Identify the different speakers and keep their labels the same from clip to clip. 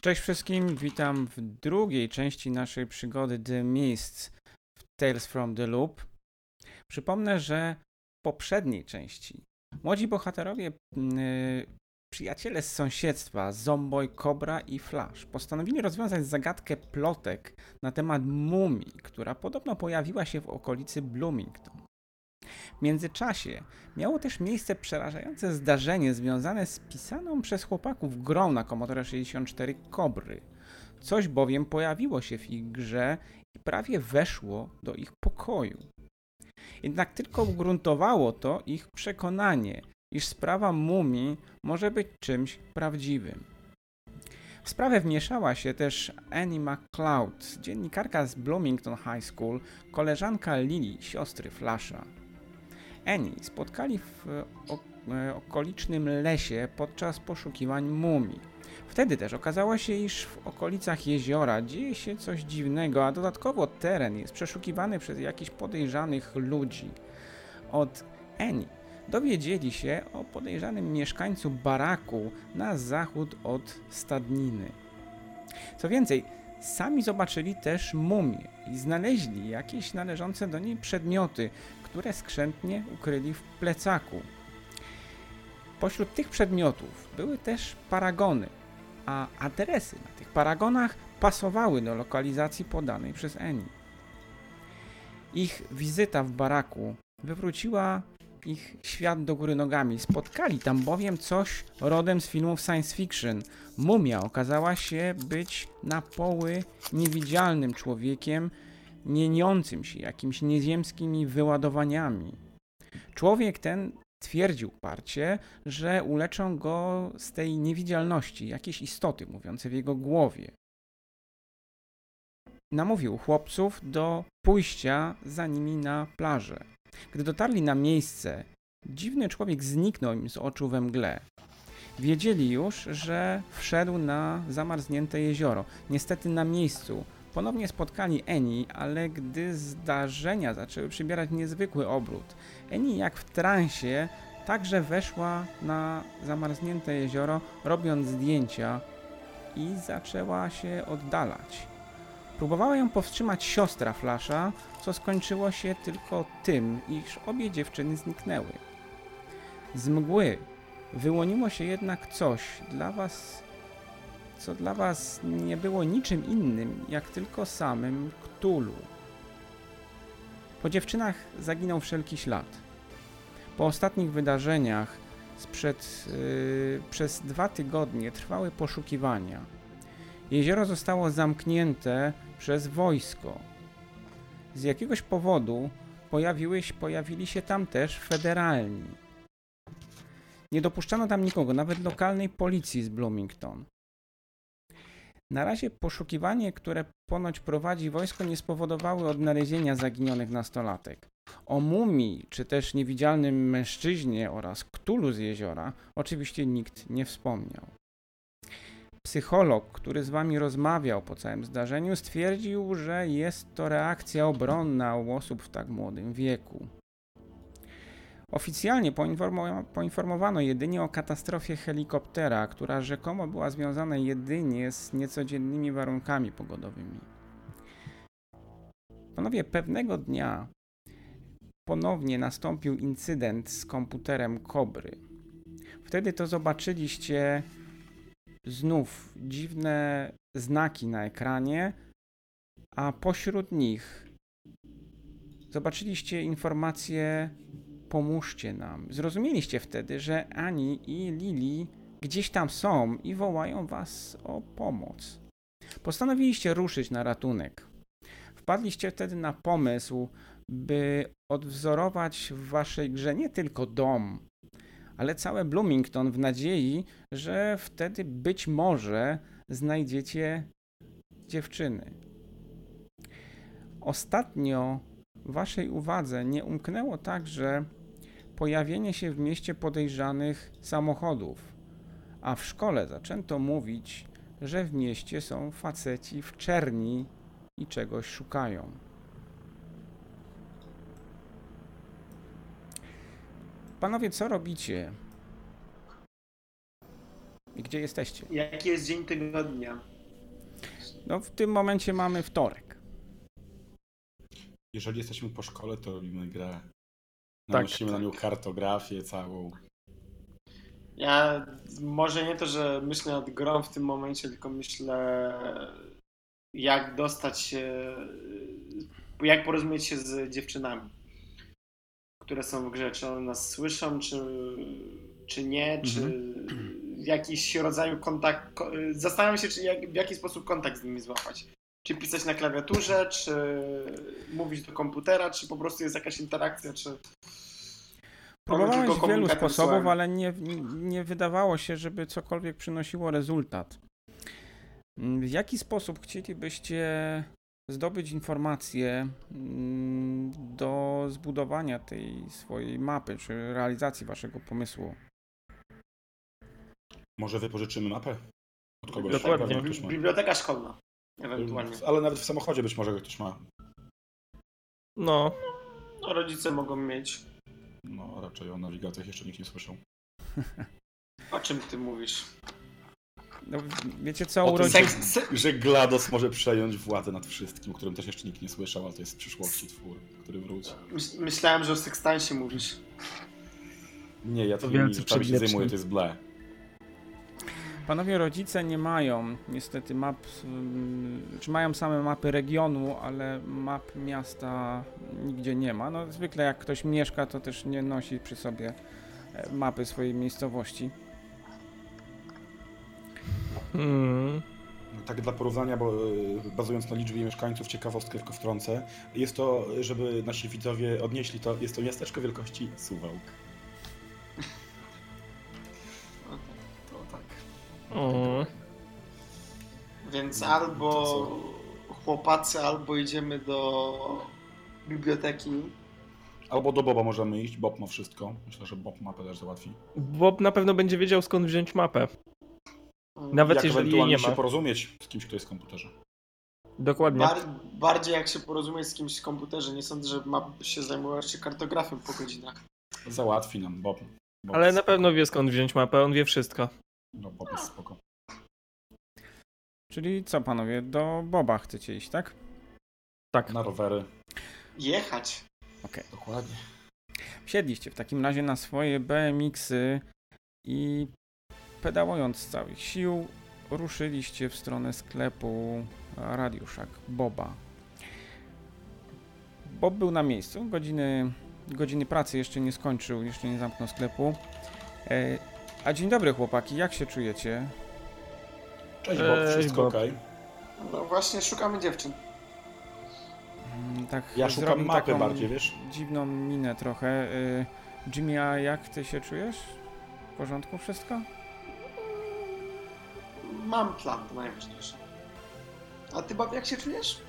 Speaker 1: Cześć wszystkim, witam w drugiej części naszej przygody The Mist w Tales from the Loop. Przypomnę, że w poprzedniej części młodzi bohaterowie, yy, przyjaciele z sąsiedztwa, Zomboy, Cobra i Flash, postanowili rozwiązać zagadkę plotek na temat mumii, która podobno pojawiła się w okolicy Bloomington. W międzyczasie miało też miejsce przerażające zdarzenie związane z pisaną przez chłopaków grą na Commodore 64 Kobry. Coś bowiem pojawiło się w ich grze i prawie weszło do ich pokoju. Jednak tylko ugruntowało to ich przekonanie, iż sprawa mumii może być czymś prawdziwym. W sprawę wmieszała się też Annie McCloud, dziennikarka z Bloomington High School, koleżanka Lily, siostry Flasha. Annie spotkali w o, e, okolicznym lesie podczas poszukiwań mumii. Wtedy też okazało się, iż w okolicach jeziora dzieje się coś dziwnego, a dodatkowo teren jest przeszukiwany przez jakichś podejrzanych ludzi. Od Annie dowiedzieli się o podejrzanym mieszkańcu baraku na zachód od stadniny. Co więcej, sami zobaczyli też mumię i znaleźli jakieś należące do niej przedmioty, które skrzętnie ukryli w plecaku. Pośród tych przedmiotów były też paragony, a adresy na tych paragonach pasowały do lokalizacji podanej przez Eni. Ich wizyta w baraku wywróciła ich świat do góry nogami. Spotkali tam bowiem coś rodem z filmów science fiction. Mumia okazała się być na poły niewidzialnym człowiekiem, mieniącym się jakimiś nieziemskimi wyładowaniami. Człowiek ten twierdził parcie, że uleczą go z tej niewidzialności jakieś istoty mówiące w jego głowie. Namówił chłopców do pójścia za nimi na plażę. Gdy dotarli na miejsce, dziwny człowiek zniknął im z oczu we mgle. Wiedzieli już, że wszedł na zamarznięte jezioro. Niestety na miejscu ponownie spotkali Eni, ale gdy zdarzenia zaczęły przybierać niezwykły obrót, Eni jak w transie także weszła na zamarznięte jezioro, robiąc zdjęcia i zaczęła się oddalać. Próbowała ją powstrzymać siostra Flasza, co skończyło się tylko tym, iż obie dziewczyny zniknęły. Z mgły wyłoniło się jednak coś dla was, co dla was nie było niczym innym, jak tylko samym Ktulu. Po dziewczynach zaginął wszelki ślad. Po ostatnich wydarzeniach sprzed, yy, przez dwa tygodnie trwały poszukiwania. Jezioro zostało zamknięte przez wojsko. Z jakiegoś powodu pojawiły, się- pojawili się tam też federalni. Nie dopuszczano tam nikogo, nawet lokalnej policji z Bloomington. Na razie poszukiwanie, które ponoć prowadzi wojsko, nie spowodowały odnalezienia zaginionych nastolatek. O mumii, czy też niewidzialnym mężczyźnie oraz ktulu z jeziora oczywiście nikt nie wspomniał. Psycholog, który z wami rozmawiał po całym zdarzeniu, stwierdził, że jest to reakcja obronna u osób w tak młodym wieku. Oficjalnie poinformo- poinformowano jedynie o katastrofie helikoptera, która rzekomo była związana jedynie z niecodziennymi warunkami pogodowymi. Panowie, pewnego dnia ponownie nastąpił incydent z komputerem Kobry. Wtedy to zobaczyliście znów dziwne znaki na ekranie, a pośród nich zobaczyliście informację pomóżcie nam. Zrozumieliście wtedy, że Ani i Lili gdzieś tam są i wołają was o pomoc. Postanowiliście ruszyć na ratunek. Wpadliście wtedy na pomysł, by odwzorować w waszej grze nie tylko dom, ale całe Bloomington w nadziei, że wtedy być może znajdziecie dziewczyny. Ostatnio waszej uwadze nie umknęło tak, także pojawienie się w mieście podejrzanych samochodów, a w szkole zaczęto mówić, że w mieście są faceci w czerni i czegoś szukają. Panowie, co robicie? I Gdzie jesteście?
Speaker 2: Jaki jest dzień tygodnia?
Speaker 1: No w tym momencie mamy wtorek.
Speaker 2: Jeżeli jesteśmy po szkole, to robimy grę.
Speaker 1: Tak,
Speaker 2: Nanosimy na nią kartografię całą.
Speaker 3: Ja może nie to, że myślę nad grą w tym momencie, tylko myślę, jak dostać się, jak porozumieć się z dziewczynami, które są w grze. Czy one nas słyszą, czy, czy nie, czy
Speaker 1: Mhm.
Speaker 3: w jakiś rodzaju kontakt. ko- Zastanawiam się, czy jak, w jaki sposób kontakt z nimi złapać. Czy pisać na klawiaturze, czy mówić do komputera, czy po prostu jest jakaś interakcja, czy.
Speaker 1: Próbowałeś
Speaker 3: tylko
Speaker 1: wielu
Speaker 3: komunikatem
Speaker 1: sposobów,
Speaker 3: słowem.
Speaker 1: ale nie, nie wydawało się, żeby cokolwiek przynosiło rezultat. Mm, W jaki sposób chcielibyście zdobyć informacje mm, do zbudowania tej swojej mapy, czy realizacji waszego pomysłu?
Speaker 2: Może wypożyczymy mapę? Od kogoś.
Speaker 4: Dokładnie.
Speaker 2: Pewnie Ktoś ma.
Speaker 3: Biblioteka szkolna, ewentualnie.
Speaker 2: Ale nawet w samochodzie być może ktoś ma.
Speaker 4: No,
Speaker 3: No, rodzice mogą mieć.
Speaker 2: No, raczej o nawigacjach jeszcze nikt nie słyszał.
Speaker 3: O czym ty mówisz?
Speaker 1: No, wiecie co,
Speaker 2: O tym
Speaker 1: urodzi...
Speaker 3: Seks, se,
Speaker 2: Że GLaDOS może przejąć władzę nad wszystkim, o którym też jeszcze nikt nie słyszał, ale to jest w przyszłości twór, który wróci.
Speaker 3: myśl- myślałem, że o sekstansie mówisz.
Speaker 2: Nie, ja
Speaker 4: To
Speaker 2: to
Speaker 4: wielce
Speaker 2: nie rzeczami się
Speaker 4: przedwieczny.
Speaker 2: zajmuję, to jest ble.
Speaker 1: Panowie rodzice nie mają niestety map, mm, czy mają same mapy regionu, ale map miasta nigdzie nie ma. No zwykle jak ktoś mieszka, to też nie nosi przy sobie e, mapy swojej miejscowości.
Speaker 4: mm,
Speaker 2: Tak dla porównania, bo y, bazując na liczbie mieszkańców, ciekawostkę tylko wtrącę. Jest to, żeby nasi widzowie odnieśli to, jest to miasteczko wielkości Suwałk.
Speaker 3: No tak, To tak.
Speaker 4: o,
Speaker 3: Więc
Speaker 2: No,
Speaker 3: albo
Speaker 2: to
Speaker 3: chłopacy, albo idziemy do biblioteki.
Speaker 2: Albo do Boba możemy iść, Bob ma wszystko. Myślę, że Bob mapę też załatwi.
Speaker 4: Bob na pewno będzie wiedział skąd wziąć mapę. Nawet
Speaker 2: Jak
Speaker 4: jeżeli jej
Speaker 2: ewentualnie
Speaker 4: nie
Speaker 2: się
Speaker 4: ma.
Speaker 2: porozumieć z kimś, kto jest w komputerze.
Speaker 4: Dokładnie.
Speaker 3: Bar- bardziej jak się porozumieć z kimś w komputerze. Nie sądzę, że ma się zajmował się kartografią po godzinach.
Speaker 2: Załatwi nam Bob. Bob
Speaker 4: Ale
Speaker 2: jest
Speaker 4: na
Speaker 2: spoko.
Speaker 4: pewno wie skąd wziąć mapę, on wie wszystko.
Speaker 2: No, Bob jest spoko.
Speaker 1: Czyli co panowie, do Boba chcecie iść, tak?
Speaker 4: Tak.
Speaker 2: Na rowery.
Speaker 3: Jechać.
Speaker 2: Dokładnie.
Speaker 1: Siedliście w takim razie na swoje BMX-y i pedałując z całych sił ruszyliście w stronę sklepu Radiuszak Boba. Bob był na miejscu, godziny, godziny pracy jeszcze nie skończył, jeszcze nie zamknął sklepu. E, a dzień dobry chłopaki, jak się czujecie?
Speaker 2: Cześć Bob,
Speaker 4: Cześć,
Speaker 2: wszystko
Speaker 4: Bob.
Speaker 2: okej.
Speaker 3: No właśnie, szukamy dziewczyn.
Speaker 1: Mm, Tak
Speaker 2: Ja szukam
Speaker 1: zrobił
Speaker 2: mapy
Speaker 1: taką
Speaker 2: bardziej, wiesz?
Speaker 1: Dziwną minę trochę. Y, Jimmy, a jak ty się czujesz? W porządku wszystko?
Speaker 3: Mam plan, to najważniejsze. A ty, bab, jak się czujesz?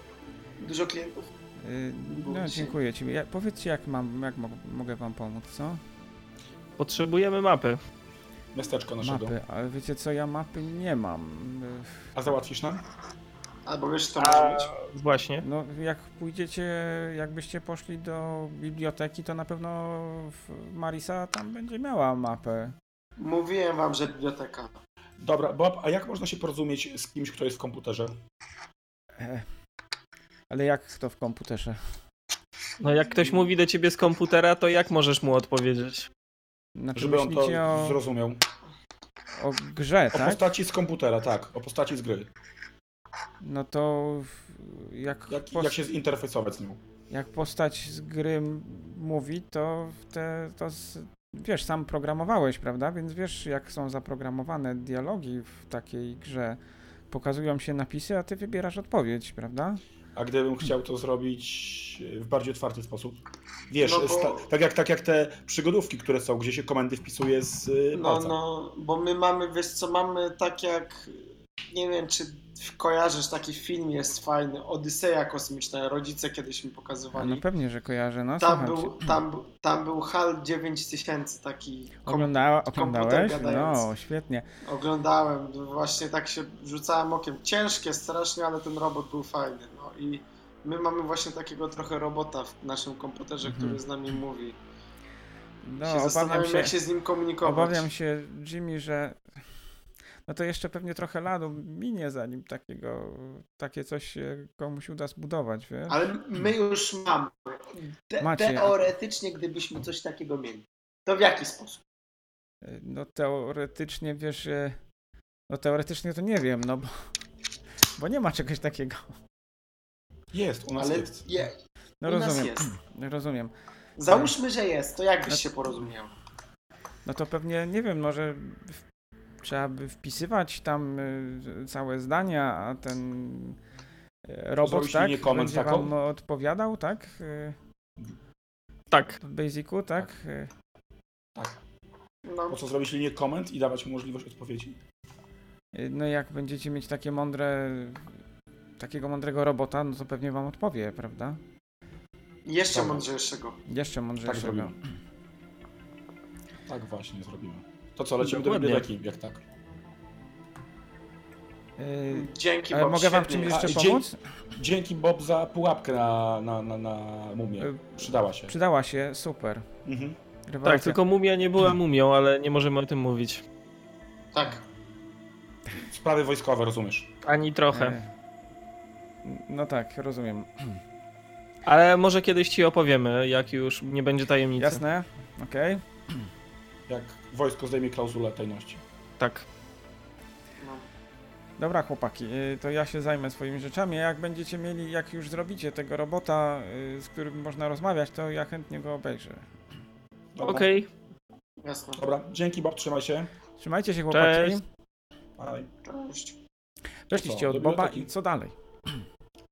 Speaker 3: Dużo klientów?
Speaker 1: Y, No,
Speaker 3: Bój się.
Speaker 1: dziękuję ci. Ja, powiedzcie, jak, mam, jak mo- mogę wam pomóc, co?
Speaker 4: Potrzebujemy mapy.
Speaker 2: Miasteczko naszego.
Speaker 1: Mapy, ale wiecie co, ja mapy nie mam. Y,
Speaker 2: A załatwisz nam?
Speaker 3: Albo wiesz, co może mieć?
Speaker 4: Właśnie.
Speaker 1: No, jak pójdziecie, jakbyście poszli do biblioteki, to na pewno w- Marisa tam będzie miała mapę.
Speaker 3: Mówiłem wam, że biblioteka.
Speaker 2: Dobra, Bob, a jak można się porozumieć z kimś, kto jest w komputerze?
Speaker 1: E, Ale jak to w komputerze?
Speaker 4: No jak ktoś mówi do ciebie z komputera, to jak możesz mu odpowiedzieć?
Speaker 1: Znaczy,
Speaker 2: Żeby on to
Speaker 1: myślicie o,
Speaker 2: zrozumiał.
Speaker 1: o grze,
Speaker 2: O
Speaker 1: tak?
Speaker 2: postaci z komputera, tak. O postaci z gry.
Speaker 1: No to w- jak,
Speaker 2: Jak,
Speaker 1: pos-
Speaker 2: jak się zinterfejsować z nią.
Speaker 1: jak postać z gry m- mówi, to w te, to z, wiesz, sam programowałeś, prawda? Więc wiesz, jak są zaprogramowane dialogi w takiej grze. Pokazują się napisy, a ty wybierasz odpowiedź, prawda?
Speaker 2: A gdybym chciał to zrobić e, w bardziej otwarty sposób? Wiesz,
Speaker 3: No bo-
Speaker 2: sta- tak, jak, tak jak te przygodówki, które są, gdzie się komendy wpisuje z y,
Speaker 3: No,
Speaker 2: palca.
Speaker 3: no, bo my mamy, wiesz co, mamy tak jak, nie wiem, czy kojarzysz, taki film jest fajny, Odyseja Kosmiczna, rodzice kiedyś mi
Speaker 1: No
Speaker 3: pokazywali.
Speaker 1: pewnie, że kojarzę, no słucham
Speaker 3: Tam był,
Speaker 1: cię.
Speaker 3: tam, był- tam był HAL 9000, taki kom-
Speaker 1: Ogląda, oglądałeś?
Speaker 3: gadający.
Speaker 1: No, świetnie.
Speaker 3: oglądałem, właśnie tak się rzucałem okiem. Ciężkie strasznie, ale ten robot był fajny. No i my mamy właśnie takiego trochę robota w naszym komputerze,
Speaker 1: Mhm.
Speaker 3: który z nami mówi.
Speaker 1: No,
Speaker 3: się
Speaker 1: obawiam
Speaker 3: zastanawiam,
Speaker 1: się,
Speaker 3: jak się z nim komunikować.
Speaker 1: obawiam się, Jimmy, że no to jeszcze pewnie trochę ladu minie, zanim takiego, takie coś się komuś uda zbudować, wiesz?
Speaker 3: Ale my już mamy. Te,
Speaker 1: Hmm. Macie.
Speaker 3: Teoretycznie, gdybyśmy coś takiego mieli. To w jaki sposób?
Speaker 1: No teoretycznie, wiesz, e, no teoretycznie to nie wiem, no bo, bo nie ma czegoś takiego.
Speaker 2: Jest, u nas
Speaker 3: Ale
Speaker 2: jest.
Speaker 3: je,
Speaker 1: No
Speaker 3: u nas
Speaker 1: rozumiem, Znaczy-
Speaker 3: jest.
Speaker 1: rozumiem.
Speaker 3: Załóżmy, że jest, to jak byś się porozumiał?
Speaker 1: No to pewnie, nie wiem, może w, trzeba by wpisywać tam y, całe zdania, a ten e, robot,
Speaker 2: Zrobić
Speaker 1: tak,
Speaker 2: linię komend
Speaker 1: będzie
Speaker 2: taką?
Speaker 1: wam odpowiadał, tak, Y,
Speaker 4: Tak.
Speaker 1: w Basicu, tak? Y,
Speaker 3: No,
Speaker 2: Po co zrobić linię komend i dawać mu możliwość odpowiedzi?
Speaker 1: No jak będziecie mieć takie mądre, takiego mądrego robota, no to pewnie wam odpowie, prawda?
Speaker 3: jeszcze
Speaker 2: Dobra.
Speaker 3: mądrzejszego.
Speaker 1: Jeszcze
Speaker 2: Tak
Speaker 1: mądrzejszego.
Speaker 2: zrobimy. Tak właśnie zrobimy. To co, lecimy do
Speaker 4: Dokładnie.
Speaker 2: biblioteki, jak tak.
Speaker 1: Y,
Speaker 3: Dzięki,
Speaker 1: ale
Speaker 3: Bob,
Speaker 1: mogę wam w
Speaker 3: świetnie.
Speaker 1: czymś
Speaker 2: A,
Speaker 1: jeszcze
Speaker 2: dzień-
Speaker 1: pomóc?
Speaker 2: Dzięki Bob za pułapkę na, na, na, na mumię.
Speaker 4: E,
Speaker 1: Y,
Speaker 2: Przydała się.
Speaker 1: Przydała się, super.
Speaker 2: Mhm.
Speaker 1: Rewelacja.
Speaker 4: Tak, tylko mumia nie była mumią, ale nie możemy o tym mówić.
Speaker 3: Tak.
Speaker 2: Sprawy wojskowe, rozumiesz.
Speaker 4: Ani trochę.
Speaker 1: Y, E, No tak, rozumiem.
Speaker 4: Ale może kiedyś ci opowiemy, jak już nie będzie tajemnicy.
Speaker 1: Jasne? Okej.
Speaker 2: Jak wojsko zdejmie klauzulę tajności.
Speaker 4: Tak.
Speaker 3: No.
Speaker 1: Dobra, chłopaki, y, to ja się zajmę swoimi rzeczami. a Jak będziecie mieli, jak już zrobicie tego robota, y, z którym można rozmawiać, to ja chętnie go obejrzę.
Speaker 2: Dobra.
Speaker 4: Okej.
Speaker 3: Jasne.
Speaker 2: Dobra, dzięki Bob, trzymaj się.
Speaker 1: Trzymajcie się, chłopaki.
Speaker 4: Cześć.
Speaker 2: Bye.
Speaker 3: Cześć.
Speaker 1: Weszliście
Speaker 2: Co,
Speaker 1: od
Speaker 2: do
Speaker 1: Boba
Speaker 2: biblioteki?
Speaker 1: i co dalej?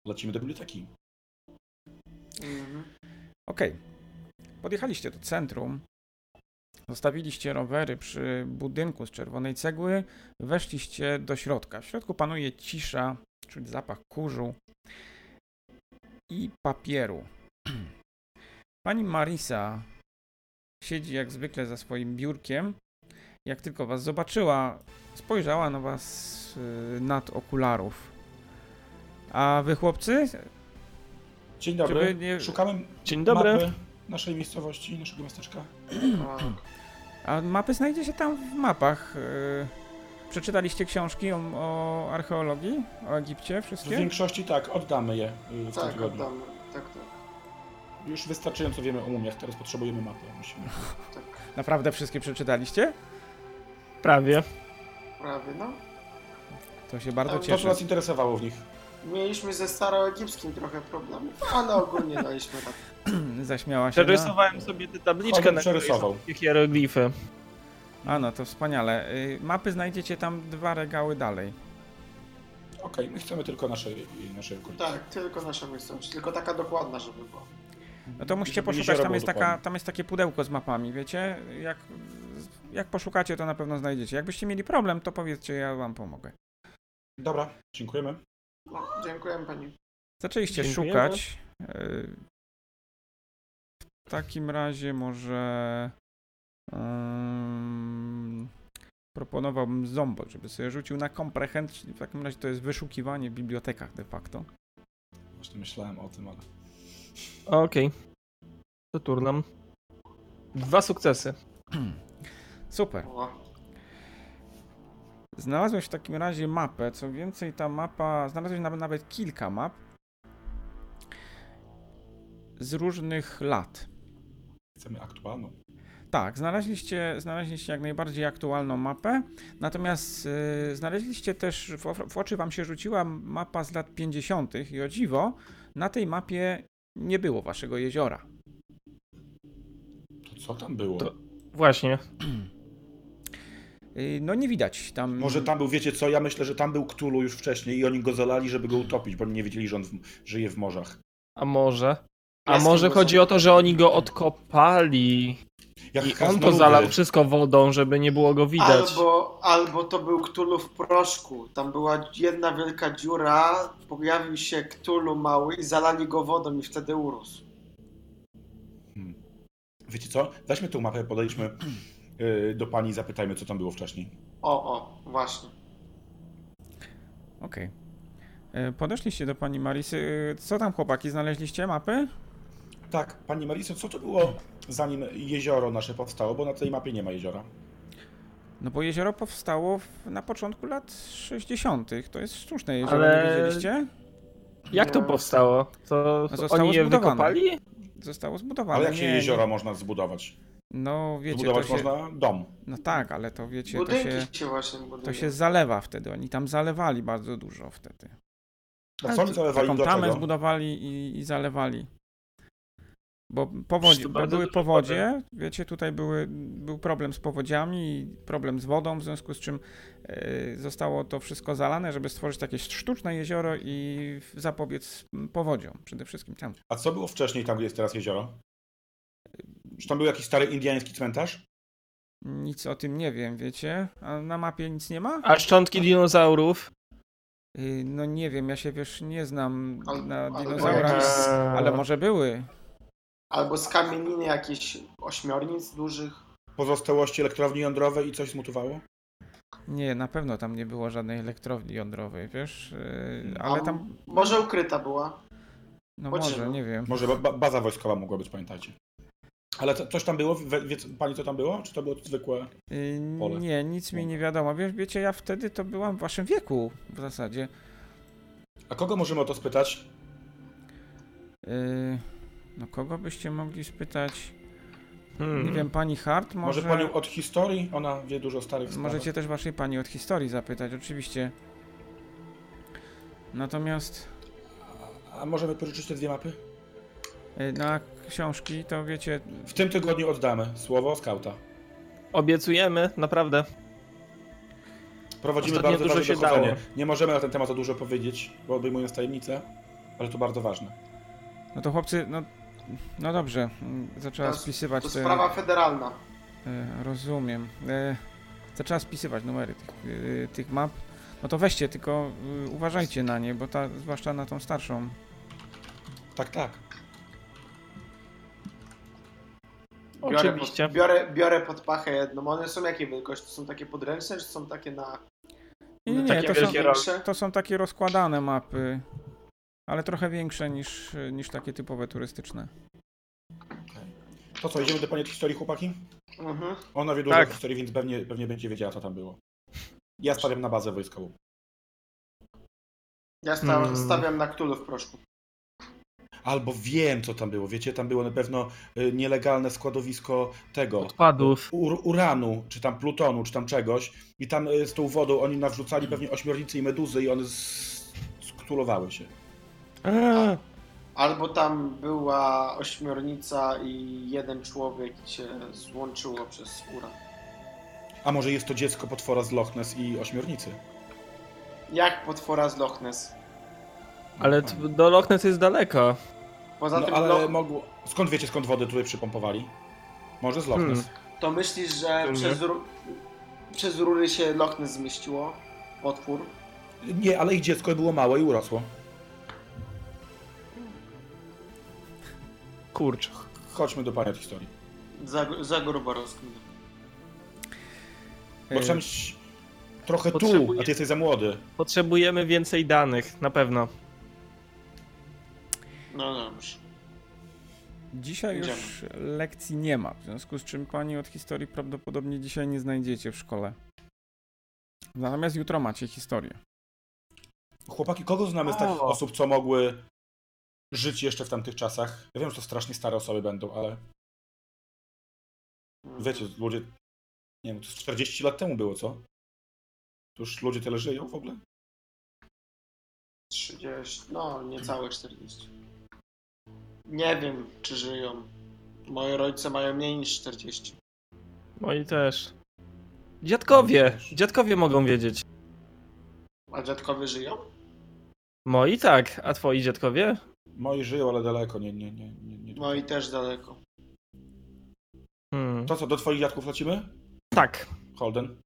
Speaker 2: Lecimy do biblioteki.
Speaker 3: Mhm.
Speaker 1: Okej. Podjechaliście do centrum. Zostawiliście rowery przy budynku z czerwonej cegły. Weszliście do środka. W środku panuje cisza, czuć zapach kurzu i papieru. Pani Marisa siedzi jak zwykle za swoim biurkiem. Jak tylko was zobaczyła, spojrzała na was yy, nad okularów. A wy chłopcy?
Speaker 2: Dzień
Speaker 1: Czy wy
Speaker 2: dobry.
Speaker 1: nie...
Speaker 2: Szukamy
Speaker 4: Dzień dobry.
Speaker 2: mapy naszej miejscowości, naszego miasteczka.
Speaker 3: A,
Speaker 1: A mapy znajdzie się tam w mapach. yy. Przeczytaliście książki o, o archeologii, o Egipcie,
Speaker 2: W
Speaker 1: wszystkie?
Speaker 2: większości tak, oddamy je y, w tym
Speaker 3: Tak,
Speaker 2: tygodniu.
Speaker 3: oddam. Tak, tak.
Speaker 2: Już wystarczająco wiemy o mumiach, teraz potrzebujemy mapy. Musimy.
Speaker 1: Naprawdę wszystkie przeczytaliście?
Speaker 4: Prawie.
Speaker 3: Prawie, no.
Speaker 1: To się bardzo
Speaker 3: To- to
Speaker 2: To, co
Speaker 1: cieszę.
Speaker 2: nas interesowało w nich.
Speaker 3: Mieliśmy ze staroegipskim trochę problemów, ale ogólnie daliśmy radę.
Speaker 1: Zaśmiała się. na-
Speaker 4: Przerysowałem sobie tę tabliczkę
Speaker 2: Kolem
Speaker 4: na której
Speaker 2: przerysował.
Speaker 4: są takie hieroglify.
Speaker 1: A no, to wspaniale. Yy, Mapy znajdziecie tam dwa regały dalej.
Speaker 2: Okej, my chcemy tylko y, naszej, naszej okolicy.
Speaker 3: Tak, tylko nasza miejscowość. Tylko taka dokładna, żeby była.
Speaker 1: No to musicie
Speaker 2: Mhm. Żeby nie
Speaker 1: poszukać, tam
Speaker 2: robiło
Speaker 1: jest, taka,
Speaker 2: dokładnie.
Speaker 1: tam jest takie pudełko z mapami, wiecie? Jak, jak poszukacie, to na pewno znajdziecie. Jakbyście mieli problem, to powiedzcie, ja wam pomogę.
Speaker 2: Dobra, dziękujemy.
Speaker 3: No, dziękuję pani.
Speaker 1: Zaczęliście
Speaker 4: Dziękujemy.
Speaker 1: szukać. y, W takim razie może ym, proponowałbym Zombol, żeby sobie rzucił na komprehend, czyli w takim razie to jest wyszukiwanie w bibliotekach de facto.
Speaker 2: Właśnie myślałem o tym, ale...
Speaker 4: Okej. To turnam. Dwa sukcesy.
Speaker 1: Super.
Speaker 3: O,
Speaker 1: Znalazłeś w takim razie mapę. Co więcej, ta mapa. Znalazłeś nawet, nawet kilka map z różnych lat.
Speaker 2: Chcemy aktualną.
Speaker 1: Tak, znaleźliście, znaleźliście jak najbardziej aktualną mapę, natomiast yy, znaleźliście też, w, o- w oczy wam się rzuciła mapa z lat 50. i o dziwo, na tej mapie nie było waszego jeziora.
Speaker 2: To co tam było?
Speaker 4: To- Właśnie.
Speaker 1: Yy, no nie widać tam...
Speaker 2: Może tam był, wiecie co, ja myślę, że tam był Ktulu już wcześniej i oni go zalali, żeby go utopić, bo oni nie wiedzieli, że on w, żyje w morzach.
Speaker 4: A może? A
Speaker 3: Jasne,
Speaker 4: może
Speaker 3: bo
Speaker 4: chodzi
Speaker 3: są-
Speaker 4: o to, że oni go odkopali
Speaker 2: Jak
Speaker 4: i on to
Speaker 2: krasnoludy.
Speaker 4: zalał wszystko wodą, żeby nie było go widać.
Speaker 3: Albo, albo to był Ktulu w proszku. Tam była jedna wielka dziura, pojawił się Ktulu mały i zalali go wodą i wtedy urósł.
Speaker 2: Hmm. Wiecie co, weźmy tą mapę, podejdźmy y, do pani i zapytajmy, co tam było wcześniej.
Speaker 3: O, o, właśnie.
Speaker 1: Okej. Yy, Podeszliście do pani Marisy. Yy, Co tam chłopaki, znaleźliście mapy?
Speaker 2: Tak, pani Mariso, co to było zanim jezioro nasze powstało, bo na tej mapie nie ma jeziora.
Speaker 1: No bo jezioro powstało w, na początku lat 60. To jest sztuczne jezioro,
Speaker 4: Ale-
Speaker 1: nie widzieliście?
Speaker 4: Jak to
Speaker 3: No.
Speaker 4: powstało? To
Speaker 1: Zostało
Speaker 4: oni je
Speaker 1: zbudowane.
Speaker 4: wykopali?
Speaker 1: Zostało zbudowane.
Speaker 2: Ale jak się
Speaker 1: nie, nie.
Speaker 2: jeziora można zbudować?
Speaker 1: No wiecie, to
Speaker 2: Zbudować
Speaker 1: się,
Speaker 2: można dom.
Speaker 1: no tak, ale to wiecie, to
Speaker 3: Budynki
Speaker 1: się,
Speaker 3: się, właśnie budują.
Speaker 1: to się zalewa wtedy. Oni tam zalewali bardzo dużo wtedy.
Speaker 2: A co oni zalewali
Speaker 1: Taką tamę
Speaker 2: dlaczego?
Speaker 1: zbudowali i, i zalewali. Bo powodzi,
Speaker 4: To
Speaker 1: bo
Speaker 4: bardzo
Speaker 1: były
Speaker 4: duży
Speaker 1: powodzie, wiecie, tutaj były, był problem z powodziami i problem z wodą, w związku z czym e, zostało to wszystko zalane, żeby stworzyć takie sztuczne jezioro i w- zapobiec mm, powodziom przede wszystkim tam.
Speaker 2: A co było wcześniej tam, gdzie jest teraz jezioro? Czy tam był jakiś stary indiański cmentarz?
Speaker 1: Nic o tym nie wiem, wiecie? A na mapie nic nie ma?
Speaker 4: A szczątki dinozaurów?
Speaker 1: Y, No nie wiem, ja się wiesz, nie znam
Speaker 3: Al-
Speaker 1: na
Speaker 3: albo
Speaker 1: dinozaurach,
Speaker 3: jakieś-
Speaker 1: ale może były.
Speaker 3: Albo z kamieniny jakichś ośmiornic dużych.
Speaker 2: Pozostałości elektrowni jądrowej i coś zmutowało?
Speaker 1: Nie, na pewno tam nie było żadnej elektrowni jądrowej, wiesz? y, Ale
Speaker 3: Mm, A
Speaker 1: tam,
Speaker 3: Może ukryta była.
Speaker 1: no
Speaker 3: chodź,
Speaker 1: może,
Speaker 3: no.
Speaker 1: nie wiem.
Speaker 2: Może ba- ba- baza wojskowa mogła być, pamiętajcie. Ale to, coś tam było? Wie, wie pani, co tam było? Czy to było zwykłe?
Speaker 1: Y,
Speaker 2: Pole.
Speaker 1: Nie, nic mi nie wiadomo. Wiesz, wiecie, ja wtedy to byłam w waszym wieku w zasadzie.
Speaker 2: A kogo możemy o to spytać?
Speaker 1: Y, No kogo byście mogli spytać?
Speaker 4: Hmm.
Speaker 1: Nie wiem, pani Hart
Speaker 2: Mm. Może,
Speaker 1: może...
Speaker 2: panią od historii? Ona wie dużo o starych sprawach.
Speaker 1: Możecie też waszej pani od historii zapytać, oczywiście. Natomiast...
Speaker 2: A- A możemy pożyczyć te dwie mapy?
Speaker 1: Y, No a książki to wiecie,
Speaker 2: W tym tygodniu oddamy słowo skauta.
Speaker 4: Obiecujemy, naprawdę.
Speaker 2: Prowadzimy
Speaker 4: Ostatnio
Speaker 2: bardzo
Speaker 4: dużo
Speaker 2: ważne
Speaker 4: się
Speaker 2: dochodzenie.
Speaker 4: dało.
Speaker 2: Nie możemy na ten temat za dużo powiedzieć, bo odejmując tajemnicę, ale to bardzo ważne.
Speaker 1: no to chłopcy, no, no dobrze, mm, zaczęła
Speaker 3: To s-
Speaker 1: spisywać
Speaker 3: To
Speaker 1: te,
Speaker 3: sprawa federalna.
Speaker 1: e, rozumiem, e, zaczęła spisywać numery tych, e, tych map, no to weźcie, tylko e, uważajcie na nie, bo ta, zwłaszcza na tą starszą.
Speaker 2: Tak, tak.
Speaker 4: Oczywiście.
Speaker 3: Pod, biorę, biorę pod pachę jedną. One są jakiej wielkości? To są takie podręczne, czy są takie na
Speaker 1: Nie, nie,
Speaker 4: No
Speaker 1: nie
Speaker 4: takie
Speaker 1: E, to, są,
Speaker 4: wielkie
Speaker 3: większe?
Speaker 1: to są takie rozkładane mapy, ale trochę większe niż, niż takie typowe turystyczne.
Speaker 2: To co, idziemy do pani od historii, chłopaki?
Speaker 3: Mhm.
Speaker 2: Ona wie dużo
Speaker 4: Tak.
Speaker 2: o historii, więc pewnie, pewnie będzie wiedziała, co tam było. Ja stawiam na bazę wojskową.
Speaker 3: Ja sta
Speaker 4: Hmm.
Speaker 3: stawiam na ktulu w proszku.
Speaker 2: Albo wiem, co tam było. Wiecie, tam było na pewno y, nielegalne składowisko tego.
Speaker 4: Odpadów.
Speaker 2: Ur, uranu, czy tam plutonu, czy tam czegoś. I tam y, z tą wodą oni nawrzucali pewnie ośmiornicy i meduzy i one s- skutulowały się.
Speaker 4: Eee,
Speaker 3: Albo tam była ośmiornica i jeden człowiek i się złączyło przez uran.
Speaker 2: A może jest to dziecko potwora z Loch Ness i ośmiornicy?
Speaker 3: Jak potwora z Loch Ness.
Speaker 4: Ale t- do Loch Ness jest daleko.
Speaker 3: Poza
Speaker 2: No,
Speaker 3: tym
Speaker 2: ale
Speaker 3: Loch...
Speaker 2: mogło... Skąd wiecie, skąd wodę tutaj przypompowali? Może z Loch
Speaker 4: Hmm.
Speaker 2: Ness.
Speaker 3: to myślisz, że
Speaker 4: Nie.
Speaker 3: przez, ru... przez rury się Loch Ness zmieściło? Potwór?
Speaker 2: Nie, ale ich dziecko było małe i urosło.
Speaker 4: Kurczę.
Speaker 2: Chodźmy do pani od historii.
Speaker 3: Za, za grubo rozkminę.
Speaker 2: Bo
Speaker 1: E,
Speaker 2: trzeba mieć trochę tu,
Speaker 4: Potrzebuję-
Speaker 2: a ty jesteś za młody.
Speaker 4: Potrzebujemy więcej danych, na pewno.
Speaker 3: No dobrze.
Speaker 1: Dzisiaj już lekcji nie ma, w związku z czym pani od historii prawdopodobnie dzisiaj nie znajdziecie w szkole. Natomiast jutro macie historię.
Speaker 2: Chłopaki, kogo znamy z takich
Speaker 4: O.
Speaker 2: osób, co mogły żyć jeszcze w tamtych czasach? Ja wiem, że to strasznie stare osoby będą, ale
Speaker 3: mm,
Speaker 2: wiecie, ludzie, nie wiem, to z 40 lat temu było, co? To już ludzie tyle żyją w ogóle?
Speaker 3: 30, no niecałe 40. Nie wiem, czy żyją. Moi rodzice mają mniej niż 40.
Speaker 4: Moi też. Dziadkowie. Dziadkowie mogą wiedzieć.
Speaker 3: A dziadkowie żyją?
Speaker 4: Moi tak, a twoi dziadkowie?
Speaker 2: Moi żyją, ale daleko, nie, nie, nie, nie, nie.
Speaker 3: Moi No też daleko.
Speaker 4: Hmm.
Speaker 2: To co, do twoich dziadków lecimy?
Speaker 4: Tak.
Speaker 2: Holden?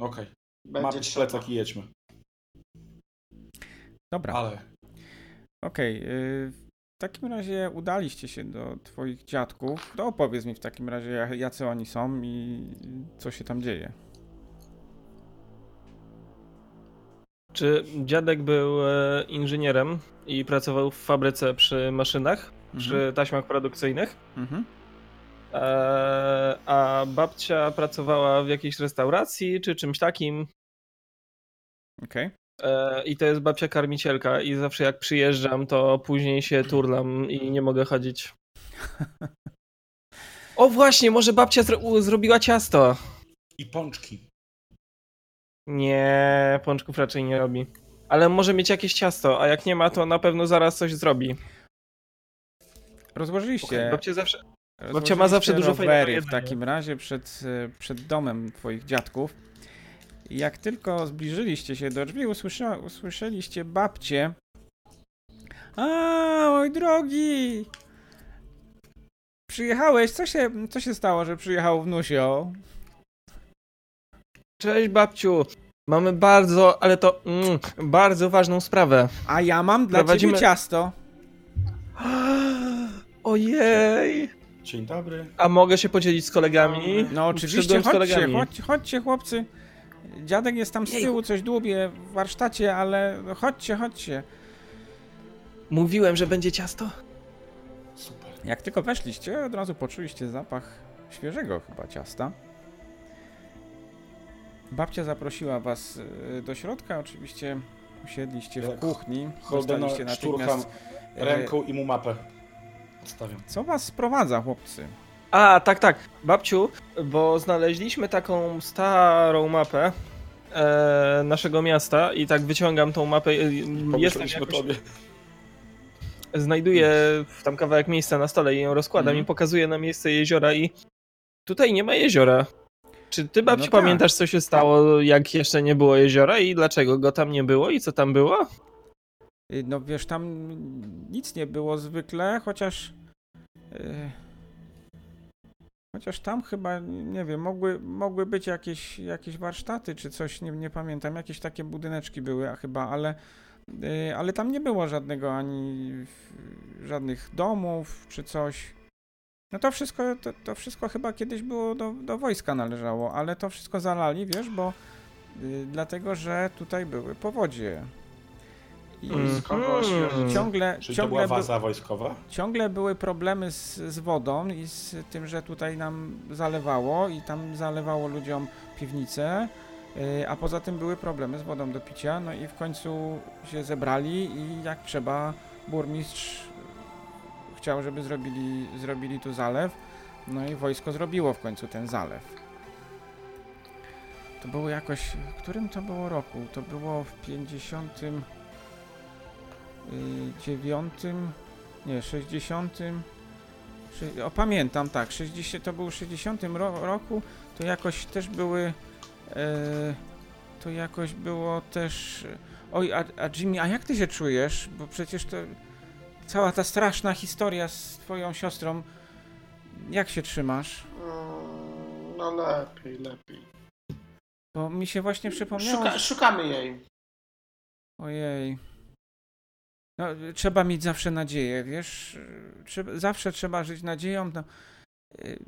Speaker 2: Okej,
Speaker 3: Będzie
Speaker 2: mamy plecak i jedźmy.
Speaker 1: Dobra.
Speaker 2: Ale
Speaker 1: Okej, y, w takim razie udaliście się do twoich dziadków. To opowiedz mi w takim razie, ja- jacy oni są i co się tam dzieje.
Speaker 4: Czy dziadek był e, inżynierem i Mhm. pracował w fabryce przy maszynach, przy taśmach produkcyjnych?
Speaker 1: Mhm.
Speaker 4: E, Eee, a babcia pracowała w jakiejś restauracji czy czymś takim.
Speaker 1: Okej.
Speaker 4: Eee, I to jest babcia karmicielka. I zawsze jak przyjeżdżam, to później się turlam i nie mogę chodzić. O właśnie, może babcia zro- u- zrobiła ciasto.
Speaker 2: I pączki.
Speaker 4: Nie, pączków raczej nie robi. Ale może mieć jakieś ciasto, a jak nie ma, to na pewno zaraz coś zrobi.
Speaker 1: Rozłożyliście.
Speaker 4: Babcia zawsze.
Speaker 1: rozłożyliście
Speaker 4: ma zawsze dużo fajnego
Speaker 1: rowery w
Speaker 4: jedzenia.
Speaker 1: takim razie przed, e, przed domem twoich dziadków. I Jak tylko zbliżyliście się do drzwi, usłysza, usłyszeliście babcię. A, mój drogi! Przyjechałeś? Co się, co się stało, że przyjechał wnusio?
Speaker 4: Cześć babciu. Mamy bardzo, ale to mm, bardzo ważną sprawę.
Speaker 1: A ja mam dla
Speaker 4: Prowadzimy-
Speaker 1: ciebie ciasto.
Speaker 4: Ojej.
Speaker 2: Dzień dobry.
Speaker 4: A mogę się podzielić z kolegami?
Speaker 1: No oczywiście,
Speaker 4: Przyszedłem z
Speaker 1: chodźcie,
Speaker 4: kolegami.
Speaker 1: chodź, chodźcie chłopcy. Dziadek jest tam z tyłu, coś dłubie w warsztacie, ale chodźcie, chodźcie.
Speaker 4: Mówiłem, że będzie ciasto.
Speaker 2: Super.
Speaker 1: Jak tylko weszliście, od razu poczuliście zapach świeżego chyba ciasta. Babcia zaprosiła was e, do środka, oczywiście usiedliście w
Speaker 2: Jak
Speaker 1: kuchni,
Speaker 2: Holdena
Speaker 1: dostaliście
Speaker 2: szturcham
Speaker 1: natychmiast... e,
Speaker 2: ręką i mu mapę. Odstawiam.
Speaker 1: Co was sprowadza, chłopcy?
Speaker 4: A, tak, tak. Babciu, bo znaleźliśmy taką starą mapę e, naszego miasta i tak wyciągam tą mapę. e, Jestem
Speaker 2: Pomyśleliśmy o
Speaker 4: jakoś,
Speaker 2: tobie.
Speaker 4: znajduję tam kawałek miejsca na stole i ją rozkładam
Speaker 1: Mhm.
Speaker 4: i pokazuję na miejsce jeziora i tutaj nie ma jeziora. Czy ty, babciu,
Speaker 1: tak.
Speaker 4: pamiętasz, co się stało, jak jeszcze nie było jeziora i dlaczego go tam nie było i co tam było?
Speaker 1: Y, No wiesz, tam nic nie było zwykle, chociaż. y, Chociaż tam chyba, nie wiem, mogły, mogły być jakieś, jakieś warsztaty czy coś, nie, nie pamiętam. Jakieś takie budyneczki były a chyba, ale, y, ale tam nie było żadnego ani w- żadnych domów czy coś. No to wszystko, to, to wszystko chyba kiedyś było do, do wojska należało, ale to wszystko zalali, wiesz, bo y, dlatego, że tutaj były powodzie. I,
Speaker 4: Mm.
Speaker 1: i ciągle,
Speaker 2: Czyli to była
Speaker 1: ciągle, by,
Speaker 2: waza wojskowa? No
Speaker 1: ciągle były problemy z, z wodą i z tym, że tutaj nam zalewało i tam zalewało ludziom piwnice, y, a poza tym były problemy z wodą do picia, no i w końcu się zebrali i jak trzeba burmistrz chciał, żeby zrobili, zrobili tu zalew, no i wojsko zrobiło w końcu ten zalew. To było jakoś, w którym to było roku? To było w y, 59 nie, 60. szy- O, pamiętam, tak. 60, to był w 60 ro, roku. To jakoś też były. E, to jakoś było też. Oj, a, a Jimmy, a jak ty się czujesz? Bo przecież to. Cała ta straszna historia z twoją siostrą. Jak się trzymasz?
Speaker 3: Mm, No lepiej, lepiej.
Speaker 1: Bo mi się właśnie przypomniało.
Speaker 3: Szuka, szukamy jej.
Speaker 1: Ojej. No, y, trzeba mieć zawsze nadzieję, wiesz? y, Trzeba, zawsze trzeba żyć nadzieją. No. Y,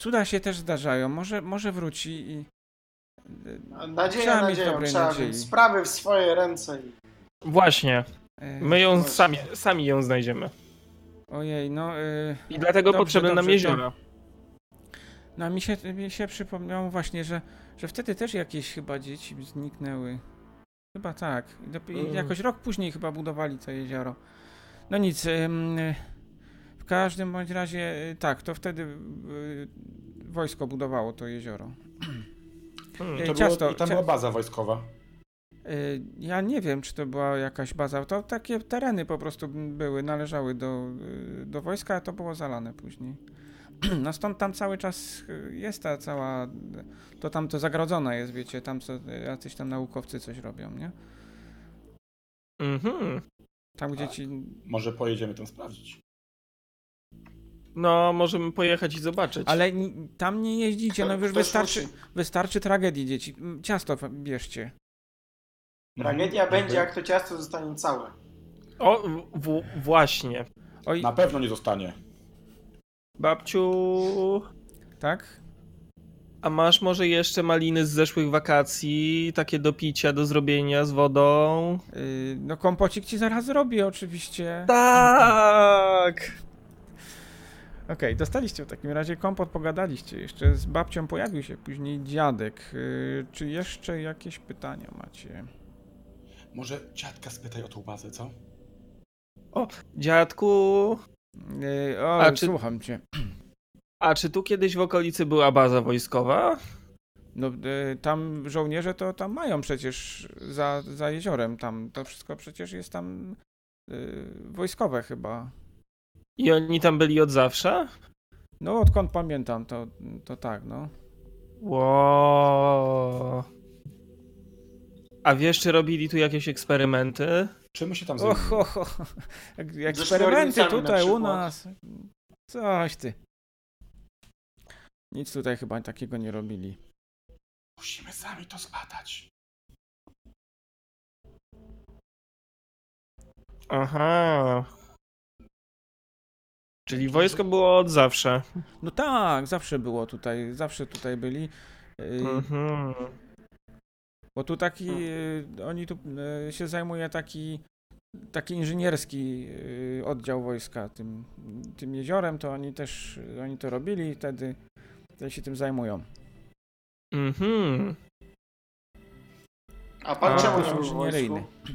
Speaker 1: Cuda się też zdarzają. Może, może wróci i. y,
Speaker 3: Nadzieja,
Speaker 1: Trzeba mieć
Speaker 3: nadzieją,
Speaker 1: dobrej
Speaker 3: trzeba
Speaker 1: nadziei.
Speaker 3: mieć sprawy w swoje ręce. i-
Speaker 4: Właśnie,
Speaker 1: y,
Speaker 4: my ją sami, sami ją znajdziemy.
Speaker 1: Ojej, no. y,
Speaker 4: I dlatego
Speaker 1: Dobrze,
Speaker 4: potrzebne nam
Speaker 1: dobrze,
Speaker 4: jeziora.
Speaker 1: No, a mi się, mi się przypomniało właśnie, że, że wtedy też jakieś chyba dzieci zniknęły. Chyba tak. I dopi- i
Speaker 4: Mm.
Speaker 1: jakoś rok później chyba budowali to jezioro. No nic. ym, y, W każdym bądź razie, y, tak, to wtedy y, wojsko budowało to jezioro.
Speaker 4: Hmm.
Speaker 1: Ej,
Speaker 2: To
Speaker 1: E, ciasto,
Speaker 2: było, I tam
Speaker 1: cia-
Speaker 2: była baza wojskowa.
Speaker 1: Y, Ja nie wiem, czy to była jakaś baza. To takie tereny po prostu były, należały do, y, do wojska, a to było zalane później. No stąd tam cały czas y, jest ta cała. To tam to zagrodzone jest, wiecie, tam co, jacyś tam naukowcy coś robią, nie?
Speaker 4: Mhm.
Speaker 1: Tam gdzie
Speaker 2: Tak.
Speaker 1: ci.
Speaker 2: Może pojedziemy tam sprawdzić.
Speaker 4: No, możemy pojechać i zobaczyć.
Speaker 1: Ale ni- tam nie jeździcie, no już
Speaker 3: Ktoś
Speaker 1: wystarczy,
Speaker 3: musi.
Speaker 1: wystarczy tragedii dzieci. Mm, Ciasto f- bierzcie.
Speaker 3: Tragedia
Speaker 2: Mhm.
Speaker 3: będzie, jak to ciasto zostanie całe.
Speaker 4: O, w- w- właśnie.
Speaker 1: Oj,
Speaker 2: Na pewno nie zostanie.
Speaker 4: Babciu,
Speaker 1: tak?
Speaker 4: a masz może jeszcze maliny z zeszłych wakacji? Takie do picia, do zrobienia z wodą?
Speaker 1: Y, No kompocik ci zaraz zrobię, oczywiście.
Speaker 4: Tak!
Speaker 1: Okej, dostaliście w takim razie kompot, pogadaliście jeszcze. Z babcią pojawił się później dziadek. Yy, Czy jeszcze jakieś pytania macie?
Speaker 2: Może ciatka spytaj o tą bazę, co?
Speaker 4: Dziadku,
Speaker 1: Yy, O,
Speaker 4: A czy-
Speaker 1: słucham cię.
Speaker 4: a czy tu kiedyś w okolicy była baza wojskowa?
Speaker 1: No, y, tam żołnierze to tam mają przecież za, za jeziorem. Tam to wszystko przecież jest tam y, wojskowe chyba.
Speaker 4: I oni tam byli od zawsze?
Speaker 1: No, odkąd pamiętam, to, to tak, no.
Speaker 4: Wow. A wiesz, czy robili tu jakieś eksperymenty?
Speaker 2: Czym się tam
Speaker 1: Och,
Speaker 2: zajmujemy?
Speaker 1: och, och. jak- Eksperymenty
Speaker 3: szkolnicami na
Speaker 1: tutaj u
Speaker 3: przykład.
Speaker 1: nas. Coś ty. Nic tutaj chyba takiego nie robili.
Speaker 2: Musimy sami to zbadać.
Speaker 4: Aha. Czyli wojsko było od zawsze.
Speaker 1: No tak, zawsze było tutaj, zawsze tutaj byli. Y,
Speaker 4: Mhm.
Speaker 1: Bo tu taki, y, oni tu y, się zajmuje taki, taki inżynierski y, oddział wojska tym, tym jeziorem, to oni też, y, oni to robili i wtedy, wtedy się tym zajmują.
Speaker 4: Mhm.
Speaker 3: A pan
Speaker 4: A,
Speaker 3: czemu
Speaker 4: to
Speaker 3: nie
Speaker 1: są
Speaker 3: był w
Speaker 1: inżynieryjny.
Speaker 3: wojsku?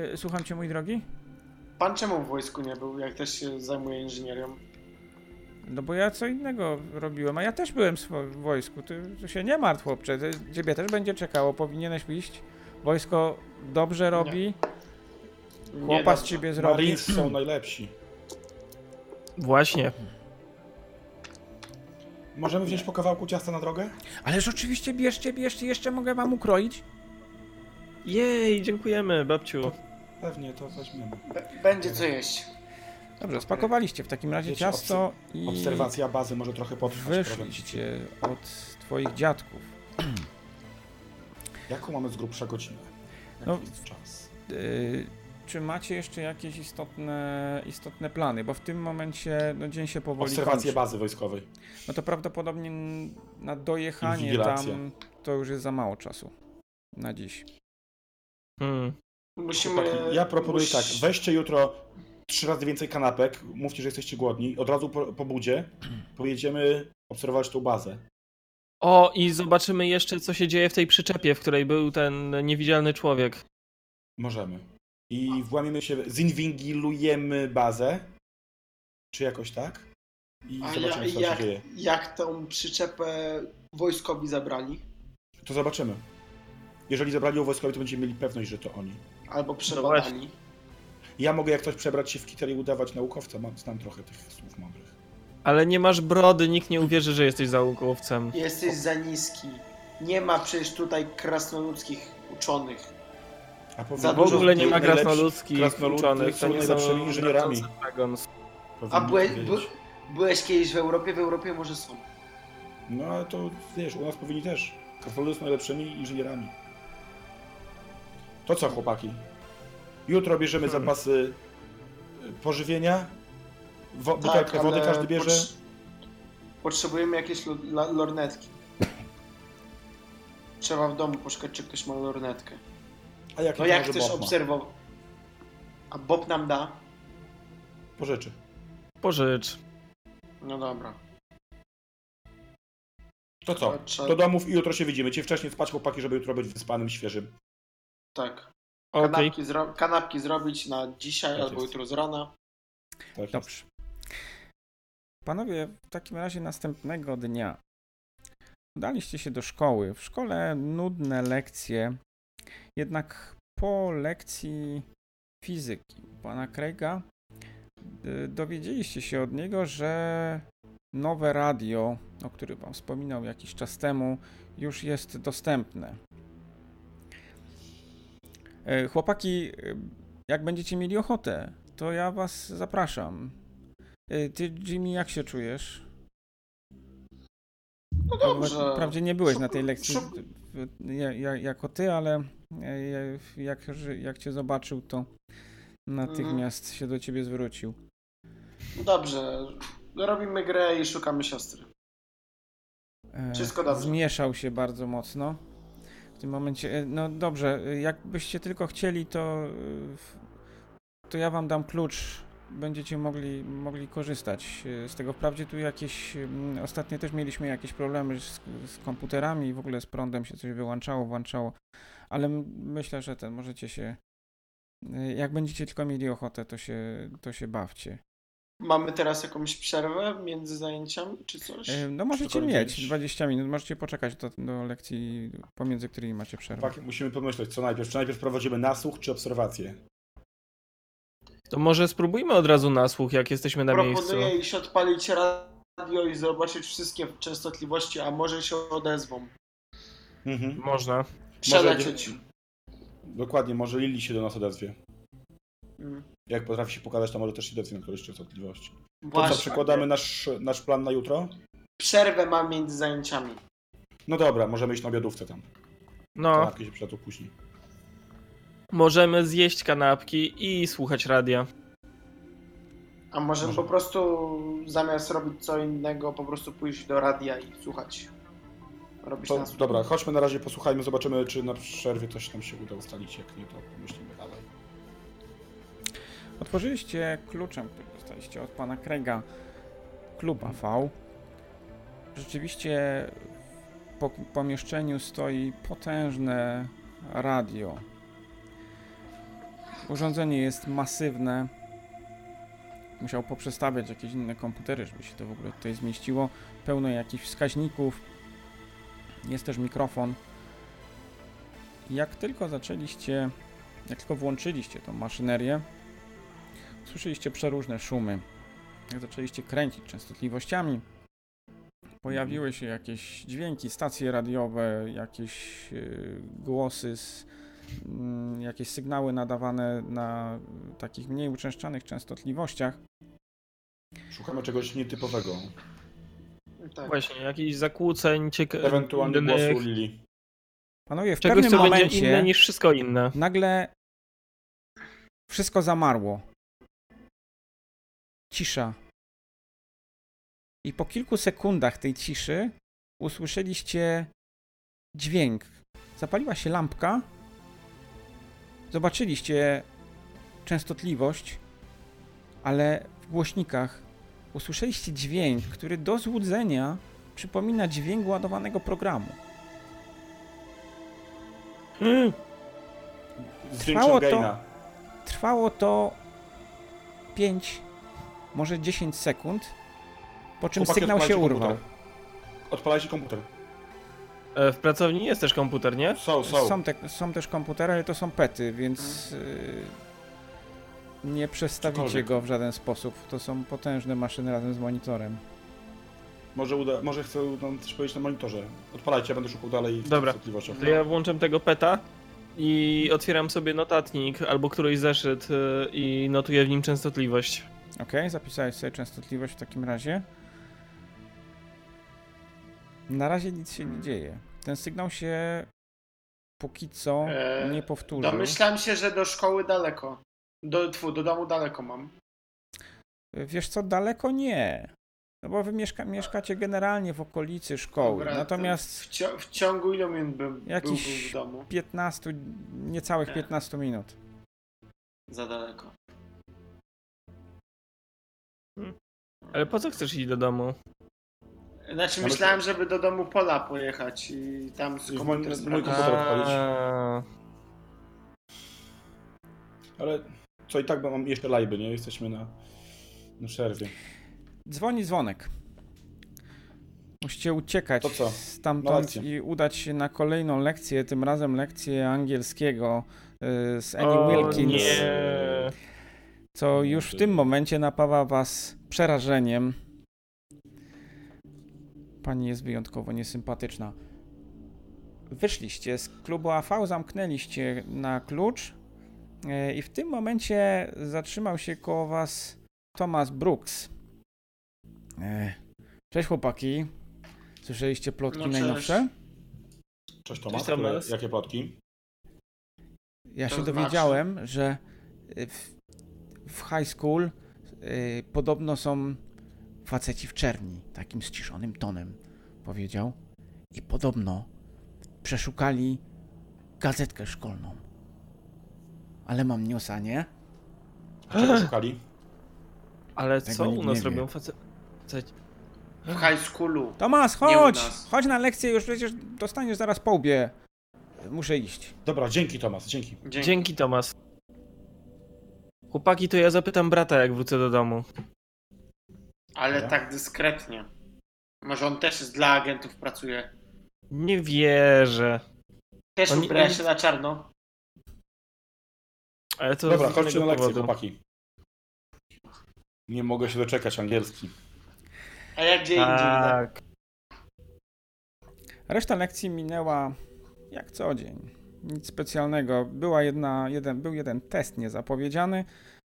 Speaker 1: Y, Słucham cię, mój drogi?
Speaker 3: Pan czemu w wojsku nie był, jak też się zajmuje inżynierią?
Speaker 1: No bo ja co innego robiłem, a ja też byłem swo- w wojsku, ty, ty się nie martw chłopcze, ty, ciebie też będzie czekało, powinieneś iść, wojsko dobrze robi,
Speaker 3: Nie,
Speaker 1: chłopa z
Speaker 3: dobrze.
Speaker 1: ciebie zrobi.
Speaker 2: no, Marines są najlepsi.
Speaker 4: Właśnie.
Speaker 2: Możemy wziąć po kawałku ciasta na drogę?
Speaker 1: Ależ oczywiście bierzcie, bierzcie, jeszcze mogę wam ukroić.
Speaker 4: Jej, dziękujemy, babciu.
Speaker 2: Pewnie, to weźmiemy.
Speaker 3: B- będzie co jeść.
Speaker 1: Dobrze, spakowaliście w takim razie
Speaker 2: Wiecie,
Speaker 1: ciasto i
Speaker 2: Obserwacja bazy może trochę potrwać. prawda?
Speaker 1: wyszliście od twoich dziadków.
Speaker 2: Jaką mamy z grubsza godzinę? Jaki
Speaker 1: No.
Speaker 2: jest czas?
Speaker 1: Yy, Czy macie jeszcze jakieś istotne, istotne plany? Bo w tym momencie no, dzień się powoli kończy.
Speaker 2: Obserwację bazy wojskowej.
Speaker 1: No to prawdopodobnie n- na dojechanie
Speaker 2: Inwigilacja.
Speaker 1: tam to już jest za mało czasu na dziś.
Speaker 4: Hmm.
Speaker 3: Musimy...
Speaker 2: Chłopaki, ja proponuję
Speaker 3: mus-
Speaker 2: tak, weźcie jutro trzy razy więcej kanapek, mówcie, że jesteście głodni, od razu po, po budzie pojedziemy obserwować tą bazę.
Speaker 4: O, i zobaczymy jeszcze, co się dzieje w tej przyczepie, w której był ten niewidzialny człowiek.
Speaker 2: Możemy. I włamiemy się, zinwigilujemy bazę, czy jakoś tak? I
Speaker 3: A ja,
Speaker 2: zobaczymy, co tam
Speaker 3: jak,
Speaker 2: się dzieje.
Speaker 3: jak tą przyczepę wojskowi zabrali?
Speaker 2: To zobaczymy. Jeżeli zabrali ją wojskowi, to będziemy mieli pewność, że to oni. No
Speaker 3: Albo
Speaker 4: właśnie.
Speaker 3: przebadali?
Speaker 2: Ja mogę jak coś przebrać się w kiter i udawać naukowca, mam, znam trochę tych słów mądrych.
Speaker 4: Ale nie masz brody, nikt nie uwierzy, że jesteś załukowcem.
Speaker 3: Jesteś za niski. Nie ma przecież tutaj krasnoludzkich uczonych.
Speaker 2: A powiem,
Speaker 3: Za
Speaker 4: W ogóle nie ma
Speaker 2: najlepsi
Speaker 4: krasnoludzkich
Speaker 2: krasnoludcy
Speaker 4: uczonych, to
Speaker 2: są
Speaker 4: nie
Speaker 2: najlepszymi
Speaker 4: są
Speaker 2: inżynierami.
Speaker 4: Dragons.
Speaker 3: A
Speaker 2: powinni
Speaker 3: byłeś, by,
Speaker 2: wiedzieć.
Speaker 3: byłeś kiedyś w Europie? W Europie może są.
Speaker 2: No ale to wiesz, u nas powinni też. Krasnoludy są najlepszymi inżynierami. To co, chłopaki? Jutro bierzemy
Speaker 4: Hmm.
Speaker 2: zapasy y, pożywienia. Wo- butelkę
Speaker 3: Tak, ale
Speaker 2: No tak, wody każdy bierze.
Speaker 3: potrz- Potrzebujemy jakieś lo- la- lornetki. Trzeba w domu poszukać, czy ktoś ma lornetkę.
Speaker 2: A jak,
Speaker 3: No
Speaker 2: nie
Speaker 3: jak
Speaker 2: może
Speaker 3: chcesz
Speaker 2: Bob ma?
Speaker 3: obserwować? A Bob nam da?
Speaker 2: Pożyczy.
Speaker 4: Pożycz.
Speaker 3: No dobra.
Speaker 2: To co?
Speaker 3: To No, trzeba-
Speaker 2: Do domów i jutro się widzimy. Cię wcześniej spać, chłopaki, żeby jutro być wyspanym, świeżym.
Speaker 3: Tak.
Speaker 4: Okej.
Speaker 3: Kanapki, zro- kanapki zrobić na dzisiaj
Speaker 2: Tak
Speaker 3: albo
Speaker 2: jest.
Speaker 3: jutro z rana.
Speaker 2: Tak jest.
Speaker 1: Dobrze. Panowie, w takim razie następnego dnia udaliście się do szkoły. W szkole nudne lekcje, jednak po lekcji fizyki pana Craiga y, dowiedzieliście się od niego, że nowe radio, o którym wam wspominał jakiś czas temu, już jest dostępne. Y, Chłopaki, y, jak będziecie mieli ochotę, to ja was zapraszam. Y, Ty, Jimmy, jak się czujesz?
Speaker 3: No
Speaker 1: Bo
Speaker 3: dobrze.
Speaker 1: Wprawdzie nie byłeś
Speaker 3: Szu-
Speaker 1: na tej lekcji
Speaker 3: szu-
Speaker 1: w- ja, ja, jako ty, ale e, jak, jak cię zobaczył, to
Speaker 3: Mhm.
Speaker 1: natychmiast się do ciebie zwrócił.
Speaker 3: Dobrze. Robimy grę i szukamy siostry.
Speaker 1: E,
Speaker 3: Wszystko dobrze.
Speaker 1: Zmieszał się bardzo mocno. W tym momencie, e, no dobrze, e, jakbyście tylko chcieli, to, e, w- to ja wam dam klucz będziecie mogli, mogli korzystać e, z tego. Wprawdzie tu jakieś, mm, ostatnio też mieliśmy jakieś problemy z, z komputerami, w ogóle z prądem się coś wyłączało, włączało, ale m- myślę, że ten, możecie się, e, jak będziecie tylko mieli ochotę, to się, to się bawcie.
Speaker 3: Mamy teraz jakąś przerwę między zajęciami czy coś?
Speaker 1: E, No możecie
Speaker 2: Tylko
Speaker 1: mieć
Speaker 2: gdzieś-
Speaker 1: 20 minut, możecie poczekać do, do lekcji, pomiędzy którymi macie przerwę.
Speaker 2: Tak, musimy pomyśleć, co najpierw. Czy najpierw prowadzimy nasłuch, czy obserwację?
Speaker 4: To może spróbujmy od razu nasłuch, jak jesteśmy na miejscu.
Speaker 3: Proponuję iść odpalić radio i zobaczyć wszystkie częstotliwości, a może się odezwą.
Speaker 2: Mhm.
Speaker 4: Można.
Speaker 3: Przelecieć.
Speaker 2: Dokładnie, może Lili się do nas odezwie.
Speaker 3: Mm.
Speaker 2: Jak potrafi się pokazać, to może też się odezwie na którejś częstotliwości. To co,
Speaker 3: Właśnie.
Speaker 2: przekładamy nasz, nasz plan na jutro?
Speaker 3: Przerwę mam między zajęciami.
Speaker 2: No dobra, możemy iść na obiadówce tam.
Speaker 4: No,
Speaker 2: Kanapki się przydadzą później.
Speaker 4: możemy zjeść kanapki i słuchać radia.
Speaker 3: A może,
Speaker 2: Może.
Speaker 3: po prostu zamiast robić co innego, po prostu pójść do radia i słuchać. Robić
Speaker 2: To,
Speaker 3: nas.
Speaker 2: dobra, chodźmy na razie, posłuchajmy, zobaczymy, czy na przerwie coś nam się uda ustalić. Jak nie, to myślimy dalej.
Speaker 1: Otworzyliście kluczem, który dostaliście od pana Krega kluba V. Rzeczywiście w po- pomieszczeniu stoi potężne radio. Urządzenie jest masywne. Musiał poprzestawiać jakieś inne komputery, żeby się to w ogóle tutaj zmieściło. Pełno jakichś wskaźników. Jest też mikrofon. Jak tylko zaczęliście, jak tylko włączyliście tą maszynerię, Słyszeliście przeróżne szumy. Jak zaczęliście kręcić częstotliwościami, pojawiły się jakieś dźwięki, stacje radiowe, jakieś yy, głosy, z, mm, jakieś sygnały nadawane na y, takich mniej uczęszczanych częstotliwościach.
Speaker 2: Szukamy czegoś nietypowego.
Speaker 3: Tak.
Speaker 4: Właśnie, jakichś zakłóceń, ciekawych.
Speaker 2: Ewentualnie głosu Lili.
Speaker 1: Panowie, w
Speaker 4: Czegoś,
Speaker 1: pewnym
Speaker 4: co będzie
Speaker 1: momencie
Speaker 4: inne niż wszystko inne.
Speaker 1: nagle wszystko zamarło. Cisza. I po kilku sekundach tej ciszy usłyszeliście dźwięk. Zapaliła się lampka. Zobaczyliście częstotliwość, ale w głośnikach usłyszeliście dźwięk, który do złudzenia przypomina dźwięk ładowanego programu.
Speaker 2: Zwiększam
Speaker 1: to-
Speaker 2: gaina.
Speaker 1: Trwało to 5, może 10 sekund, po czym
Speaker 2: Chłopaki,
Speaker 1: sygnał się
Speaker 2: odpalajcie
Speaker 1: urwał.
Speaker 2: komputer. Odpalajcie komputer.
Speaker 4: E, W pracowni jest też komputer, nie?
Speaker 2: Są, są. Mhm.
Speaker 1: Są, te, są też komputery, ale to są pety, więc yy, nie przestawicie
Speaker 2: Cokolwiek.
Speaker 1: go w żaden sposób. To są potężne maszyny razem z monitorem.
Speaker 2: Może, uda, może chcą nam coś powiedzieć na monitorze. Odpalajcie, ja będę szukał dalej w
Speaker 4: Dobra.
Speaker 2: częstotliwościach.
Speaker 4: To ja włączam tego peta i otwieram sobie notatnik albo któryś zeszyt y, i notuję w nim częstotliwość.
Speaker 1: Ok, zapisałeś sobie częstotliwość w takim razie. Na razie nic się
Speaker 2: Mhm.
Speaker 1: nie dzieje. Ten sygnał się póki co
Speaker 2: E,
Speaker 3: Eee,
Speaker 1: nie powtórzył.
Speaker 3: Domyślam się, że do szkoły daleko. Do, tfu, do domu daleko mam.
Speaker 1: Wiesz co, daleko nie. No bo wy mieszka, mieszkacie generalnie w okolicy szkoły.
Speaker 3: Dobra, to W,
Speaker 1: Natomiast
Speaker 3: cio- w ciągu ilu minut bym
Speaker 1: Jakiś-
Speaker 3: byłbym w domu?
Speaker 1: 15, niecałych 15 minut.
Speaker 3: Za daleko.
Speaker 4: Ale po co chcesz iść do domu?
Speaker 3: Znaczy
Speaker 2: Ale-
Speaker 3: myślałem, żeby do domu Pola pojechać i tam z
Speaker 2: I w
Speaker 3: komputer
Speaker 2: moim-
Speaker 3: sprawdzić.
Speaker 2: mój komputer. odpalić.
Speaker 4: A,
Speaker 2: Ale co i tak bo mam jeszcze lajby, nie? Jesteśmy na, na przerwie.
Speaker 1: Dzwoni dzwonek. Musicie uciekać
Speaker 2: To co? Na
Speaker 1: stamtąd
Speaker 2: lekcję.
Speaker 1: i udać się na kolejną lekcję, tym razem lekcję angielskiego y, z Annie
Speaker 4: O,
Speaker 1: Wilkins,
Speaker 4: nie.
Speaker 3: No,
Speaker 1: co już w tym momencie napawa was przerażeniem. Pani jest wyjątkowo niesympatyczna. Wyszliście z klubu AV, zamknęliście na klucz e, i w tym momencie zatrzymał się koło was Thomas Brooks. E, Cześć chłopaki. Słyszeliście plotki
Speaker 3: No, cześć.
Speaker 1: najnowsze?
Speaker 2: Cześć Tomasz,
Speaker 4: Cześć, Tomasz.
Speaker 2: Które- jakie plotki?
Speaker 1: Ja
Speaker 3: To
Speaker 1: się
Speaker 3: znaczy?
Speaker 1: dowiedziałem, że y, w, w high school y, podobno są faceci w czerni, takim ściszonym tonem powiedział. I podobno przeszukali gazetkę szkolną. Ale mam niosa, nie?
Speaker 2: Czego szukali?
Speaker 4: Ale
Speaker 1: Tego
Speaker 4: co u
Speaker 1: nikt
Speaker 4: nas
Speaker 1: nie wie.
Speaker 4: robią facet?
Speaker 3: W high schoolu.
Speaker 1: Tomas,
Speaker 3: Nie u
Speaker 1: chodź!
Speaker 3: nas.
Speaker 1: Chodź na lekcję, już przecież dostaniesz zaraz po łbie. Muszę iść.
Speaker 2: Dobra, dzięki Tomas, dzięki.
Speaker 3: Dzięki.
Speaker 4: Dzięki, Tomas. Chłopaki, to ja zapytam brata, jak wrócę do domu.
Speaker 3: Ale
Speaker 2: Dobra.
Speaker 3: tak dyskretnie. Może on też dla agentów pracuje.
Speaker 4: Nie wierzę.
Speaker 3: Też
Speaker 4: Oni-
Speaker 3: ubiera
Speaker 4: oni-
Speaker 3: się na czarno.
Speaker 4: Ale to
Speaker 2: Dobra,
Speaker 4: z
Speaker 2: chodźcie na
Speaker 4: innego
Speaker 2: lekcję,
Speaker 4: powodu.
Speaker 2: chłopaki. Nie mogę się doczekać angielski.
Speaker 3: A ja gdzie indziej. idę.
Speaker 4: Tak.
Speaker 1: Reszta lekcji minęła jak co dzień. Nic specjalnego. Była jedna, jeden, był jeden test niezapowiedziany,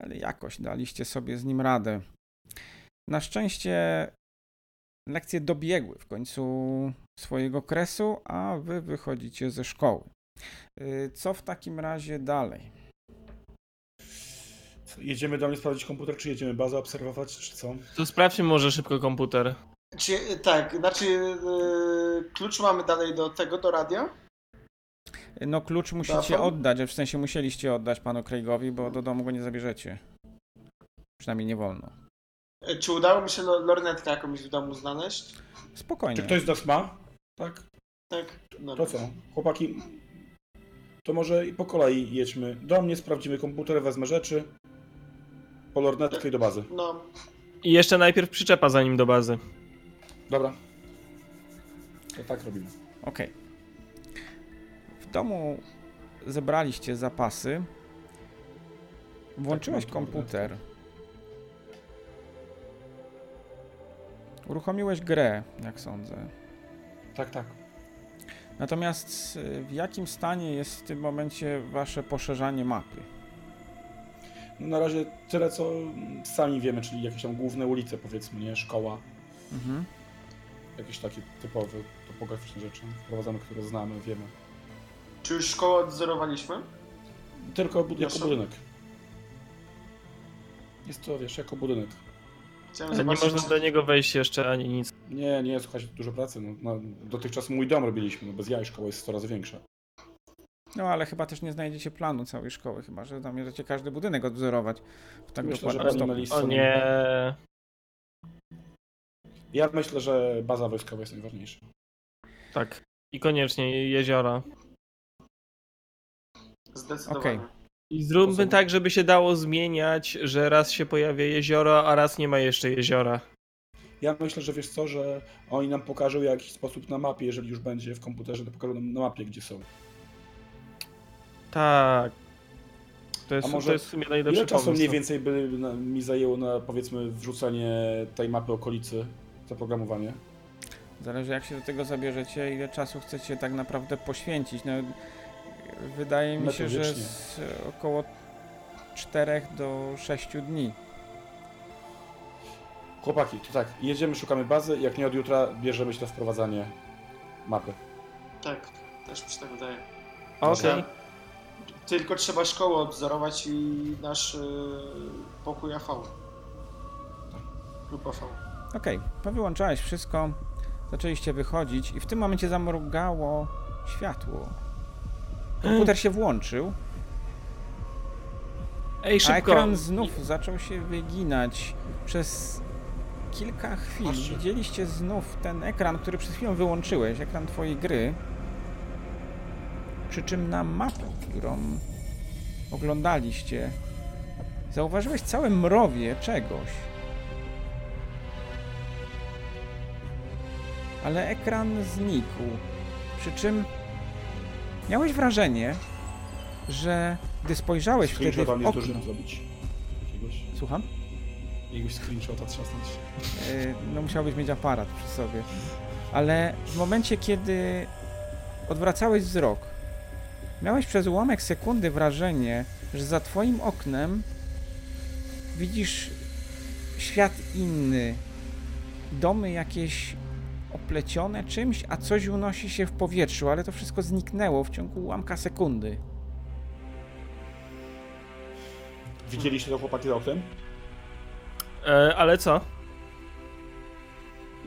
Speaker 1: ale jakoś daliście sobie z nim radę. Na szczęście lekcje dobiegły w końcu swojego kresu, a wy wychodzicie ze szkoły. Yy, Co w takim razie dalej?
Speaker 2: Jedziemy do mnie sprawdzić komputer, czy jedziemy bazę obserwować, czy co?
Speaker 4: To sprawdźmy może szybko komputer.
Speaker 3: Czy, tak, znaczy yy, klucz mamy dalej do tego, do radia?
Speaker 1: No klucz musicie
Speaker 3: Telefon?
Speaker 1: oddać, w sensie musieliście oddać panu Craigowi, bo do domu go nie zabierzecie. Przynajmniej nie wolno.
Speaker 3: E, Czy udało mi się lo- lornetkę jakąś w domu znaleźć?
Speaker 1: Spokojnie.
Speaker 2: Czy ktoś z nas ma? Tak?
Speaker 3: Tak?
Speaker 2: To
Speaker 3: Dobra.
Speaker 2: co? Chłopaki, to może i po kolei jedźmy. Do mnie sprawdzimy komputer, wezmę rzeczy. Po lornetkę i do bazy.
Speaker 3: No,
Speaker 4: I jeszcze najpierw przyczepa za nim do bazy.
Speaker 2: Dobra. To tak robimy.
Speaker 1: Okej. W domu zebraliście zapasy. Włączyłeś
Speaker 2: Tak, mam tu
Speaker 1: komputer. Uruchomiłeś grę, jak sądzę.
Speaker 2: Tak, tak.
Speaker 1: Natomiast y, w jakim stanie jest w tym momencie wasze poszerzanie mapy?
Speaker 2: No na razie tyle, co sami wiemy, czyli jakieś tam główne ulice, powiedzmy, nie? Szkoła,
Speaker 1: Mhm.
Speaker 2: jakieś takie typowe, topograficzne rzeczy. Wprowadzamy, które znamy, wiemy.
Speaker 3: czy już szkołę odzorowaliśmy?
Speaker 2: Tylko bud- jako
Speaker 3: Proszę.
Speaker 2: budynek. Jest to, wiesz, jako budynek.
Speaker 3: Chciałem
Speaker 4: Nie
Speaker 3: zobaczyć.
Speaker 4: można do niego wejść jeszcze ani nic.
Speaker 2: Nie, nie, słuchajcie, dużo pracy. No, no, dotychczas mój dom robiliśmy, no bez jaj szkoła jest 100 razy większa.
Speaker 1: No ale chyba też nie znajdziecie planu całej szkoły, chyba że zamierzacie każdy budynek odwzorować. W tak
Speaker 2: Myślę, że
Speaker 1: dokładnym
Speaker 2: będą
Speaker 1: stopniu.
Speaker 2: mieli-
Speaker 4: O nie.
Speaker 2: Ja myślę, że baza wojskowa jest najważniejsza.
Speaker 4: Tak. I koniecznie jeziora.
Speaker 3: Zdecydowanie.
Speaker 1: Okej.
Speaker 4: I
Speaker 2: To
Speaker 4: zróbmy
Speaker 2: są-
Speaker 4: tak, żeby się dało zmieniać, że raz się pojawia jezioro, a raz nie ma jeszcze jeziora.
Speaker 2: Ja myślę, że wiesz co, że oni nam pokażą jakiś sposób na mapie, jeżeli już będzie w komputerze, to pokażą nam na mapie, gdzie są.
Speaker 4: Tak. To jest,
Speaker 2: może
Speaker 4: to jest w sumie najlepszy
Speaker 2: Ile czasu
Speaker 4: pomysł.
Speaker 2: mniej więcej by na- mi zajęło na, powiedzmy, wrzucenie tej mapy okolicy, zaprogramowanie?
Speaker 1: Zależy jak się do tego zabierzecie, ile czasu chcecie tak naprawdę poświęcić. No, wydaje mi się, że
Speaker 2: Metodycznie.
Speaker 1: z około 4 do 6 dni.
Speaker 2: Chłopaki, to tak, jedziemy, szukamy bazy, jak nie od jutra bierzemy się na wprowadzanie mapy.
Speaker 3: Tak, też mi się tak wydaje.
Speaker 4: Okej.
Speaker 3: Że Tylko trzeba szkołę odzorować i nasz y, pokój AV. Lub AV.
Speaker 1: Okej, powyłączałeś wszystko, zaczęliście wychodzić i w tym momencie zamrugało światło. Komputer się włączył,
Speaker 4: Ej,
Speaker 1: a
Speaker 4: szybko.
Speaker 1: ekran znów zaczął się wyginać. Przez kilka chwil
Speaker 2: Patrzcie.
Speaker 1: widzieliście znów ten ekran, który przed chwilą wyłączyłeś, ekran twojej gry. Przy czym na mapę, którą oglądaliście, zauważyłeś całe mrowie czegoś. Ale ekran znikł. Przy czym miałeś wrażenie, że gdy spojrzałeś wtedy
Speaker 2: Screenshota
Speaker 1: w
Speaker 2: nie
Speaker 1: okno...
Speaker 2: zdążyłem zrobić. Jakiegoś,
Speaker 1: Słucham?
Speaker 2: jakiegoś screenshota trzasnąć.
Speaker 1: Yy, no musiałbyś mieć aparat przy sobie. Ale w momencie, kiedy odwracałeś wzrok, miałeś przez ułamek sekundy wrażenie, że za twoim oknem widzisz świat inny. Domy jakieś oplecione czymś, a coś unosi się w powietrzu, ale to wszystko zniknęło w ciągu ułamka sekundy.
Speaker 2: Widzieliście to chłopaki za oknem?
Speaker 4: E, ale co?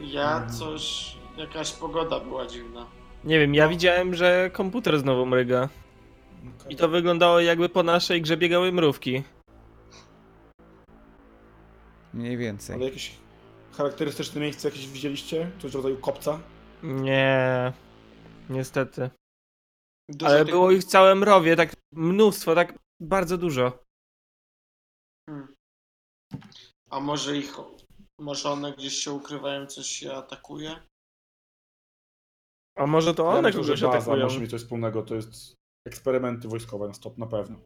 Speaker 3: Ja
Speaker 2: Mhm.
Speaker 3: coś... Jakaś pogoda była dziwna.
Speaker 4: Nie wiem, ja widziałem, że komputer znowu mryga. I to wyglądało jakby po naszej grze biegały mrówki.
Speaker 1: Mniej więcej.
Speaker 2: Ale jakieś charakterystyczne miejsce jakieś widzieliście? Coś w rodzaju kopca?
Speaker 4: Nie. Niestety.
Speaker 3: Dużo
Speaker 4: Ale
Speaker 3: tych-
Speaker 4: było ich całe mrowie, tak mnóstwo, tak bardzo dużo.
Speaker 3: A może ich. Może one gdzieś się ukrywają, coś się atakuje?
Speaker 4: A może to
Speaker 2: Ja
Speaker 4: one
Speaker 2: myślę, że
Speaker 4: kogoś
Speaker 2: baza
Speaker 4: atakują?
Speaker 2: musi mieć coś wspólnego, to jest eksperymenty wojskowe na stop, na pewno.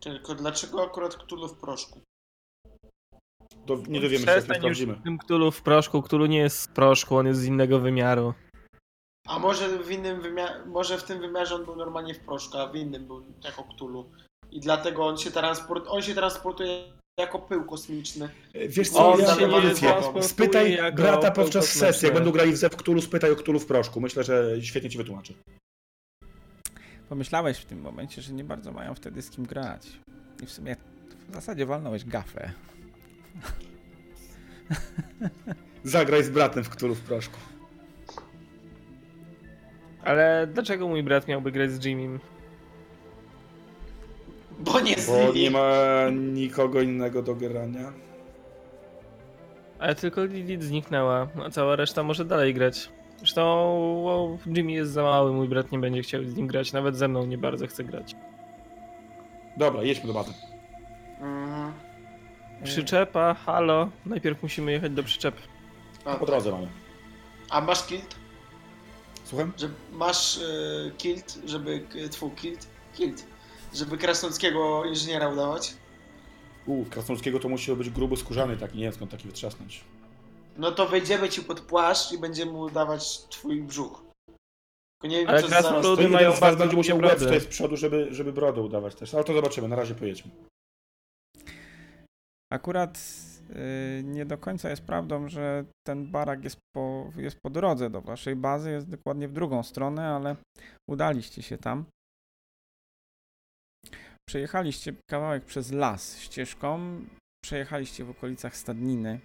Speaker 3: Tylko dlaczego akurat Ktulu w proszku?
Speaker 2: Do, nie dowiemy się, jak nie
Speaker 4: Przestań już
Speaker 2: sprawdzimy.
Speaker 4: z tym Ktulu w proszku. Ktulu nie jest z proszku, on jest z innego wymiaru.
Speaker 3: A może w innym wymiarze, może w tym wymiarze on był normalnie w proszku, a w innym był jako Ktulu. I dlatego on się transport, on się transportuje jako pył kosmiczny.
Speaker 2: Wiesz
Speaker 3: co,
Speaker 2: co,
Speaker 3: On ja
Speaker 2: ja
Speaker 3: tam proponuję- jest
Speaker 2: propozycję.
Speaker 3: transportuje
Speaker 2: Spytaj
Speaker 4: jako
Speaker 2: brata
Speaker 4: pełko
Speaker 2: podczas
Speaker 4: kosmiczne.
Speaker 2: sesji, jak będą grali w Zepktulu, spytaj o Ktulu w proszku. Myślę, że świetnie ci wytłumaczy.
Speaker 1: Pomyślałeś w tym momencie, że nie bardzo mają wtedy z kim grać. I w sumie w zasadzie walnąłeś gafę.
Speaker 2: Zagraj z bratem w Ktulu w proszku.
Speaker 4: Ale dlaczego mój brat miałby grać z Jimim?
Speaker 3: Bo nie
Speaker 2: Bo
Speaker 3: zlili.
Speaker 2: nie ma nikogo innego do grania.
Speaker 4: Ale tylko Lilith zniknęła, a cała reszta może dalej grać. Zresztą o, Jimmy jest za mały, mój brat nie będzie chciał z nim grać, nawet ze mną nie bardzo chce grać.
Speaker 2: Dobra, jedźmy do bazy.
Speaker 3: Mhm.
Speaker 4: Przyczepa, halo, najpierw musimy jechać do przyczep.
Speaker 3: A,
Speaker 2: Po drodze mamy.
Speaker 3: a masz kilt?
Speaker 2: Słucham?
Speaker 3: Że masz y, kilt, żeby y, twój kilt? Kilt. Żeby krasnoludzkiego inżyniera udawać?
Speaker 2: U, Krasnoludzkiego to musiał być gruby, skórzany taki, nie wiem skąd taki wytrzasnąć.
Speaker 3: No to wejdziemy ci pod płaszcz i będziemy mu udawać twój brzuch. Tylko nie wiem,
Speaker 4: Ale
Speaker 3: co
Speaker 4: krasnolud-
Speaker 3: zaraz...
Speaker 2: To
Speaker 4: Ludy
Speaker 2: jeden
Speaker 4: mają
Speaker 2: z was
Speaker 4: bardzo
Speaker 2: będzie musiał
Speaker 4: długie
Speaker 2: łeb
Speaker 4: brody.
Speaker 2: tutaj z przodu, żeby, żeby brodę udawać też. Ale to zobaczymy, na razie pojedźmy.
Speaker 1: Akurat y, nie do końca jest prawdą, że ten barak jest po, jest po drodze do waszej bazy, jest dokładnie w drugą stronę, ale udaliście się tam. Przejechaliście kawałek przez las ścieżką, przejechaliście w okolicach stadniny.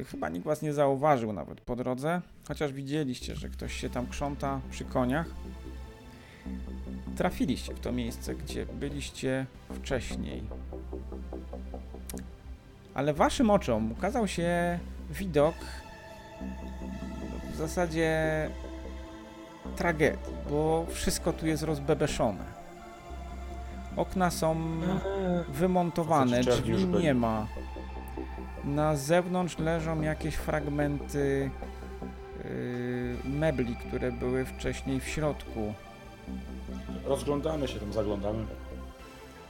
Speaker 1: Y, chyba nikt was nie zauważył nawet po drodze, chociaż widzieliście, że ktoś się tam krząta przy koniach. Trafiliście w to miejsce, gdzie byliście wcześniej. Ale waszym oczom ukazał się widok w zasadzie tragedii, bo wszystko tu jest rozbebeszone. Okna są wymontowane,
Speaker 2: Faceci czarni Znaczy, już
Speaker 1: drzwi
Speaker 2: byli.
Speaker 1: nie ma. Na zewnątrz leżą jakieś fragmenty yy, mebli, które były wcześniej w środku.
Speaker 2: Rozglądamy się tam, zaglądamy.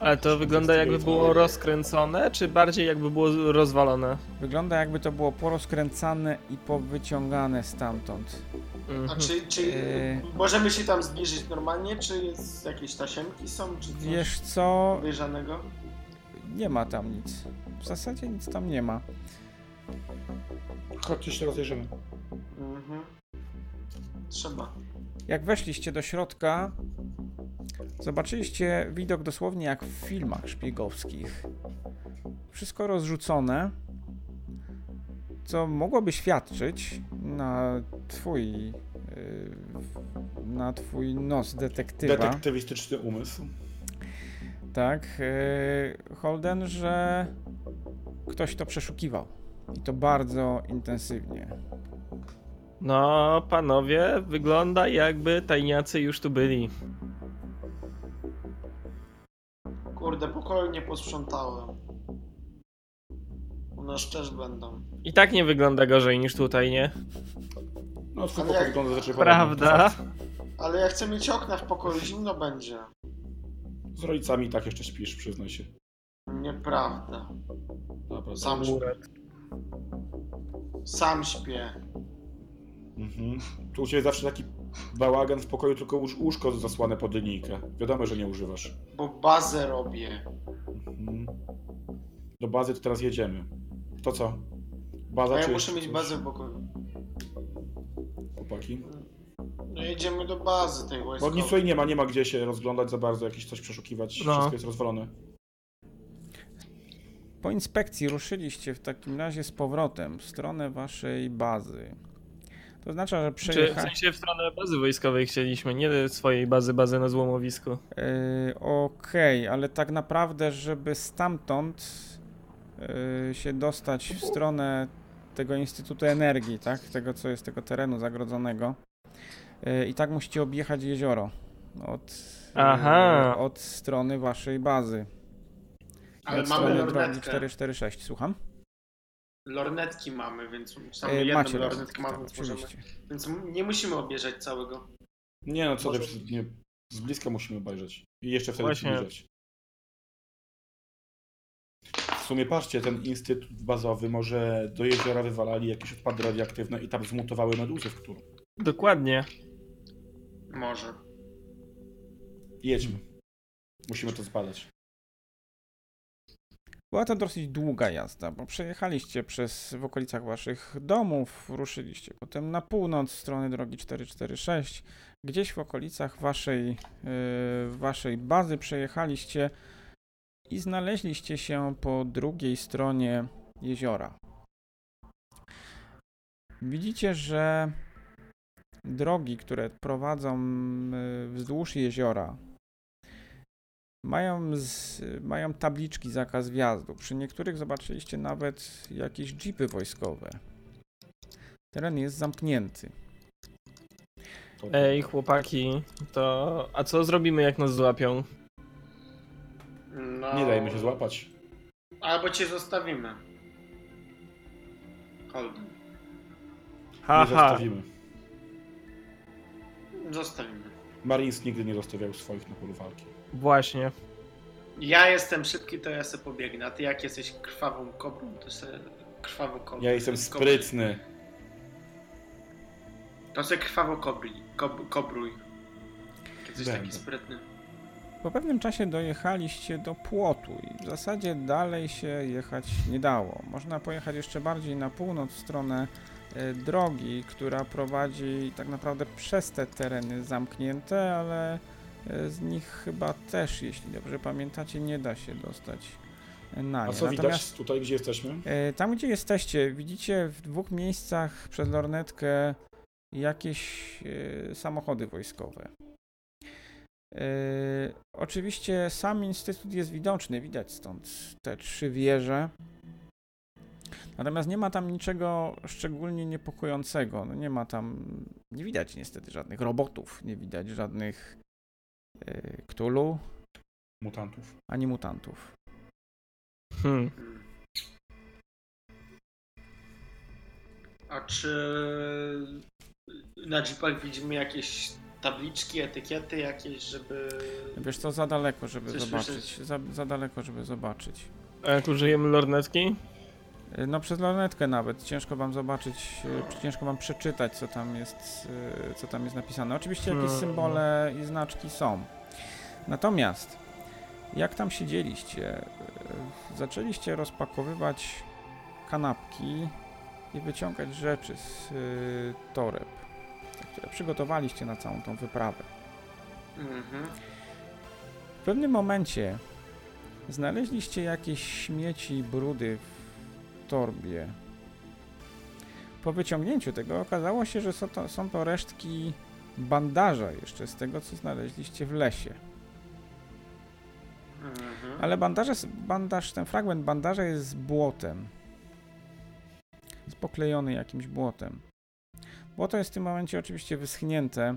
Speaker 4: Ale to wygląda jakby było rozkręcone, czy bardziej jakby było rozwalone?
Speaker 1: Wygląda jakby to było porozkręcane i powyciągane stamtąd.
Speaker 4: Mhm. E,
Speaker 3: A czy, czy
Speaker 1: Yy.
Speaker 3: możemy się tam zbliżyć normalnie, czy jest jakieś tasiemki są, czy coś
Speaker 1: Wiesz co?
Speaker 3: wyjrzanego?
Speaker 1: Nie ma tam nic. W zasadzie nic tam nie ma.
Speaker 2: Chodźcie się rozejrzymy.
Speaker 3: Mhm. Trzeba.
Speaker 1: Jak weszliście do środka, zobaczyliście widok dosłownie jak w filmach szpiegowskich. Wszystko rozrzucone, co mogłoby świadczyć na twój, yy, na twój nos detektywa.
Speaker 2: Detektywistyczny umysł.
Speaker 1: Tak, yy, Holden, że ktoś to przeszukiwał. I to bardzo intensywnie.
Speaker 4: No, panowie, wygląda jakby tajniacy już tu byli.
Speaker 3: Kurde, pokoju nie posprzątałem. U nas też będą.
Speaker 4: I tak nie wygląda gorzej niż tutaj, nie?
Speaker 2: No, twój
Speaker 3: Ale
Speaker 2: pokój
Speaker 3: jak-
Speaker 2: wygląda rzeczy
Speaker 4: Prawda?
Speaker 3: Ale ja chcę mieć okna w pokoju, zimno będzie.
Speaker 2: Z rodzicami i tak jeszcze śpisz, przyznaj się.
Speaker 3: Nieprawda.
Speaker 2: Dobra,
Speaker 3: Sam śpię. Sam śpię.
Speaker 2: Mhm. Tu u ciebie zawsze taki bałagan w pokoju, tylko już łóżko zasłane pod linijkę. Wiadomo, że nie używasz.
Speaker 3: Bo bazę robię.
Speaker 2: Mhm. Do bazy to teraz jedziemy. To co? Baza
Speaker 3: A No ja
Speaker 2: czy
Speaker 3: muszę
Speaker 2: jeszcze
Speaker 3: mieć
Speaker 2: coś?
Speaker 3: bazę w pokoju.
Speaker 2: Chłopaki.
Speaker 3: No jedziemy do bazy tej
Speaker 2: Bo nic
Speaker 3: wojskowej.
Speaker 2: tutaj nie ma, nie ma gdzie się rozglądać za bardzo, jakieś coś przeszukiwać.
Speaker 4: No.
Speaker 2: Wszystko jest rozwalone.
Speaker 1: Po inspekcji ruszyliście w takim razie z powrotem w stronę waszej bazy. To oznacza, że
Speaker 4: Czy w
Speaker 1: przejechałem.
Speaker 4: sensie w stronę bazy wojskowej chcieliśmy, nie swojej bazy, bazy na złomowisku.
Speaker 1: Yy, Okej, ale tak naprawdę, żeby stamtąd yy, się dostać w stronę tego Instytutu Energii, tak? Tego, co jest tego terenu zagrodzonego. Yy, I tak musicie objechać jezioro od, yy,
Speaker 4: Aha.
Speaker 1: od strony waszej bazy.
Speaker 3: Ale
Speaker 1: od
Speaker 3: mamy
Speaker 1: strony drogi
Speaker 3: lornetkę.
Speaker 1: 446, słucham?
Speaker 3: Lornetki mamy, więc tam
Speaker 1: Yy,
Speaker 3: jedną
Speaker 1: lornetki,
Speaker 3: lornetkę mamy,
Speaker 1: tak,
Speaker 3: więc, możemy,
Speaker 1: oczywiście.
Speaker 3: więc nie musimy obierzeć całego.
Speaker 2: Nie no, co
Speaker 3: Może-
Speaker 2: ty, przecież nie, z bliska musimy obejrzeć. I jeszcze wtedy
Speaker 4: Właśnie.
Speaker 2: przybliżać. W sumie patrzcie, ten instytut bazowy może do jeziora wywalali jakieś odpady radioaktywne i tam zmutowały meduzy, w którą.
Speaker 4: Dokładnie.
Speaker 3: Może.
Speaker 2: Jedźmy. Musimy to zbadać.
Speaker 1: Była to dosyć długa jazda, bo przejechaliście przez w okolicach waszych domów, ruszyliście potem na północ w stronę drogi 446. Gdzieś w okolicach waszej, yy, waszej bazy przejechaliście i znaleźliście się po drugiej stronie jeziora. Widzicie, że drogi, które prowadzą yy, wzdłuż jeziora, Mają, z, mają tabliczki zakaz wjazdu. Przy niektórych zobaczyliście nawet jakieś jeepy wojskowe. Teren jest zamknięty.
Speaker 2: To-
Speaker 4: Ej, chłopaki, to. A co zrobimy, jak nas złapią?
Speaker 3: No,
Speaker 2: tak. Nie dajmy się złapać.
Speaker 3: Albo cię zostawimy. Holden.
Speaker 2: Nie
Speaker 4: Haha.
Speaker 2: zostawimy.
Speaker 3: Zostawimy.
Speaker 2: Marines nigdy nie zostawiał swoich na polu walki.
Speaker 4: Właśnie.
Speaker 3: Ja jestem szybki, to ja se pobiegnę. A ty jak jesteś krwawą kobrą, to se krwawo kobrą.
Speaker 2: Ja jestem sprytny.
Speaker 3: To se krwawo kobri, kob, kobruj. Jesteś taki
Speaker 2: Będę.
Speaker 3: sprytny.
Speaker 1: Po pewnym czasie dojechaliście do płotu i w zasadzie dalej się jechać nie dało. Można pojechać jeszcze bardziej na północ w stronę e, drogi, która prowadzi tak naprawdę przez te tereny zamknięte, ale e, z nich chyba też, jeśli dobrze pamiętacie, nie da się dostać e, na nie.
Speaker 2: A co
Speaker 1: Natomiast-
Speaker 2: widać tutaj, gdzie jesteśmy?
Speaker 1: E, Tam, gdzie jesteście, widzicie w dwóch miejscach przez lornetkę jakieś e, samochody wojskowe. E, Oczywiście sam instytut jest widoczny, widać stąd te trzy wieże. Natomiast nie ma tam niczego szczególnie niepokojącego. No nie ma tam, nie widać niestety żadnych robotów, nie widać żadnych e, ktulu
Speaker 2: Mutantów.
Speaker 1: ani mutantów.
Speaker 4: Hmm.
Speaker 3: Mm. A czy na jeepach widzimy jakieś tabliczki, etykiety jakieś, żeby...
Speaker 1: Wiesz co, za daleko, żeby
Speaker 3: Chcesz
Speaker 1: zobaczyć.
Speaker 3: słyszeć?
Speaker 1: Za, za daleko, żeby zobaczyć.
Speaker 4: A jak użyjemy lornetki?
Speaker 1: Y, No przez lornetkę nawet. Ciężko wam zobaczyć, y, ciężko wam przeczytać, co tam jest, y, co tam jest napisane. Oczywiście jakieś
Speaker 4: Hmm.
Speaker 1: symbole i znaczki są. Natomiast jak tam siedzieliście, y, zaczęliście rozpakowywać kanapki i wyciągać rzeczy z y, toreb, które przygotowaliście na całą tą wyprawę.
Speaker 3: Mhm.
Speaker 1: W pewnym momencie znaleźliście jakieś śmieci, brudy w torbie. Po wyciągnięciu tego okazało się, że są to, są to resztki bandaża jeszcze z tego, co znaleźliście w lesie.
Speaker 3: Mhm.
Speaker 1: Ale bandaże, s- bandaż, ten fragment bandaża jest z błotem. Jest poklejony jakimś błotem. Błoto jest w tym momencie oczywiście wyschnięte.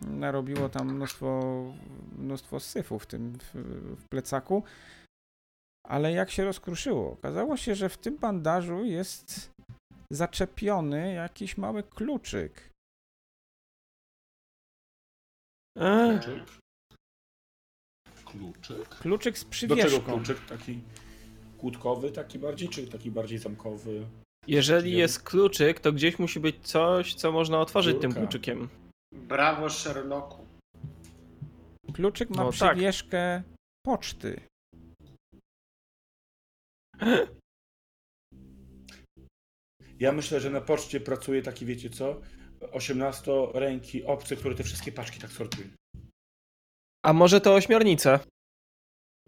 Speaker 1: Narobiło tam mnóstwo, mnóstwo syfu w tym w, w plecaku. Ale jak się rozkruszyło? Okazało się, że w tym bandażu jest zaczepiony jakiś mały kluczyk.
Speaker 4: E,
Speaker 2: Kluczyk. Kluczyk.
Speaker 1: Kluczyk z
Speaker 2: Do czego
Speaker 1: przywieszką.
Speaker 2: kluczyk? Taki kłódkowy taki bardziej, czy taki bardziej zamkowy?
Speaker 4: jeżeli
Speaker 2: Wiem.
Speaker 4: jest kluczyk, to gdzieś musi być coś, co można otworzyć tym
Speaker 2: Kurka.
Speaker 4: kluczykiem.
Speaker 3: Brawo Sherlocku.
Speaker 1: Kluczyk ma
Speaker 4: No tak.
Speaker 1: przywieszkę poczty.
Speaker 2: Ja myślę, że na poczcie pracuje taki, wiecie co, 18 ręki obcy, który te wszystkie paczki tak sortuje.
Speaker 4: A może to ośmiornica?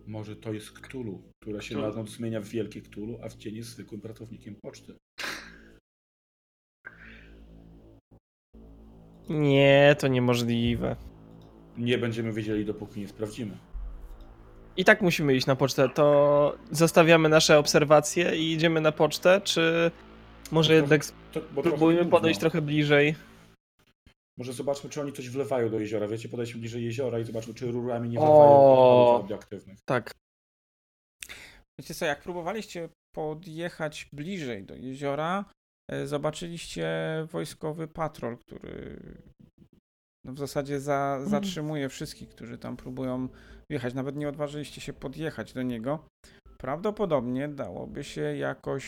Speaker 2: Może to jest Ktulu, która się
Speaker 3: Cthulhu.
Speaker 2: na noc zmienia w wielkie Ktulu, a w dzień jest zwykłym pracownikiem poczty.
Speaker 4: Nie, to niemożliwe.
Speaker 2: Nie będziemy wiedzieli, dopóki nie sprawdzimy.
Speaker 4: I tak musimy iść na pocztę. To zostawiamy nasze obserwacje i idziemy na pocztę, czy może
Speaker 2: No to-
Speaker 4: jednak
Speaker 2: To, bo trochę
Speaker 4: spróbujmy
Speaker 2: trudno.
Speaker 4: podejść trochę bliżej?
Speaker 2: Może zobaczmy, czy oni coś wlewają do jeziora. Wiecie, podejdźmy bliżej jeziora i zobaczmy, czy rurami nie
Speaker 4: O.
Speaker 2: wlewają radioaktywnych.
Speaker 4: Tak.
Speaker 1: Wiecie co, jak próbowaliście podjechać bliżej do jeziora, e, zobaczyliście wojskowy patrol, który no w zasadzie za, zatrzymuje wszystkich, którzy tam próbują wjechać. Nawet nie odważyliście się podjechać do niego. Prawdopodobnie dałoby się jakoś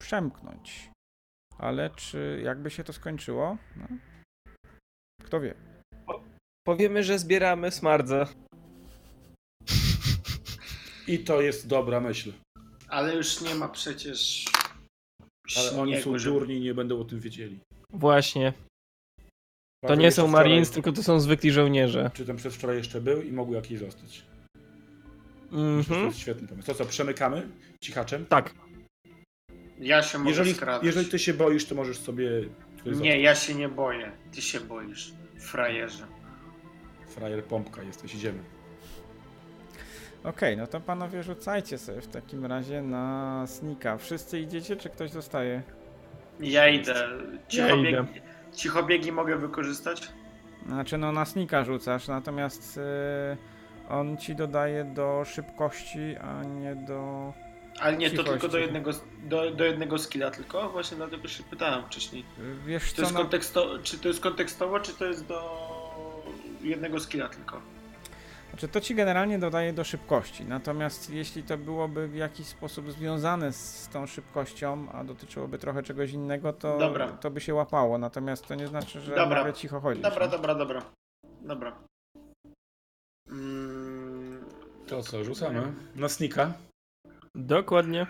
Speaker 1: przemknąć. Ale czy jakby się to skończyło? No, kto wie.
Speaker 4: Powiemy, że zbieramy smardze.
Speaker 2: I to jest dobra myśl.
Speaker 3: Ale już nie ma przecież
Speaker 2: Ale oni są
Speaker 3: śniegu, żeby-
Speaker 2: dziurni i nie będą o tym wiedzieli.
Speaker 4: Właśnie. To
Speaker 2: Patrol
Speaker 4: nie
Speaker 2: jeszcze
Speaker 4: są
Speaker 2: wczoraj-
Speaker 4: Marines, tylko to są zwykli żołnierze.
Speaker 2: Czy ten przedwczoraj jeszcze był i mógł jakiś zostać. Myślę, że To
Speaker 4: Mhm.
Speaker 2: jest świetny pomysł. To co, przemykamy cichaczem?
Speaker 4: Tak.
Speaker 3: Ja się mogę
Speaker 2: Jeżeli,
Speaker 3: skradać.
Speaker 2: jeżeli ty się boisz, to możesz sobie... tutaj
Speaker 3: Nie, ja się nie boję. Ty się boisz, frajerze.
Speaker 2: zostać. Frajer pompka jesteś, idziemy.
Speaker 1: Okej, no to panowie rzucajcie sobie w takim razie na snika. Wszyscy idziecie, czy ktoś zostaje?
Speaker 3: Ja idę. Cichobiegi,
Speaker 4: idę.
Speaker 3: cichobiegi mogę wykorzystać?
Speaker 1: Znaczy, no na snika rzucasz, natomiast y, on ci dodaje do szybkości, a nie do.
Speaker 3: Ale nie, to
Speaker 1: Cichości.
Speaker 3: tylko do jednego, do, do jednego skilla tylko? Właśnie dlatego się pytałem wcześniej.
Speaker 1: y, Wiesz
Speaker 3: Czy to,
Speaker 1: co?
Speaker 3: jest
Speaker 1: No,
Speaker 3: konteksto, czy to jest kontekstowo, czy to jest do jednego skilla tylko?
Speaker 1: znaczy, to ci generalnie dodaje do szybkości. Natomiast jeśli to byłoby w jakiś sposób związane z, z tą szybkością, a dotyczyłoby trochę czegoś innego, to,
Speaker 3: Dobra.
Speaker 1: to by się łapało. Natomiast to nie znaczy, że
Speaker 3: Dobra.
Speaker 1: nagle cicho no. chodzi.
Speaker 3: Dobra, dobra, dobra. Dobra. Mm.
Speaker 2: To co, rzucamy? Na snika.
Speaker 4: Dokładnie.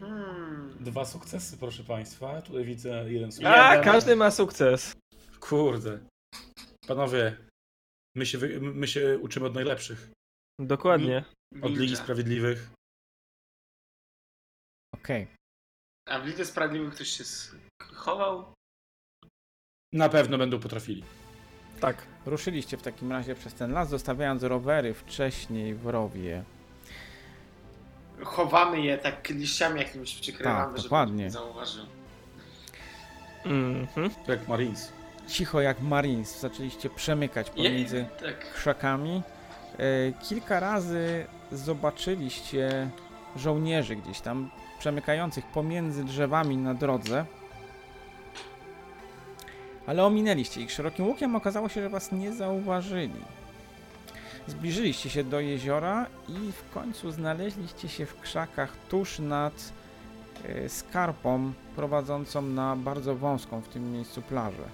Speaker 3: Hmm.
Speaker 2: Dwa sukcesy, proszę państwa. Tutaj widzę jeden sukces.
Speaker 4: A,
Speaker 3: Jeden.
Speaker 4: każdy ma sukces.
Speaker 2: Kurde. Panowie, my się, wy- my się uczymy od najlepszych.
Speaker 4: Dokładnie.
Speaker 2: Od Ligi
Speaker 3: Ninja.
Speaker 2: Sprawiedliwych.
Speaker 1: Okej.
Speaker 3: A w Lidze Sprawiedliwych ktoś się s- chował?
Speaker 2: Na pewno będą potrafili.
Speaker 4: Tak.
Speaker 1: Ruszyliście w takim razie przez ten las, zostawiając rowery wcześniej w rowie.
Speaker 3: Chowamy je tak liściami jakimiś
Speaker 1: Tak,
Speaker 3: przykrywamy, żeby
Speaker 1: dokładnie.
Speaker 3: nie zauważył.
Speaker 4: Mhm.
Speaker 2: Tak Jak Marines.
Speaker 1: Cicho jak Marines zaczęliście przemykać
Speaker 3: Je-
Speaker 1: pomiędzy.
Speaker 3: tak.
Speaker 1: krzakami. E, Kilka razy zobaczyliście żołnierzy gdzieś tam przemykających pomiędzy drzewami na drodze. Ale ominęliście ich szerokim łukiem, okazało się, że was nie zauważyli. Zbliżyliście się do jeziora i w końcu znaleźliście się w krzakach tuż nad e, skarpą prowadzącą na bardzo wąską w tym miejscu plażę.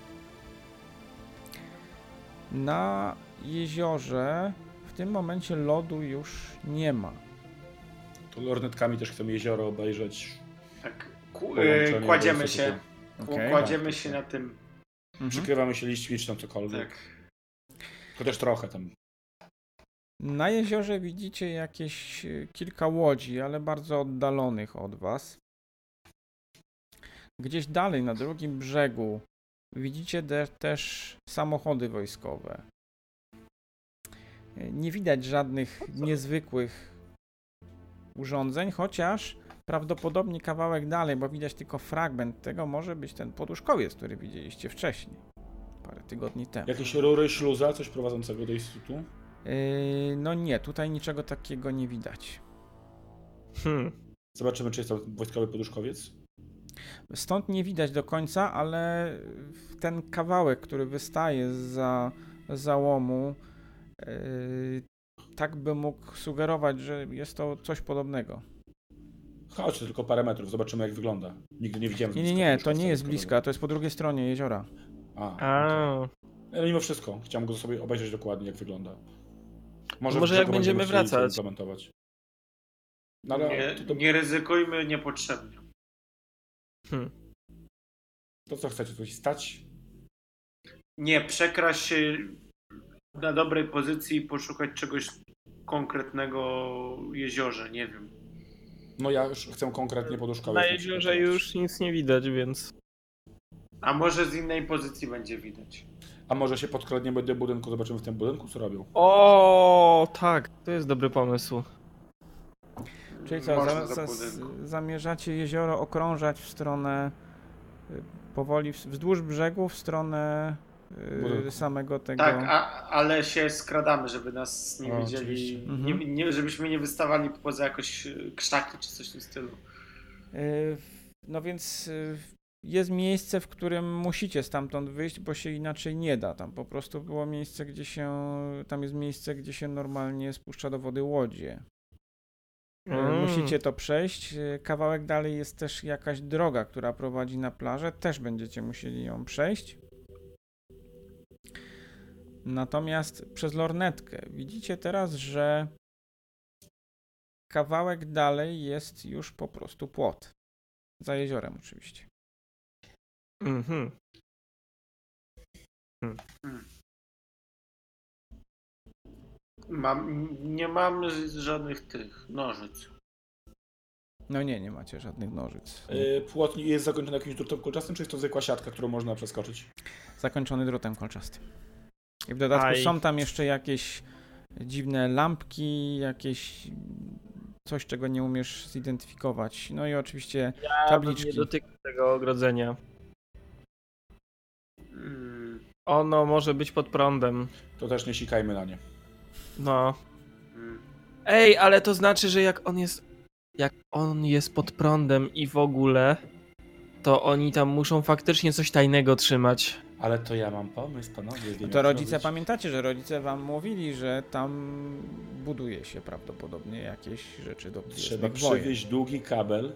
Speaker 1: Na jeziorze w tym momencie lodu już nie ma.
Speaker 2: To lornetkami też chcemy jezioro obejrzeć.
Speaker 3: tak. Ku,
Speaker 2: Połączenie
Speaker 3: y, kładziemy
Speaker 2: wojsk
Speaker 3: się.
Speaker 1: Okej.
Speaker 3: kładziemy się na tym.
Speaker 1: Mhm.
Speaker 2: Przykrywamy się liśćmi czy tam cokolwiek.
Speaker 3: Tak.
Speaker 2: Tylko też trochę tam.
Speaker 1: Na jeziorze widzicie jakieś e, kilka łodzi, ale bardzo oddalonych od was. Gdzieś dalej, na drugim brzegu, widzicie de- też samochody wojskowe. E, Nie widać żadnych niezwykłych urządzeń, chociaż prawdopodobnie kawałek dalej, bo widać tylko fragment tego, może być ten poduszkowiec, który widzieliście wcześniej, parę tygodni temu.
Speaker 2: Jakieś rury, śluza, coś prowadzącego do instytutu.
Speaker 1: Yy, no nie, tutaj niczego takiego nie widać.
Speaker 4: Hmm.
Speaker 2: Zobaczymy, czy jest tam wojskowy poduszkowiec.
Speaker 1: Stąd nie widać do końca, ale w ten kawałek, który wystaje za załomu, yy, tak by mógł sugerować, że jest to coś podobnego.
Speaker 2: Chodźcie tylko parę metrów, zobaczymy jak wygląda. Nigdy nie widziałem.
Speaker 1: Nie, nie,
Speaker 2: bliska
Speaker 1: nie, to
Speaker 2: poduszkowca
Speaker 1: nie jest
Speaker 2: wojskowego.
Speaker 1: blisko, a to jest po drugiej stronie jeziora.
Speaker 2: A, okej.
Speaker 4: A.
Speaker 2: Ale mimo wszystko, chciałem go sobie obejrzeć dokładnie, jak wygląda.
Speaker 4: Może
Speaker 2: w brzegu
Speaker 4: jak będziemy
Speaker 2: chcieli to
Speaker 4: wracać.
Speaker 2: implementować. No ale
Speaker 3: Nie,
Speaker 2: to, to,
Speaker 3: nie ryzykujmy niepotrzebnie.
Speaker 4: hmm.
Speaker 2: to co chcecie, coś stać?
Speaker 3: Nie przekraść się na dobrej pozycji i poszukać czegoś konkretnego jeziorze, nie wiem.
Speaker 2: No ja już chcę konkretnie poduszkować.
Speaker 4: Na jeziorze już nic nie widać, więc.
Speaker 3: A może z innej pozycji będzie widać.
Speaker 2: A może się podkradniemy do budynku, zobaczymy w tym budynku, co robią.
Speaker 4: O, tak, to jest dobry pomysł.
Speaker 1: Czyli co,
Speaker 3: Można
Speaker 1: za,
Speaker 3: do
Speaker 1: za,
Speaker 3: budynku.
Speaker 1: zamierzacie jezioro okrążać w stronę y, powoli, w- wzdłuż brzegu, w stronę y,
Speaker 2: Budynku.
Speaker 1: samego tego.
Speaker 3: Tak, a, ale się skradamy, żeby nas nie
Speaker 2: O,
Speaker 3: widzieli,
Speaker 2: oczywiście.
Speaker 3: nie,
Speaker 1: Mhm.
Speaker 3: nie, żebyśmy nie wystawali poza jakoś y, krzaki czy coś w tym stylu.
Speaker 1: Y, w- No więc y, jest miejsce, w którym musicie stamtąd wyjść, bo się inaczej nie da. Tam po prostu było miejsce, gdzie się. Tam jest miejsce, gdzie się normalnie spuszcza do wody łodzie. Y,
Speaker 4: Mm.
Speaker 1: Musicie to przejść. Y, Kawałek dalej jest też jakaś droga, która prowadzi na plażę. Też będziecie musieli ją przejść. Natomiast przez lornetkę widzicie teraz, że kawałek dalej jest już po prostu płot. Za jeziorem oczywiście.
Speaker 4: Mhm.
Speaker 3: Mam, nie mam z- żadnych tych nożyc.
Speaker 1: No nie, nie macie żadnych nożyc.
Speaker 2: Yy, płot jest zakończony jakimś drutem kolczastym, czy jest to zwykła siatka, którą można przeskoczyć?
Speaker 1: Zakończony drutem kolczastym. I w dodatku
Speaker 4: Aj.
Speaker 1: są tam jeszcze jakieś dziwne lampki, jakieś coś, czego nie umiesz zidentyfikować. No i oczywiście
Speaker 4: Ja
Speaker 1: Tabliczki.
Speaker 4: bym Nie dotyka tego ogrodzenia.
Speaker 3: Mm,
Speaker 4: Ono może być pod prądem.
Speaker 2: To też nie sikajmy na nie.
Speaker 4: No.
Speaker 3: mm.
Speaker 4: Ej, ale to znaczy, że jak on jest. Jak on jest pod prądem i w ogóle, to oni tam muszą faktycznie coś tajnego trzymać.
Speaker 2: Ale to ja mam pomysł, panowie. wiem,
Speaker 1: no
Speaker 2: jak
Speaker 1: to rodzice,
Speaker 2: zrobić.
Speaker 1: pamiętacie, że rodzice wam mówili, że tam buduje się prawdopodobnie jakieś rzeczy do
Speaker 2: Trzeba
Speaker 1: przyjezdnych wojen.
Speaker 2: przywieźć długi kabel,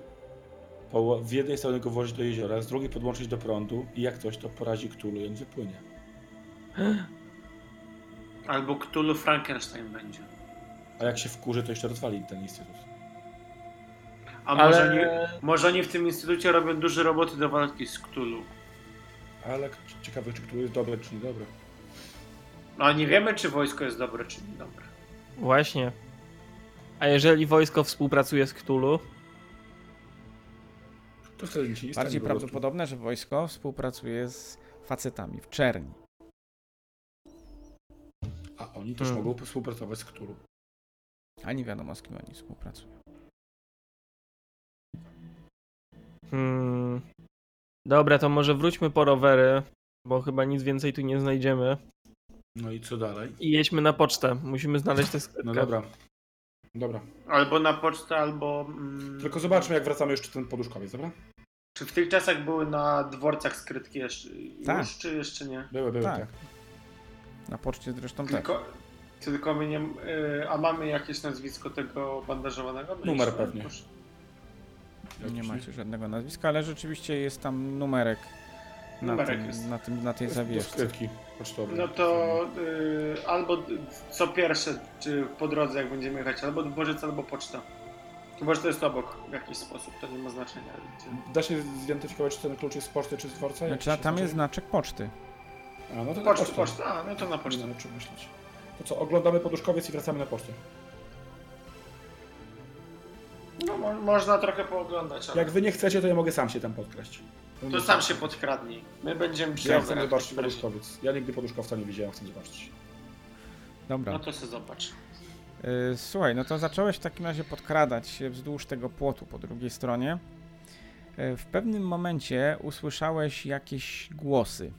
Speaker 2: poło- w jednej strony go włożyć do jeziora, z drugiej podłączyć do prądu i jak ktoś to porazi Cthulhu i on wypłynie.
Speaker 3: Albo Cthulhu Frankenstein będzie.
Speaker 2: A jak się wkurzy, to jeszcze rozwali ten instytut.
Speaker 3: A może, oni,
Speaker 4: Ale.
Speaker 3: może oni w tym instytucie robią duże roboty do walki z Cthulhu.
Speaker 2: Ale k- ciekawe, czy Cthulhu jest dobre, czy niedobre.
Speaker 3: No nie wiemy, czy wojsko jest dobre, czy niedobre.
Speaker 4: Właśnie. A jeżeli wojsko współpracuje z Ktulu,
Speaker 2: To wtedy nic się
Speaker 1: Bardziej
Speaker 2: nie stanie po prostu.
Speaker 1: prawdopodobne, że wojsko współpracuje z facetami w czerni.
Speaker 2: A oni też
Speaker 4: Hmm.
Speaker 2: mogą współpracować z Cthulhu.
Speaker 1: A nie wiadomo z kim oni współpracują.
Speaker 4: Hmm. Dobra, to może wróćmy po rowery, bo chyba nic więcej tu nie znajdziemy.
Speaker 2: No i co dalej?
Speaker 4: I jedźmy na pocztę. Musimy znaleźć tę skrytkę.
Speaker 2: No dobra. Dobra.
Speaker 3: Albo na pocztę, albo. Mm,
Speaker 2: Tylko zobaczmy, jak wracamy jeszcze ten poduszkowiec, dobra?
Speaker 3: Czy w tych czasach były na dworcach skrytki jeszcze,
Speaker 1: Tak.
Speaker 3: już, czy jeszcze nie?
Speaker 2: Były, były,
Speaker 1: Tak.
Speaker 2: tak.
Speaker 1: Na poczcie zresztą też.
Speaker 3: Tylko, tylko my nie. y, A mamy jakieś nazwisko tego bandażowanego? No
Speaker 2: Numer
Speaker 3: jeszcze,
Speaker 2: pewnie.
Speaker 3: proszę.
Speaker 2: Jakoś
Speaker 1: Nie macie żadnego nazwiska, ale rzeczywiście jest tam numerek na,
Speaker 3: Numerek
Speaker 1: tym,
Speaker 3: jest.
Speaker 1: na, tym, na tej
Speaker 2: Jest do
Speaker 1: zawieszce.
Speaker 2: skrytki pocztowej.
Speaker 3: No to y, albo d- co pierwsze, czy po drodze, jak będziemy jechać, albo dworzec, albo poczta. Chyba, że to jest obok w jakiś sposób, to nie ma znaczenia. Gdzie.
Speaker 2: Da się zidentyfikować, czy ten klucz jest z poczty, czy z dworca? Jak
Speaker 1: Znaczy,
Speaker 2: się
Speaker 1: a tam jest
Speaker 2: znaczy?
Speaker 1: znaczek poczty.
Speaker 2: A, no to
Speaker 3: Poczta,
Speaker 2: poczta.
Speaker 3: poczta, a no to na
Speaker 2: Nie
Speaker 3: pocztę.
Speaker 2: wiem, o czym myśleć. To co, oglądamy poduszkowiec i wracamy na pocztę.
Speaker 3: No, mo- można trochę pooglądać, ale
Speaker 2: Jak wy nie chcecie, to ja mogę sam się tam podkraść.
Speaker 3: Tak. to sam się podkradnij. My będziemy
Speaker 2: Ja
Speaker 3: przyjechać.
Speaker 2: chcę zobaczyć poduszkowiec. Ja nigdy poduszkowca nie widziałem, chcę zobaczyć.
Speaker 1: Dobra.
Speaker 3: No to se zobacz.
Speaker 1: Y, Słuchaj, no to zacząłeś w takim razie podkradać się wzdłuż tego płotu po drugiej stronie. Y, W pewnym momencie usłyszałeś jakieś głosy.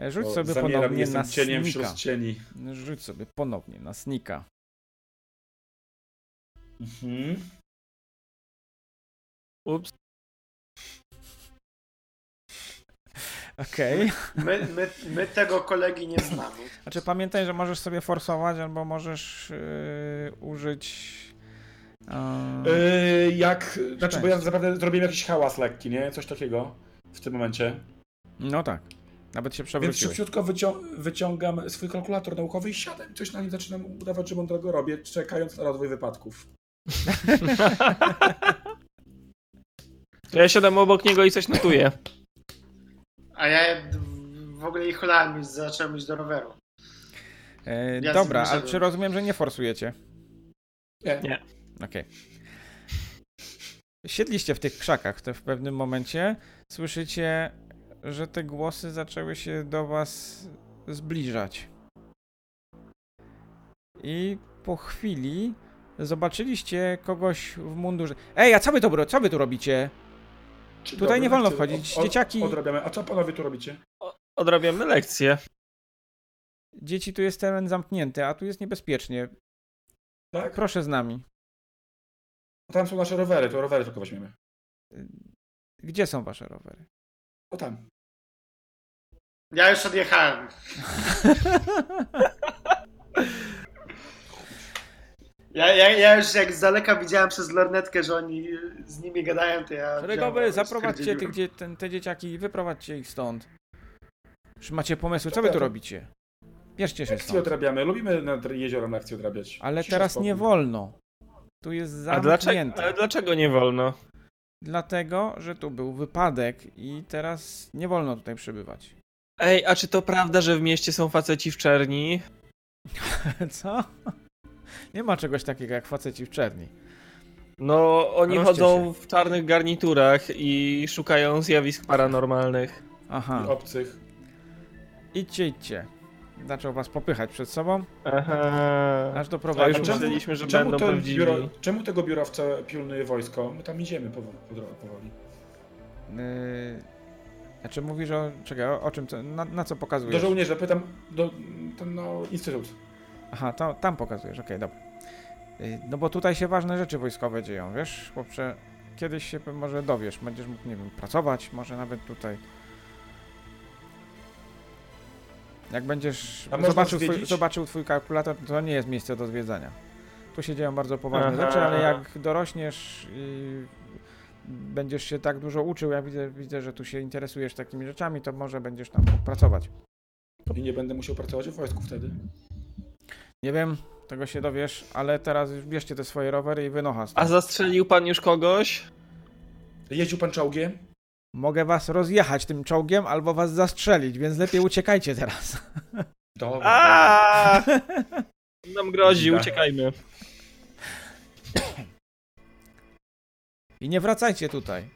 Speaker 1: Y, Rzuć
Speaker 2: Bo
Speaker 1: sobie
Speaker 2: zamieram,
Speaker 1: ponownie
Speaker 2: jestem
Speaker 1: na
Speaker 2: cieniem
Speaker 1: snika.
Speaker 2: wśród cieni.
Speaker 1: Rzuć sobie ponownie na snika.
Speaker 2: Mhm.
Speaker 4: Ups.
Speaker 1: Okej.
Speaker 3: My, my, my tego kolegi nie znamy.
Speaker 1: Znaczy pamiętaj, że możesz sobie forsować, albo możesz y, użyć. y,
Speaker 2: Yy, jak, znaczy, bo ja
Speaker 1: Szczęście.
Speaker 2: naprawdę zrobiłem jakiś hałas lekki, nie? Coś takiego w tym momencie.
Speaker 1: no tak. Nawet się
Speaker 2: Więc
Speaker 1: przewróciłeś.
Speaker 2: szybciutko wycią- wyciągam swój kalkulator naukowy i siadam i coś na nim zaczynam udawać, że mądrego robię, czekając na rozwój wypadków.
Speaker 4: To ja siadam obok niego i coś notuję.
Speaker 3: A ja d- w ogóle ich olałem i zacząłem iść do roweru.
Speaker 1: E,
Speaker 3: Ja
Speaker 1: dobra,
Speaker 3: sobie
Speaker 1: ale czy
Speaker 3: siadam.
Speaker 1: rozumiem, że nie forsujecie?
Speaker 2: Nie.
Speaker 4: Nie.
Speaker 1: Okej. Siedliście w tych krzakach, to w pewnym momencie słyszycie, że te głosy zaczęły się do was zbliżać. I po chwili zobaczyliście kogoś w mundurze. Ej, a co wy, to, bro- co wy tu robicie?
Speaker 2: Dzień
Speaker 1: Tutaj nie wolno
Speaker 2: lekcje
Speaker 1: wchodzić, dzieciaki-
Speaker 2: tak, Odrabiamy. A co panowie tu robicie?
Speaker 4: Odrabiamy lekcję.
Speaker 1: Dzieci, tu jest teren zamknięty, a tu jest niebezpiecznie.
Speaker 2: Tak?
Speaker 1: Proszę z nami.
Speaker 2: Tam są nasze rowery, to rowery tylko weźmiemy.
Speaker 1: Gdzie są wasze rowery?
Speaker 2: O tam.
Speaker 3: Ja już odjechałem. Ja, ja, ja już jak z daleka widziałem przez lornetkę, że oni z nimi gadają, to ja...
Speaker 1: Szeregowy,
Speaker 3: wziąłem,
Speaker 1: zaprowadźcie
Speaker 3: stwierdziłem.
Speaker 1: tych, dzie- ten, te dzieciaki, wyprowadźcie ich stąd. Czy macie pomysły, co wy tu robicie? Bierzcie się
Speaker 2: Lekcje
Speaker 1: stąd.
Speaker 2: odrabiamy. Lubimy nad jeziorem lekcje odrabiać.
Speaker 1: Ale
Speaker 2: Cisza,
Speaker 1: teraz
Speaker 2: spokój.
Speaker 1: nie wolno. Tu jest
Speaker 4: A dlaczego,
Speaker 1: zamknięte.
Speaker 4: ale dlaczego nie wolno?
Speaker 1: Dlatego, że tu był wypadek i teraz nie wolno tutaj przebywać.
Speaker 4: Ej, a czy to prawda, że w mieście są faceci w czerni?
Speaker 1: Co? Nie ma czegoś takiego jak faceci w czerni.
Speaker 4: No, oni
Speaker 1: Proście
Speaker 4: chodzą w czarnych garniturach i szukają zjawisk paranormalnych.
Speaker 1: Aha.
Speaker 2: I
Speaker 4: No.
Speaker 2: obcych.
Speaker 1: Idźcie, idźcie. Zaczął was popychać przed sobą,
Speaker 4: Aha.
Speaker 1: aż doprowadził...
Speaker 4: A
Speaker 1: was-
Speaker 4: czemu- Myśleliśmy, że
Speaker 2: czemu,
Speaker 4: będą
Speaker 2: to
Speaker 4: prawdziwi.
Speaker 2: biuro, czemu tego biurowca pilnuje wojsko? My tam idziemy powoli. Po, powoli.
Speaker 1: Yy... Znaczy mówisz o... Czekaj, o, o czym? To, na, na co pokazujesz?
Speaker 2: Do żołnierza pytam, do, ten no, instytut.
Speaker 1: Aha, to, tam pokazujesz, okej, dobra. Yy, No bo tutaj się ważne rzeczy wojskowe dzieją, wiesz, chłopcze, kiedyś się pe- może dowiesz, będziesz mógł, nie wiem, pracować, może nawet tutaj. Jak będziesz
Speaker 2: A można
Speaker 1: zobaczył twój,
Speaker 2: zwiedzić?
Speaker 1: zobaczył twój kalkulator, to nie jest miejsce do zwiedzania. Tu się dzieją bardzo poważne
Speaker 4: Aha.
Speaker 1: rzeczy, ale jak dorośniesz i będziesz się tak dużo uczył, ja widzę, widzę, że tu się interesujesz takimi rzeczami, to może będziesz tam mógł pracować.
Speaker 2: I nie będę musiał pracować w wojsku wtedy.
Speaker 1: Nie wiem, tego się dowiesz, ale teraz już bierzcie te swoje rowery i wynocha stąd.
Speaker 4: A zastrzelił pan już kogoś?
Speaker 2: Jeździł pan czołgiem?
Speaker 1: Mogę was rozjechać tym czołgiem albo was zastrzelić, więc lepiej uciekajcie teraz.
Speaker 2: Dobra.
Speaker 4: Aaa! Nam grozi,
Speaker 2: Tak.
Speaker 4: uciekajmy.
Speaker 1: I nie wracajcie tutaj.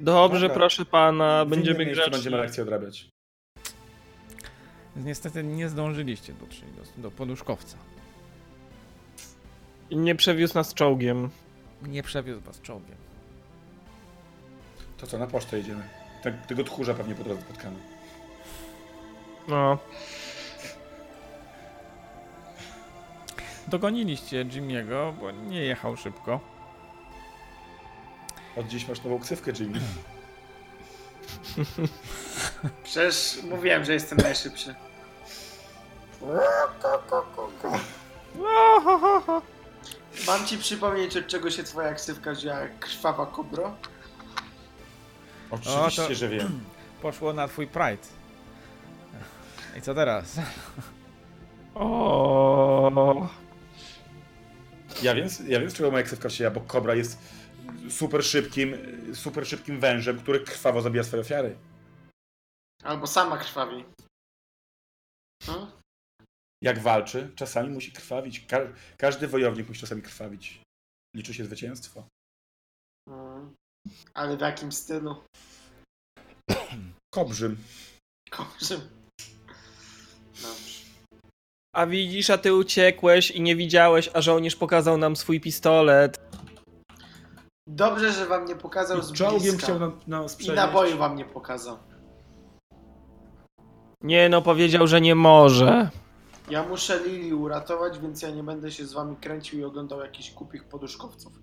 Speaker 4: Dobrze,
Speaker 2: Dobra.
Speaker 4: proszę pana,
Speaker 2: W
Speaker 4: będziemy
Speaker 2: innym miejscu
Speaker 4: grzeczni.
Speaker 2: Będziemy lekcje odrabiać.
Speaker 1: Niestety nie zdążyliście dotrzeć do, do poduszkowca.
Speaker 4: Nie przewiózł nas czołgiem.
Speaker 1: Nie przewiózł was czołgiem.
Speaker 2: To co, na pocztę jedziemy. Te- Tego tchórza pewnie po drodze spotkamy.
Speaker 4: No.
Speaker 1: Dogoniliście Jimiego, bo nie jechał szybko.
Speaker 2: Od dziś masz nową ksywkę, Jimmy.
Speaker 3: Przecież mówiłem, że jestem najszybszy. Mam ci przypomnieć, od czego się twoja ksywka wzięła, krwawa kobro?
Speaker 2: Oczywiście,
Speaker 1: O, to-
Speaker 2: że wiem.
Speaker 1: Poszło na twój pride. I co teraz?
Speaker 4: O.
Speaker 2: Ja wiem, ja wiem z czego moja ksywka się bo Kobra jest super szybkim, super szybkim wężem, który krwawo zabija swoje ofiary.
Speaker 3: Albo sama krwawi. No?
Speaker 2: Jak walczy, czasami musi krwawić. Ka- każdy wojownik musi czasami krwawić. Liczy się zwycięstwo.
Speaker 3: Mm. Ale w jakim stylu?
Speaker 2: Kobrzym.
Speaker 3: Kobrzym. Dobrze.
Speaker 4: A widzisz, a ty uciekłeś i nie widziałeś, a żołnierz pokazał nam swój pistolet.
Speaker 3: Dobrze, że wam nie pokazał z
Speaker 2: I Czołgiem
Speaker 3: bliska.
Speaker 2: chciał nam, nam
Speaker 3: I
Speaker 2: sprzedawać.
Speaker 3: naboju wam nie pokazał.
Speaker 4: Nie no, powiedział, że nie może.
Speaker 3: Ja muszę Lili uratować, więc ja nie będę się z wami kręcił i oglądał jakichś głupich poduszkowców.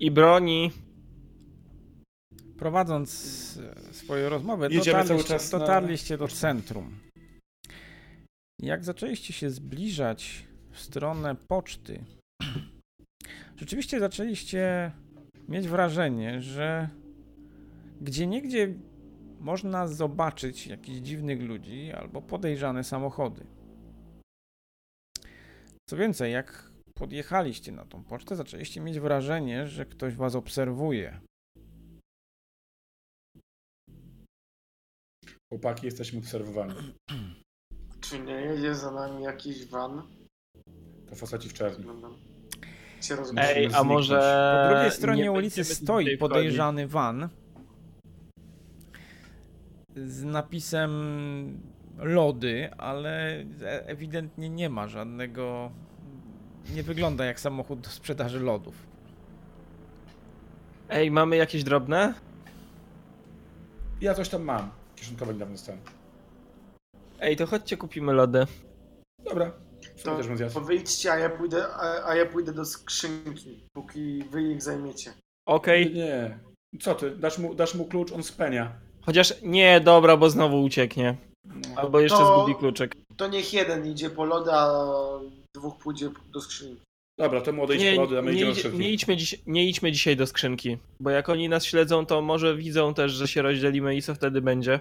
Speaker 4: I broni.
Speaker 1: Prowadząc e, swoje rozmowy,
Speaker 2: Jedziemy
Speaker 1: dotarliście,
Speaker 2: cały czas na-
Speaker 1: dotarliście do centrum. Jak zaczęliście się zbliżać w stronę poczty, rzeczywiście zaczęliście mieć wrażenie, że gdzie niegdzie można zobaczyć jakichś dziwnych ludzi albo podejrzane samochody. Co więcej, jak podjechaliście na tą pocztę, zaczęliście mieć wrażenie, że ktoś was obserwuje.
Speaker 2: Chłopaki, jesteśmy obserwowani.
Speaker 3: Czy nie jedzie za nami jakiś van?
Speaker 2: To faceci w czerni.
Speaker 3: Wyglądam. się rozumie.
Speaker 2: Musimy
Speaker 4: Ej, a
Speaker 2: zniknąć.
Speaker 4: może...
Speaker 1: Po drugiej stronie
Speaker 4: E, nie
Speaker 1: ulicy
Speaker 4: będziemy
Speaker 1: stoi
Speaker 4: tutaj
Speaker 1: podejrzany van z napisem lody, ale e- ewidentnie nie ma żadnego. Nie wygląda jak samochód do sprzedaży lodów.
Speaker 4: wchodzić? Ej, mamy jakieś drobne?
Speaker 2: Ja coś tam mam. Kieszonkowe niedawno dostałem.
Speaker 4: Ej, to chodźcie kupimy lody.
Speaker 2: Dobra. To
Speaker 3: To-
Speaker 2: też bym zjadł.
Speaker 3: To wyjdźcie, a ja pójdę, a, a ja pójdę do skrzynki, póki wy ich zajmiecie.
Speaker 4: Okej.
Speaker 2: Nie. Co ty? Dasz mu, dasz mu klucz, on spenia.
Speaker 4: Chociaż nie, dobra, bo znowu ucieknie.
Speaker 2: No.
Speaker 4: Albo jeszcze
Speaker 3: To-
Speaker 4: zgubi kluczyk.
Speaker 3: To niech jeden idzie po loda, a dwóch pójdzie do skrzynki.
Speaker 2: Dobra, to mu odejdź
Speaker 4: Nie,
Speaker 2: po lody, a my
Speaker 4: nie,
Speaker 2: idziemy do
Speaker 4: idzie-
Speaker 2: szafki.
Speaker 4: nie, idźmy dziś, nie idźmy dzisiaj do skrzynki, bo jak oni nas śledzą, to może widzą też, że się rozdzielimy i co wtedy będzie.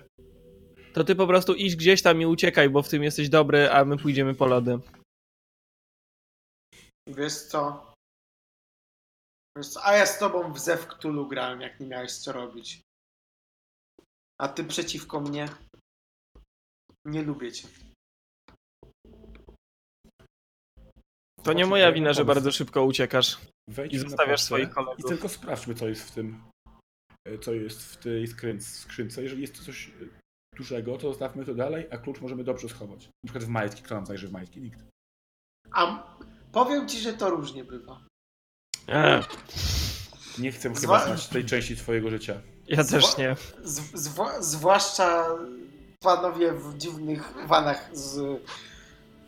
Speaker 4: To ty po prostu idź gdzieś tam i uciekaj, bo w tym jesteś dobry, a my pójdziemy po lody.
Speaker 3: Wiesz co? Wiesz co? A ja z tobą w Zew Cthulhu grałem, jak nie miałeś co robić. A ty przeciwko mnie? Nie lubię cię.
Speaker 4: To nie
Speaker 2: Chodź,
Speaker 4: moja
Speaker 2: ja
Speaker 4: wina, że
Speaker 2: pomysł.
Speaker 4: bardzo szybko uciekasz
Speaker 2: Wejdźmy
Speaker 4: i
Speaker 2: na
Speaker 4: zostawiasz
Speaker 2: pocztę
Speaker 4: swoich
Speaker 2: I
Speaker 4: kolegów.
Speaker 2: tylko sprawdźmy, co jest w tym, e, co jest w tej skryn- skrzynce. Jeżeli jest coś e, dużego, to zostawmy to dalej, a klucz możemy dobrze schować. Na przykład w majtki. Kto nam zajrzy w majtki? Nikt.
Speaker 3: A powiem ci, że to różnie bywa.
Speaker 4: Eee,
Speaker 2: Nie chcę
Speaker 3: Zwa-
Speaker 2: chyba znać tej części twojego życia.
Speaker 4: Ja też nie.
Speaker 3: Z, zwła- zwłaszcza panowie w dziwnych vanach z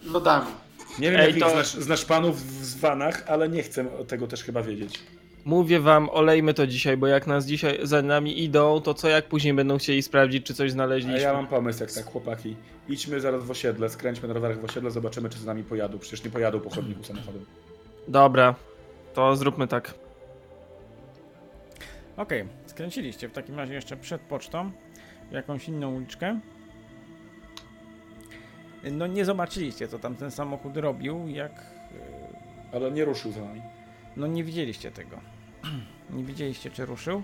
Speaker 3: lodami.
Speaker 2: Nie wiem,
Speaker 4: Ej,
Speaker 2: jak
Speaker 4: to-
Speaker 2: znasz, znasz panów w zwanach, ale nie chcę tego też chyba wiedzieć.
Speaker 4: Mówię wam, olejmy to dzisiaj, bo jak nas dzisiaj za nami idą, to co jak później będą chcieli sprawdzić, czy coś
Speaker 2: A
Speaker 4: znaleźliśmy.
Speaker 2: ja mam pomysł, jak tak, chłopaki. Idźmy zaraz w osiedle, skręćmy na rowerach w osiedle, zobaczymy, czy z nami pojadą. Przecież nie pojadą po chodniku samochodem.
Speaker 4: Dobra, to zróbmy tak.
Speaker 1: Okej, skręciliście w takim razie jeszcze przed pocztą w jakąś inną uliczkę. No nie zobaczyliście, co tam ten samochód robił, jak... e,
Speaker 2: Ale nie ruszył za nami.
Speaker 1: No nie widzieliście tego. Nie widzieliście, czy ruszył.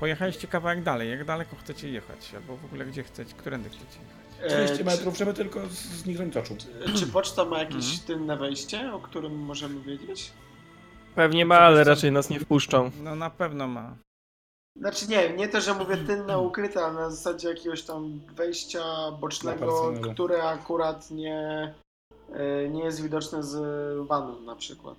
Speaker 1: Pojechaliście kawałek dalej. Jak daleko chcecie jechać? Albo w ogóle gdzie chcecie? Którędy chcecie jechać?
Speaker 2: 30
Speaker 3: E,
Speaker 2: metrów, żeby tylko z- zniknąć z oczu.
Speaker 3: czy, czy poczta ma jakiś tylne wejście, o którym możemy wiedzieć?
Speaker 4: Pewnie ma, ale raczej nas nie wpuszczą.
Speaker 1: No na pewno ma.
Speaker 3: Znaczy nie, nie to, że mówię tylne ukryte, ale na zasadzie jakiegoś tam wejścia bocznego,
Speaker 2: Apartamentu.
Speaker 3: które akurat nie, e, nie jest widoczne z vanu na przykład.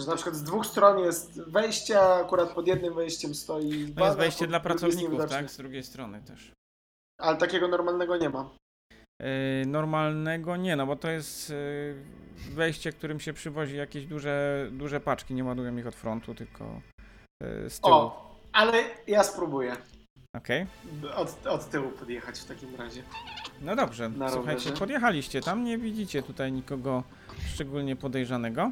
Speaker 3: Że na przykład z dwóch stron jest wejście, a akurat pod jednym wejściem stoi
Speaker 1: No
Speaker 3: van,
Speaker 1: jest
Speaker 3: a
Speaker 1: wejście
Speaker 3: pod
Speaker 1: dla
Speaker 3: drugim jest
Speaker 1: pracowników,
Speaker 3: niewidoczne.
Speaker 1: tak? Z drugiej strony też.
Speaker 3: Ale takiego normalnego nie ma.
Speaker 1: Yy, normalnego nie, no bo to jest yy, wejście, którym się przywozi jakieś duże, duże paczki. Nie ładują ich od frontu, tylko yy, z tyłu.
Speaker 3: O, ale ja spróbuję
Speaker 1: Okej.
Speaker 3: od, od tyłu podjechać w takim razie.
Speaker 1: No dobrze,
Speaker 3: Na
Speaker 1: słuchajcie,
Speaker 3: rowerze.
Speaker 1: podjechaliście tam. Nie widzicie tutaj nikogo szczególnie podejrzanego.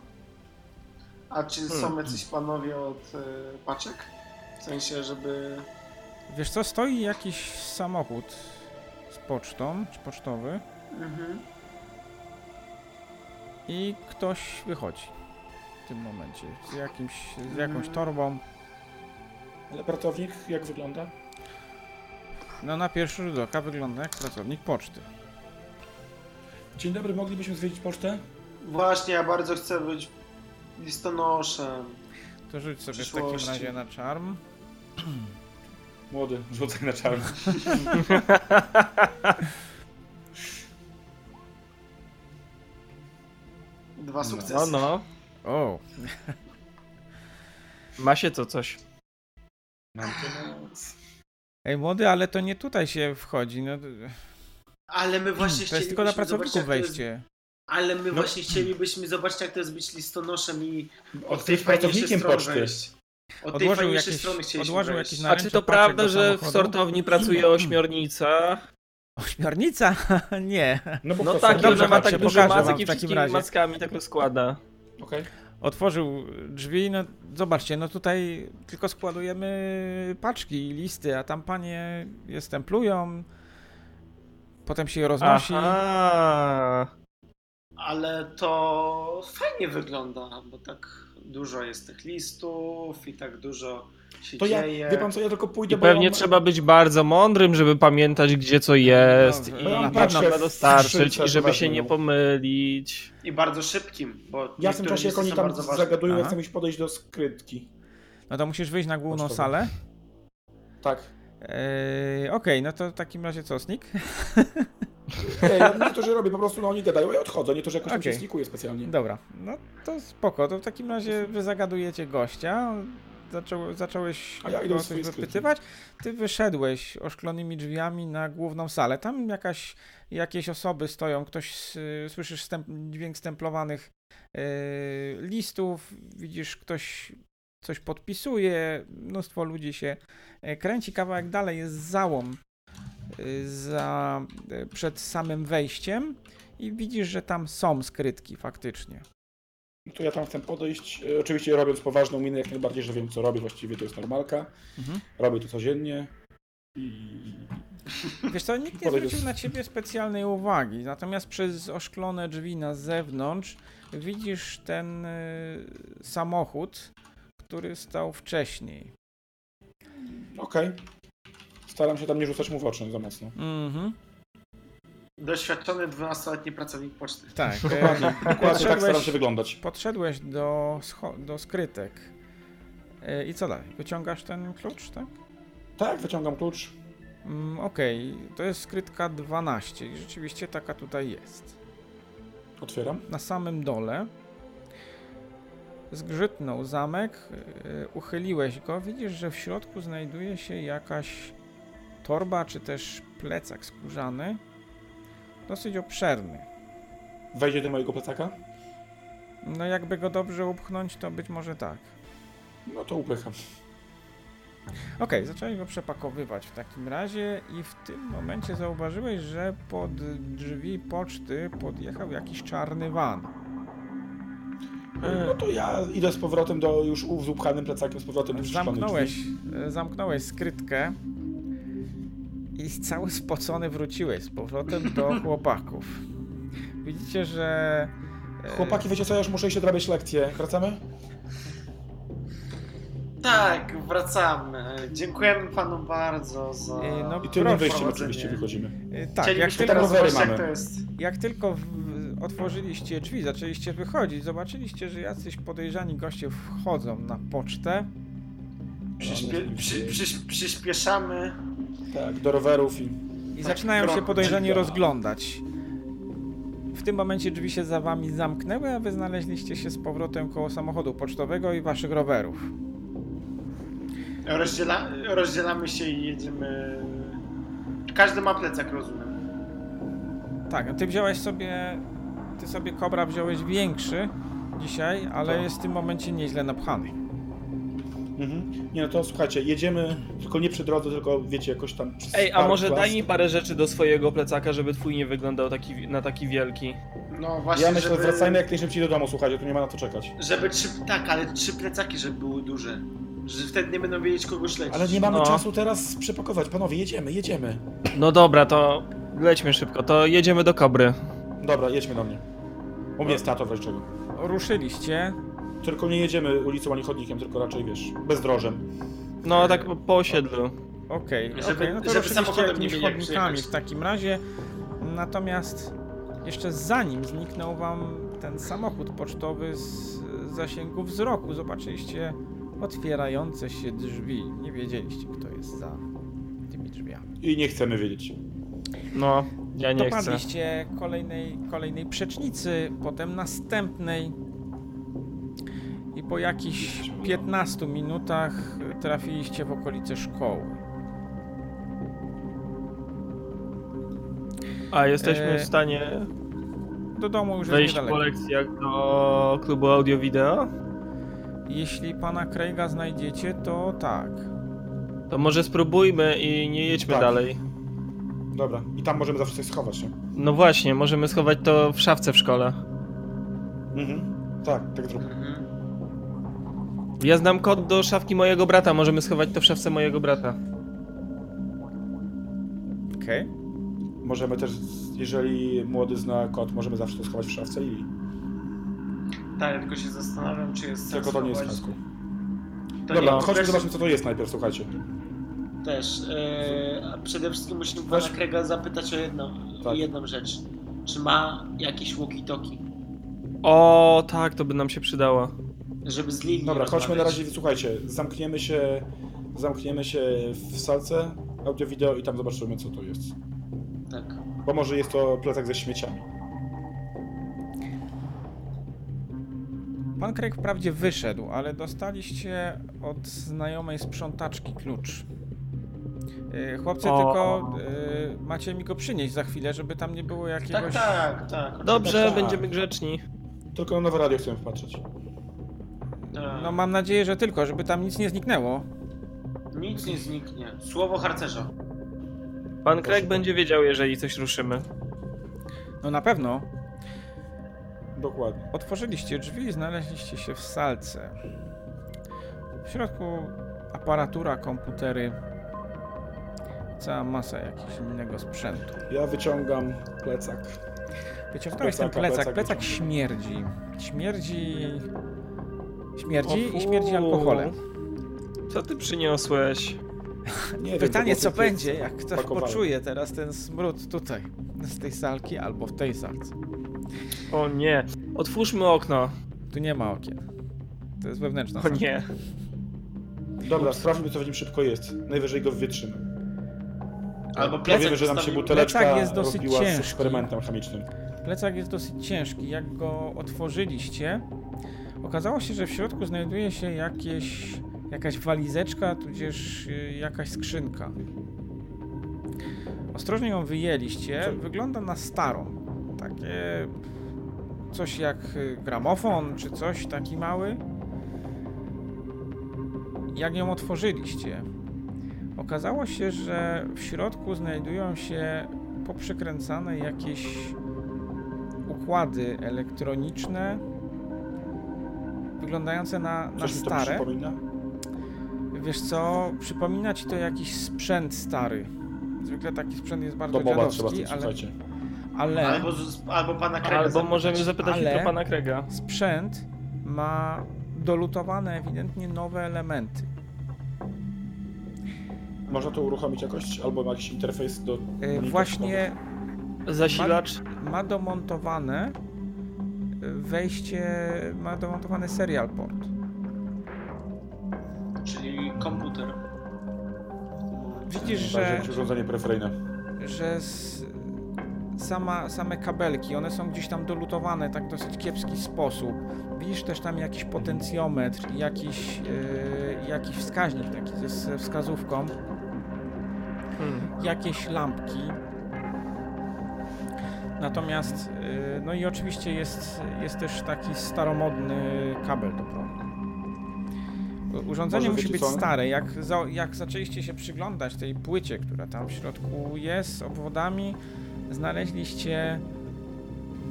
Speaker 3: A czy są
Speaker 1: Hmm.
Speaker 3: jacyś panowie od e, paczek? W sensie, żeby...
Speaker 1: Wiesz co, stoi jakiś samochód z pocztą, czy pocztowy
Speaker 3: Mhm.
Speaker 1: i ktoś wychodzi w tym momencie z, jakimś, z jakąś
Speaker 3: Mm.
Speaker 1: torbą.
Speaker 2: Ale pracownik, jak wygląda?
Speaker 1: No na pierwszy rzut oka wygląda jak pracownik poczty.
Speaker 2: Dzień dobry, moglibyśmy zwiedzić pocztę?
Speaker 3: Właśnie, ja bardzo chcę być listonoszem.
Speaker 1: To rzuć sobie w takim
Speaker 3: Przyszłości.
Speaker 1: razie na czarm.
Speaker 2: Młody, rzucaj na czarno.
Speaker 3: Dwa sukcesy.
Speaker 4: No, no.
Speaker 1: O,
Speaker 4: Ma się to coś.
Speaker 1: ej młody, ale to nie tutaj się wchodzi, no to-
Speaker 3: Ale my właśnie
Speaker 1: to jest tylko dla
Speaker 3: chcielibyśmy zobaczyć,
Speaker 1: pracowników
Speaker 3: jak to jest-
Speaker 1: wejście.
Speaker 3: Ale my
Speaker 2: No.
Speaker 3: właśnie chcielibyśmy zobaczyć, jak to jest być listonoszem i
Speaker 2: Od
Speaker 3: od tej fajniejszej
Speaker 2: jest pracownikiem
Speaker 3: strony
Speaker 2: poczty.
Speaker 3: wejść. Od tej
Speaker 1: Odłożył
Speaker 3: fajniejszej
Speaker 1: jakieś-
Speaker 3: strony chcieliśmy
Speaker 1: odłożył
Speaker 3: wejść.
Speaker 1: jakieś
Speaker 4: A czy
Speaker 1: Naręcze
Speaker 4: to
Speaker 1: paczek
Speaker 4: prawda,
Speaker 1: do
Speaker 4: że w
Speaker 1: samochodu?
Speaker 4: sortowni pracuje ośmiornica?
Speaker 1: Ośmiornica? nie.
Speaker 2: No bo
Speaker 4: No
Speaker 2: kto
Speaker 4: tak,
Speaker 2: chce?
Speaker 1: dobrze,
Speaker 4: ona ma
Speaker 1: patrzę,
Speaker 4: tak dużo
Speaker 1: pokażę wam
Speaker 4: macek i
Speaker 1: w takim
Speaker 4: wszystkimi
Speaker 1: razie.
Speaker 4: mackami tak rozkłada.
Speaker 2: Okej.
Speaker 1: Otworzył drzwi, no zobaczcie, no tutaj tylko składujemy paczki i listy, a tam panie je stemplują, potem się je roznosi.
Speaker 4: Aha.
Speaker 3: Ale to fajnie wygląda, bo tak dużo jest tych listów i tak dużo się
Speaker 2: no, To ja,
Speaker 3: dzieje.
Speaker 2: wie pan co, ja tylko pójdę,
Speaker 4: I pewnie
Speaker 2: mam-
Speaker 4: trzeba być bardzo mądrym, żeby pamiętać, gdzie co jest
Speaker 1: No,
Speaker 4: i
Speaker 1: bo ja
Speaker 4: jak
Speaker 1: patrzę
Speaker 4: można
Speaker 2: w
Speaker 4: dostarczyć
Speaker 2: skrzynce,
Speaker 4: i żeby się
Speaker 2: zobaczmy.
Speaker 4: nie pomylić.
Speaker 3: I bardzo szybkim, bo
Speaker 2: Ja w tym
Speaker 3: niektóre
Speaker 2: czasie, jak
Speaker 3: listy
Speaker 2: oni
Speaker 3: są
Speaker 2: tam
Speaker 3: bardzo ważne.
Speaker 2: zagadują, ja
Speaker 1: Aha.
Speaker 2: chcę iść podejść do skrytki.
Speaker 1: No to musisz wyjść na główną
Speaker 2: Pocztowy.
Speaker 1: salę.
Speaker 2: Tak.
Speaker 1: Yy, Okej, no to w takim razie co, Snik?
Speaker 2: Nie, ja nie to, że robię, po prostu no oni gadają i odchodzą, nie to, że jakoś tam się
Speaker 1: Okej.
Speaker 2: snikuję specjalnie.
Speaker 1: Dobra, no to spoko. To w takim razie wy zagadujecie gościa. on Zaczął, zacząłeś
Speaker 2: A ja idę
Speaker 1: go o
Speaker 2: do swojej
Speaker 1: coś
Speaker 2: skrytki.
Speaker 1: wypytywać. Ty wyszedłeś oszklonymi drzwiami na główną salę. Tam jakaś, jakieś osoby stoją, ktoś s- słyszysz stem, dźwięk stemplowanych yy, listów, widzisz ktoś coś podpisuje, mnóstwo ludzi się e, kręci. Kawałek dalej jest załom y, za, y, przed samym wejściem i widzisz, że tam są skrytki faktycznie.
Speaker 2: To ja tam chcę podejść, e, oczywiście robiąc poważną minę, jak najbardziej, że wiem, co robię, właściwie to jest normalka.
Speaker 1: Mhm.
Speaker 2: Robię to codziennie. I...
Speaker 1: Wiesz co, nikt nie
Speaker 2: Podejdę
Speaker 1: zwrócił
Speaker 2: z-
Speaker 1: na ciebie specjalnej uwagi, natomiast przez oszklone drzwi na zewnątrz widzisz ten y, samochód, który stał wcześniej.
Speaker 2: Okej. Staram się tam nie rzucać mu w oczy za mocno.
Speaker 1: Mhm,
Speaker 3: Doświadczony 12-letni pracownik poczty.
Speaker 1: tak.
Speaker 2: Dokładnie, Dokładnie tak staram
Speaker 1: Podszedłeś,
Speaker 2: się wyglądać.
Speaker 1: podszedłeś do, scho- do skrytek. Y, I co dalej? Wyciągasz ten klucz, tak?
Speaker 2: Tak, wyciągam klucz.
Speaker 1: Mm, Okej, to jest skrytka 12 i rzeczywiście taka tutaj jest.
Speaker 2: Otwieram.
Speaker 1: na samym dole. Zgrzytnął zamek, yy, uchyliłeś go. Widzisz, że w środku znajduje się jakaś torba czy też plecak skórzany. Dosyć obszerny.
Speaker 2: Wejdzie do mojego plecaka.
Speaker 1: No, jakby go dobrze upchnąć, to być może tak.
Speaker 2: No to upycham.
Speaker 1: Okej, zacząłeś go przepakowywać w takim razie, i w tym momencie zauważyłeś, że pod drzwi poczty podjechał jakiś czarny van. E.
Speaker 2: No to ja idę z powrotem do już u- z upchanym plecakiem, z powrotem do przyczepanych
Speaker 1: Zamknąłeś,
Speaker 2: drzwi.
Speaker 1: e, zamknąłeś skrytkę i cały spocony wróciłeś z powrotem do chłopaków. Widzicie, że. e,
Speaker 2: Chłopaki, wiecie co, ja już muszę iść odrabiać lekcję. Wracamy?
Speaker 3: Tak, wracamy. Dziękujemy panu bardzo za.
Speaker 1: Ej, no,
Speaker 2: E, I tylnym
Speaker 1: Proszę.
Speaker 2: wyjściem
Speaker 3: prowadzenie.
Speaker 2: oczywiście wychodzimy.
Speaker 1: e, Tak, jak
Speaker 3: Chcielibyśmy
Speaker 2: tam
Speaker 1: tylko,
Speaker 3: teraz
Speaker 2: rowery
Speaker 3: zobaczyć, jak
Speaker 2: mamy.
Speaker 3: to jest.
Speaker 1: jak tylko w, otworzyliście drzwi, zaczęliście wychodzić, zobaczyliście, że jacyś podejrzani goście wchodzą na pocztę.
Speaker 3: Przyśpie- przy, przyś- przyspieszamy.
Speaker 2: Tak, do rowerów i...
Speaker 1: I zaczynają się
Speaker 3: krok
Speaker 1: podejrzanie
Speaker 2: dziga.
Speaker 1: rozglądać. W tym momencie drzwi się za wami zamknęły, a wy znaleźliście się z powrotem koło samochodu pocztowego i waszych rowerów.
Speaker 3: Rozdziela, rozdzielamy się i jedziemy. Każdy ma plecak, rozumiem.
Speaker 1: Tak, a ty wziąłeś sobie. Ty sobie kobra wziąłeś większy dzisiaj, ale jest w tym momencie nieźle napchany.
Speaker 2: Mhm. Nie no to słuchajcie, jedziemy, tylko nie przy drodze, tylko wiecie, jakoś tam przez
Speaker 4: Ej, a
Speaker 2: park
Speaker 4: może
Speaker 2: las.
Speaker 4: daj mi parę rzeczy do swojego plecaka, żeby twój nie wyglądał taki, na taki wielki.
Speaker 3: No właśnie,
Speaker 2: Ja myślę,
Speaker 3: żeby,
Speaker 2: wracajmy jak najszybciej do domu, słuchajcie, tu nie ma na co czekać.
Speaker 3: żeby trzy, tak, ale trzy plecaki, żeby były duże. Że wtedy nie będą wiedzieć, kogo śledzić.
Speaker 2: Ale nie mamy
Speaker 4: No.
Speaker 2: czasu teraz przepakować, panowie, jedziemy, jedziemy.
Speaker 4: No dobra, to lećmy szybko, to jedziemy do kobry.
Speaker 2: Dobra, jedźmy do mnie.
Speaker 3: No.
Speaker 2: U mnie jest tato w razie czego.
Speaker 1: Ruszyliście.
Speaker 2: Tylko nie jedziemy ulicą ani chodnikiem, tylko raczej wiesz, bezdrożem.
Speaker 4: No tak po, po osiedlu.
Speaker 1: Okej, okay,
Speaker 3: Żeby-
Speaker 1: no to
Speaker 3: żeby
Speaker 1: ruszyliście
Speaker 3: samochodem nie
Speaker 1: jakimiś
Speaker 3: mieli jak
Speaker 1: chodnikami
Speaker 3: przyjechać.
Speaker 1: w takim razie. Natomiast jeszcze zanim zniknął wam ten samochód pocztowy z zasięgu wzroku, zobaczyliście otwierające się drzwi. Nie wiedzieliście, kto jest za tymi drzwiami.
Speaker 2: I nie chcemy wiedzieć.
Speaker 4: No, ja nie chcę.
Speaker 1: Dopadliście kolejnej, kolejnej przecznicy, potem następnej. I po jakichś 15 minutach trafiliście w okolice szkoły.
Speaker 4: A jesteśmy
Speaker 1: E,
Speaker 4: w stanie
Speaker 1: Do domu już jest
Speaker 4: wejść po
Speaker 1: niedaleko.
Speaker 4: lekcjach do klubu audio-wideo?
Speaker 1: Jeśli pana Craiga znajdziecie, to tak.
Speaker 4: To może spróbujmy i nie jedźmy
Speaker 2: Tak.
Speaker 4: dalej.
Speaker 2: Dobra, i tam możemy zawsze coś schować się.
Speaker 4: No właśnie, możemy schować to w szafce w szkole.
Speaker 2: Mhm. Tak, tak zróbmy.
Speaker 3: Mhm.
Speaker 4: Ja znam kod do szafki mojego brata, możemy schować to w szafce mojego brata.
Speaker 1: Okej.
Speaker 2: Możemy też, jeżeli młody zna kod, możemy zawsze to schować w szafce i
Speaker 3: Tak, ja tylko się zastanawiam, czy jest
Speaker 2: tylko
Speaker 3: sens
Speaker 2: to nie jest w
Speaker 3: prowadzić-
Speaker 2: kasku.
Speaker 3: to To
Speaker 2: Dobra,
Speaker 3: nie-
Speaker 2: chodźmy zobaczmy co to jest najpierw, słuchajcie.
Speaker 3: Też. e, a przede wszystkim musimy pana
Speaker 2: Weź-
Speaker 3: Krega zapytać o jedną,
Speaker 2: Tak.
Speaker 3: jedną rzecz. Czy ma jakiś walkie-talkie,
Speaker 4: O, tak, to by nam się przydało.
Speaker 3: żeby z Lili
Speaker 2: Dobra, chodźmy na
Speaker 3: rozmawiać?
Speaker 2: razie, słuchajcie, zamkniemy się, zamkniemy się w salce audio wideo i tam zobaczymy co to jest.
Speaker 3: Tak.
Speaker 2: Bo może jest to plecak ze śmieciami.
Speaker 1: Pan Craig wprawdzie wyszedł, ale dostaliście od znajomej sprzątaczki klucz. Yy, Chłopcy,
Speaker 4: O.
Speaker 1: tylko yy, macie mi go przynieść za chwilę, żeby tam nie było jakiegoś...
Speaker 3: Tak, tak, tak.
Speaker 4: Dobrze,
Speaker 2: Tak, tak.
Speaker 4: będziemy grzeczni.
Speaker 2: Tylko na nowe radio chcemy wpatrzeć.
Speaker 3: Tak.
Speaker 1: No mam nadzieję, że tylko, żeby tam nic nie zniknęło.
Speaker 3: Nic nie zniknie. Słowo harcerza.
Speaker 4: Pan Craig będzie wiedział, jeżeli coś ruszymy.
Speaker 1: No na pewno.
Speaker 2: Dokładnie.
Speaker 1: Otworzyliście drzwi i znaleźliście się w salce. W środku aparatura, komputery, cała masa jakiegoś innego sprzętu.
Speaker 2: Ja wyciągam plecak.
Speaker 1: Wyciągnąłeś ten
Speaker 2: Plecaka,
Speaker 1: plecak,
Speaker 2: plecak
Speaker 1: plecak
Speaker 2: wyciągnę.
Speaker 1: śmierdzi. Śmierdzi... Śmierdzi
Speaker 4: O
Speaker 1: i śmierdzi
Speaker 4: fu.
Speaker 1: alkoholem.
Speaker 4: Co ty przyniosłeś?
Speaker 2: Nie
Speaker 1: Pytanie,
Speaker 2: wiem,
Speaker 1: co
Speaker 2: to jest
Speaker 1: będzie, jak ktoś
Speaker 2: pakowany.
Speaker 1: poczuje teraz ten smród tutaj, z tej salki albo w tej salce.
Speaker 4: O nie. Otwórzmy okno.
Speaker 1: Tu nie ma okien. To jest wewnętrzna
Speaker 4: O
Speaker 1: salka.
Speaker 4: nie.
Speaker 2: Dobra, sprawdźmy co w nim szybko jest. Najwyżej go wietrzymy.
Speaker 3: Albo
Speaker 2: Powiemy,
Speaker 3: plecak
Speaker 2: Tak, że nam się
Speaker 3: zostawimy.
Speaker 2: buteleczka
Speaker 1: Plecak jest dosyć
Speaker 2: rozbiła z
Speaker 1: ciężki.
Speaker 2: eksperymentem chemicznym.
Speaker 1: Plecak jest dosyć ciężki. Jak go otworzyliście, okazało się, że w środku znajduje się jakieś, jakaś walizeczka, tudzież y, jakaś skrzynka. Ostrożnie ją wyjęliście.
Speaker 2: Co?
Speaker 1: Wygląda na starą. Takie coś jak y, gramofon czy coś taki mały. Jak ją otworzyliście, okazało się, że w środku znajdują się poprzykręcane jakieś układy elektroniczne wyglądające na, na
Speaker 2: Coś mi to
Speaker 1: stare.
Speaker 2: przypomina?
Speaker 1: Wiesz co, przypomina ci to jakiś sprzęt stary. Zwykle taki sprzęt jest bardzo
Speaker 2: Do Boba trzeba z
Speaker 1: dziadowski,
Speaker 2: tym,
Speaker 1: ale,
Speaker 2: słuchajcie.
Speaker 1: ale
Speaker 3: Albo, z- albo pana Krega
Speaker 4: Albo
Speaker 3: zapytać.
Speaker 4: możemy zapytać
Speaker 1: Ale-
Speaker 4: jutro pana Craiga.
Speaker 1: sprzęt ma dolutowane ewidentnie nowe elementy.
Speaker 2: Można to uruchomić jakoś? Albo ma jakiś interfejs do...
Speaker 1: Y,
Speaker 2: monitorów?
Speaker 1: Właśnie
Speaker 4: Zasilacz.
Speaker 1: ma domontowane y, wejście, ma domontowany serial port.
Speaker 3: Czyli komputer.
Speaker 1: Widzisz,
Speaker 2: Dobra,
Speaker 1: że
Speaker 2: jakieś urządzenie peryferyjne.
Speaker 1: że s- sama, same kabelki, one są gdzieś tam dolutowane tak w dosyć kiepski sposób. Widzisz też tam jakiś potencjometr, i jakiś, yy, jakiś wskaźnik taki ze- ze wskazówką,
Speaker 4: Hmm.
Speaker 1: jakieś lampki. Natomiast, yy, no i oczywiście jest, jest też taki staromodny kabel do prądu. Urządzenie
Speaker 2: Może
Speaker 1: musi
Speaker 2: wiecie
Speaker 1: być
Speaker 2: co?
Speaker 1: stare. Jak, za, jak zaczęliście się przyglądać tej płycie, która tam w środku jest, z obwodami, znaleźliście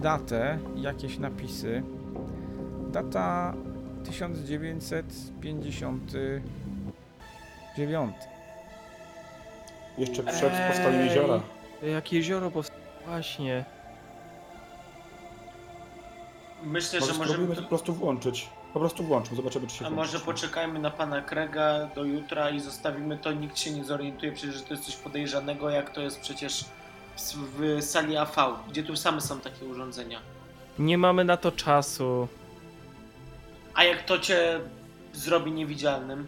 Speaker 1: datę, jakieś napisy. Data 1959.
Speaker 2: Jeszcze przed
Speaker 4: Ej.
Speaker 2: powstaniem jeziora.
Speaker 4: Jak jezioro powstało. Właśnie.
Speaker 3: Myślę,
Speaker 2: Może
Speaker 3: że
Speaker 2: spróbujmy
Speaker 3: możemy...
Speaker 2: to po prostu włączyć. Po prostu włączmy, zobaczymy czy się
Speaker 3: A
Speaker 2: włączy.
Speaker 3: może poczekajmy na pana Krega do jutra i zostawimy to, nikt się nie zorientuje, przecież że to jest coś podejrzanego, jak to jest przecież w, s- w sali AV, gdzie tu same są takie urządzenia.
Speaker 4: Nie mamy na to czasu.
Speaker 3: A jak to cię zrobi niewidzialnym,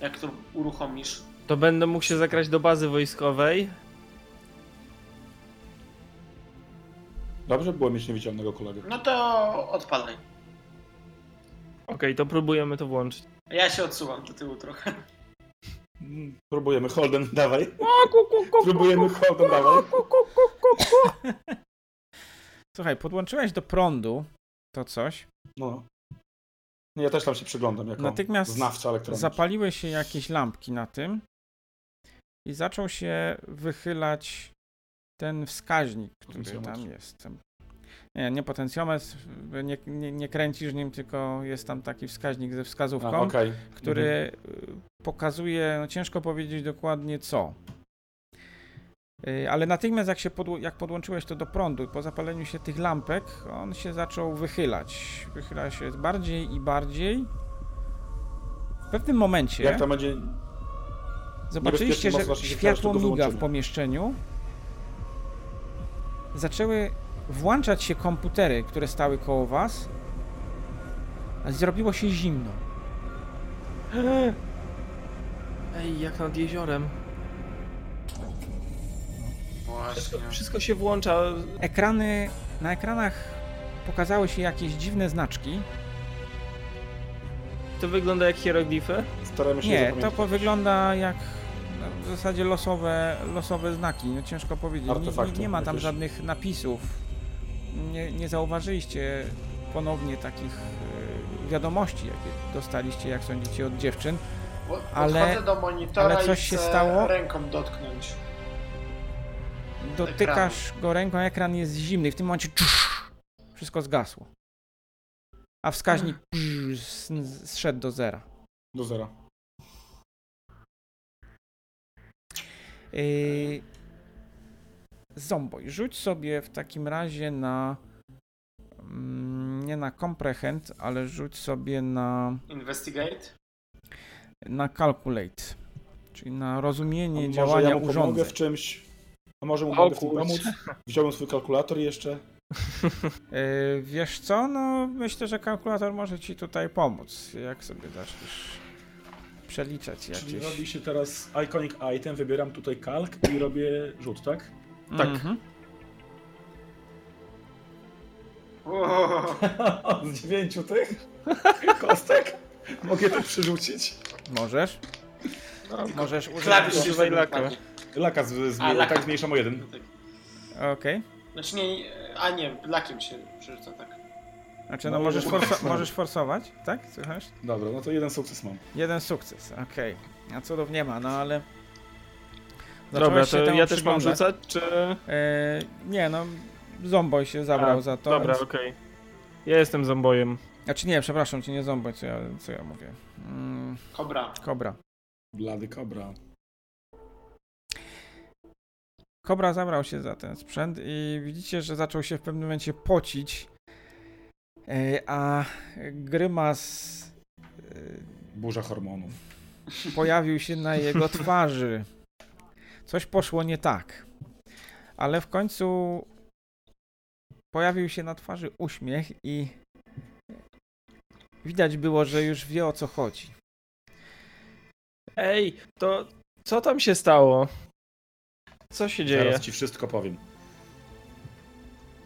Speaker 3: jak to uruchomisz,
Speaker 4: To będę mógł się zakrać do bazy wojskowej.
Speaker 2: Dobrze by było mieć niewidzialnego kolegę.
Speaker 3: no to odpalaj.
Speaker 4: Okej, to próbujemy to włączyć.
Speaker 3: A Ja się odsuwam do tyłu trochę. No.
Speaker 2: Próbujemy, Holden, dawaj. Próbujemy, Holden, dawaj.
Speaker 1: Słuchaj, podłączyłeś do prądu to coś.
Speaker 2: No. Nie, ja też tam się przyglądam jako
Speaker 1: Natychmiast
Speaker 2: znawca elektroniki.
Speaker 1: Zapaliły się jakieś lampki na tym i zaczął się wychylać ten wskaźnik, który
Speaker 2: Potencjometr.
Speaker 1: tam jest. Nie, nie potencjometr, nie, nie, nie kręcisz nim, tylko jest tam taki wskaźnik ze
Speaker 2: A,
Speaker 1: wskazówką,
Speaker 2: okej.
Speaker 1: który
Speaker 2: Mhm.
Speaker 1: y, pokazuje, no ciężko powiedzieć dokładnie co. Y, Ale natychmiast jak, się podło- jak podłączyłeś to do prądu, po zapaleniu się tych lampek, on się zaczął wychylać. Wychyla się bardziej i bardziej. W pewnym momencie
Speaker 2: Jak tam będzie...
Speaker 1: zobaczyliście,
Speaker 2: niebezpiecznie
Speaker 1: że
Speaker 2: mocno się
Speaker 1: światło
Speaker 2: chciało, tylko
Speaker 1: miga w
Speaker 2: wyłączymy.
Speaker 1: pomieszczeniu. Zaczęły włączać się komputery, które stały koło was. A zrobiło się zimno.
Speaker 4: Ej, jak nad jeziorem.
Speaker 3: Właśnie.
Speaker 4: Wszystko się włącza.
Speaker 1: Ekrany, na ekranach pokazały się jakieś dziwne znaczki.
Speaker 4: To wygląda jak hieroglify.
Speaker 2: Staramy się
Speaker 1: Nie, to
Speaker 2: zapamiętać.
Speaker 1: po- wygląda jak no, w zasadzie losowe, losowe znaki. No, ciężko powiedzieć. Nie, nie,
Speaker 2: Artefakty
Speaker 1: nie ma tam
Speaker 2: jakieś.
Speaker 1: żadnych napisów. Nie, nie zauważyliście ponownie takich e, wiadomości, jakie dostaliście, jak sądzicie, od dziewczyn.
Speaker 3: Pod-
Speaker 1: Ale-
Speaker 3: Podchodzę do monitora
Speaker 1: ale coś
Speaker 3: i
Speaker 1: się
Speaker 3: chcę
Speaker 1: stało?
Speaker 3: ręką dotknąć.
Speaker 1: Dotykasz go ręką, ekran jest zimny i w tym momencie czusz, wszystko zgasło. A wskaźnik psz, s- zszedł do zera.
Speaker 2: Do zera.
Speaker 1: Yy... Zomboj, rzuć sobie w takim razie na. mm, Nie na comprehend, ale rzuć sobie na,
Speaker 3: Investigate?
Speaker 1: na calculate. Czyli na rozumienie
Speaker 2: A może
Speaker 1: działania
Speaker 2: ja mu pomogę
Speaker 1: urządzeń.
Speaker 2: w czymś? A może mu
Speaker 4: O
Speaker 2: mogę w tym
Speaker 4: kurczę.
Speaker 2: pomóc? Wziąłem swój kalkulator jeszcze.
Speaker 1: Yy, wiesz co? No, myślę, że kalkulator może ci tutaj pomóc. Jak sobie zaczniesz przeliczać
Speaker 2: Czyli
Speaker 1: jakieś.
Speaker 2: robi się teraz iconic item, wybieram tutaj kalk i robię rzut, tak?
Speaker 1: tak.
Speaker 3: Wow.
Speaker 2: Z dziewięciu tych kostek mogę to przerzucić.
Speaker 1: Możesz?
Speaker 2: No,
Speaker 1: Możesz
Speaker 3: Klawisz
Speaker 1: użyć.
Speaker 4: Klawisz.
Speaker 3: się
Speaker 4: używaj laka.
Speaker 2: tak.
Speaker 3: zablokuje.
Speaker 2: Laka z, z,
Speaker 3: A, laka.
Speaker 2: tak zmniejszam o jeden.
Speaker 1: Okej.
Speaker 3: Znaczy nie, a nie, lakiem się przerzuca tak.
Speaker 1: Znaczy, no,
Speaker 2: No,
Speaker 1: możesz,
Speaker 2: ja-
Speaker 1: forso- możesz forsować, tak? Słychać?
Speaker 2: Dobra, no to jeden sukces mam.
Speaker 1: Jeden sukces, okej. A cudów nie ma, no ale.
Speaker 4: Dobra,
Speaker 1: Zacząłeś się
Speaker 4: to
Speaker 1: temu
Speaker 4: ja też mam
Speaker 1: przyglądać.
Speaker 4: rzucać, czy...
Speaker 1: E, nie, no. Zomboj się zabrał
Speaker 4: A,
Speaker 1: za to.
Speaker 4: Dobra, okej. Ja jestem zombojem.
Speaker 1: Znaczy nie, przepraszam cię, nie zomboj, co ja, co ja mówię. Mm,
Speaker 3: Kobra.
Speaker 1: kobra.
Speaker 2: Blady kobra.
Speaker 1: Kobra zabrał się za ten sprzęt i widzicie, że zaczął się w pewnym momencie pocić. E, a grymas e,
Speaker 2: Burza hormonów.
Speaker 1: pojawił się na jego twarzy. Coś poszło nie tak. Ale w końcu pojawił się na twarzy uśmiech i widać było, że już wie o co chodzi.
Speaker 4: Ej, to co tam się stało? Co się dzieje?
Speaker 2: Zaraz ci wszystko powiem.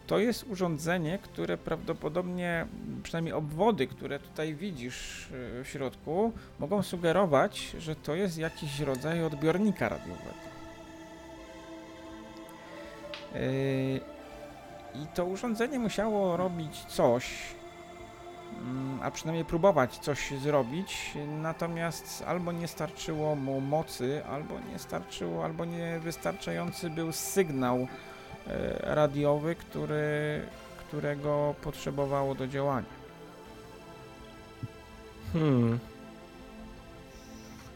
Speaker 1: To jest urządzenie, które prawdopodobnie, przynajmniej obwody, które tutaj widzisz y, w środku, mogą sugerować, że to jest jakiś rodzaj odbiornika radiowego. Yy, I to urządzenie musiało robić coś, mm, a przynajmniej próbować coś zrobić, natomiast albo nie starczyło mu mocy, albo nie starczyło, albo niewystarczający był sygnał e, radiowy, który, którego potrzebowało do działania.
Speaker 4: Hmm.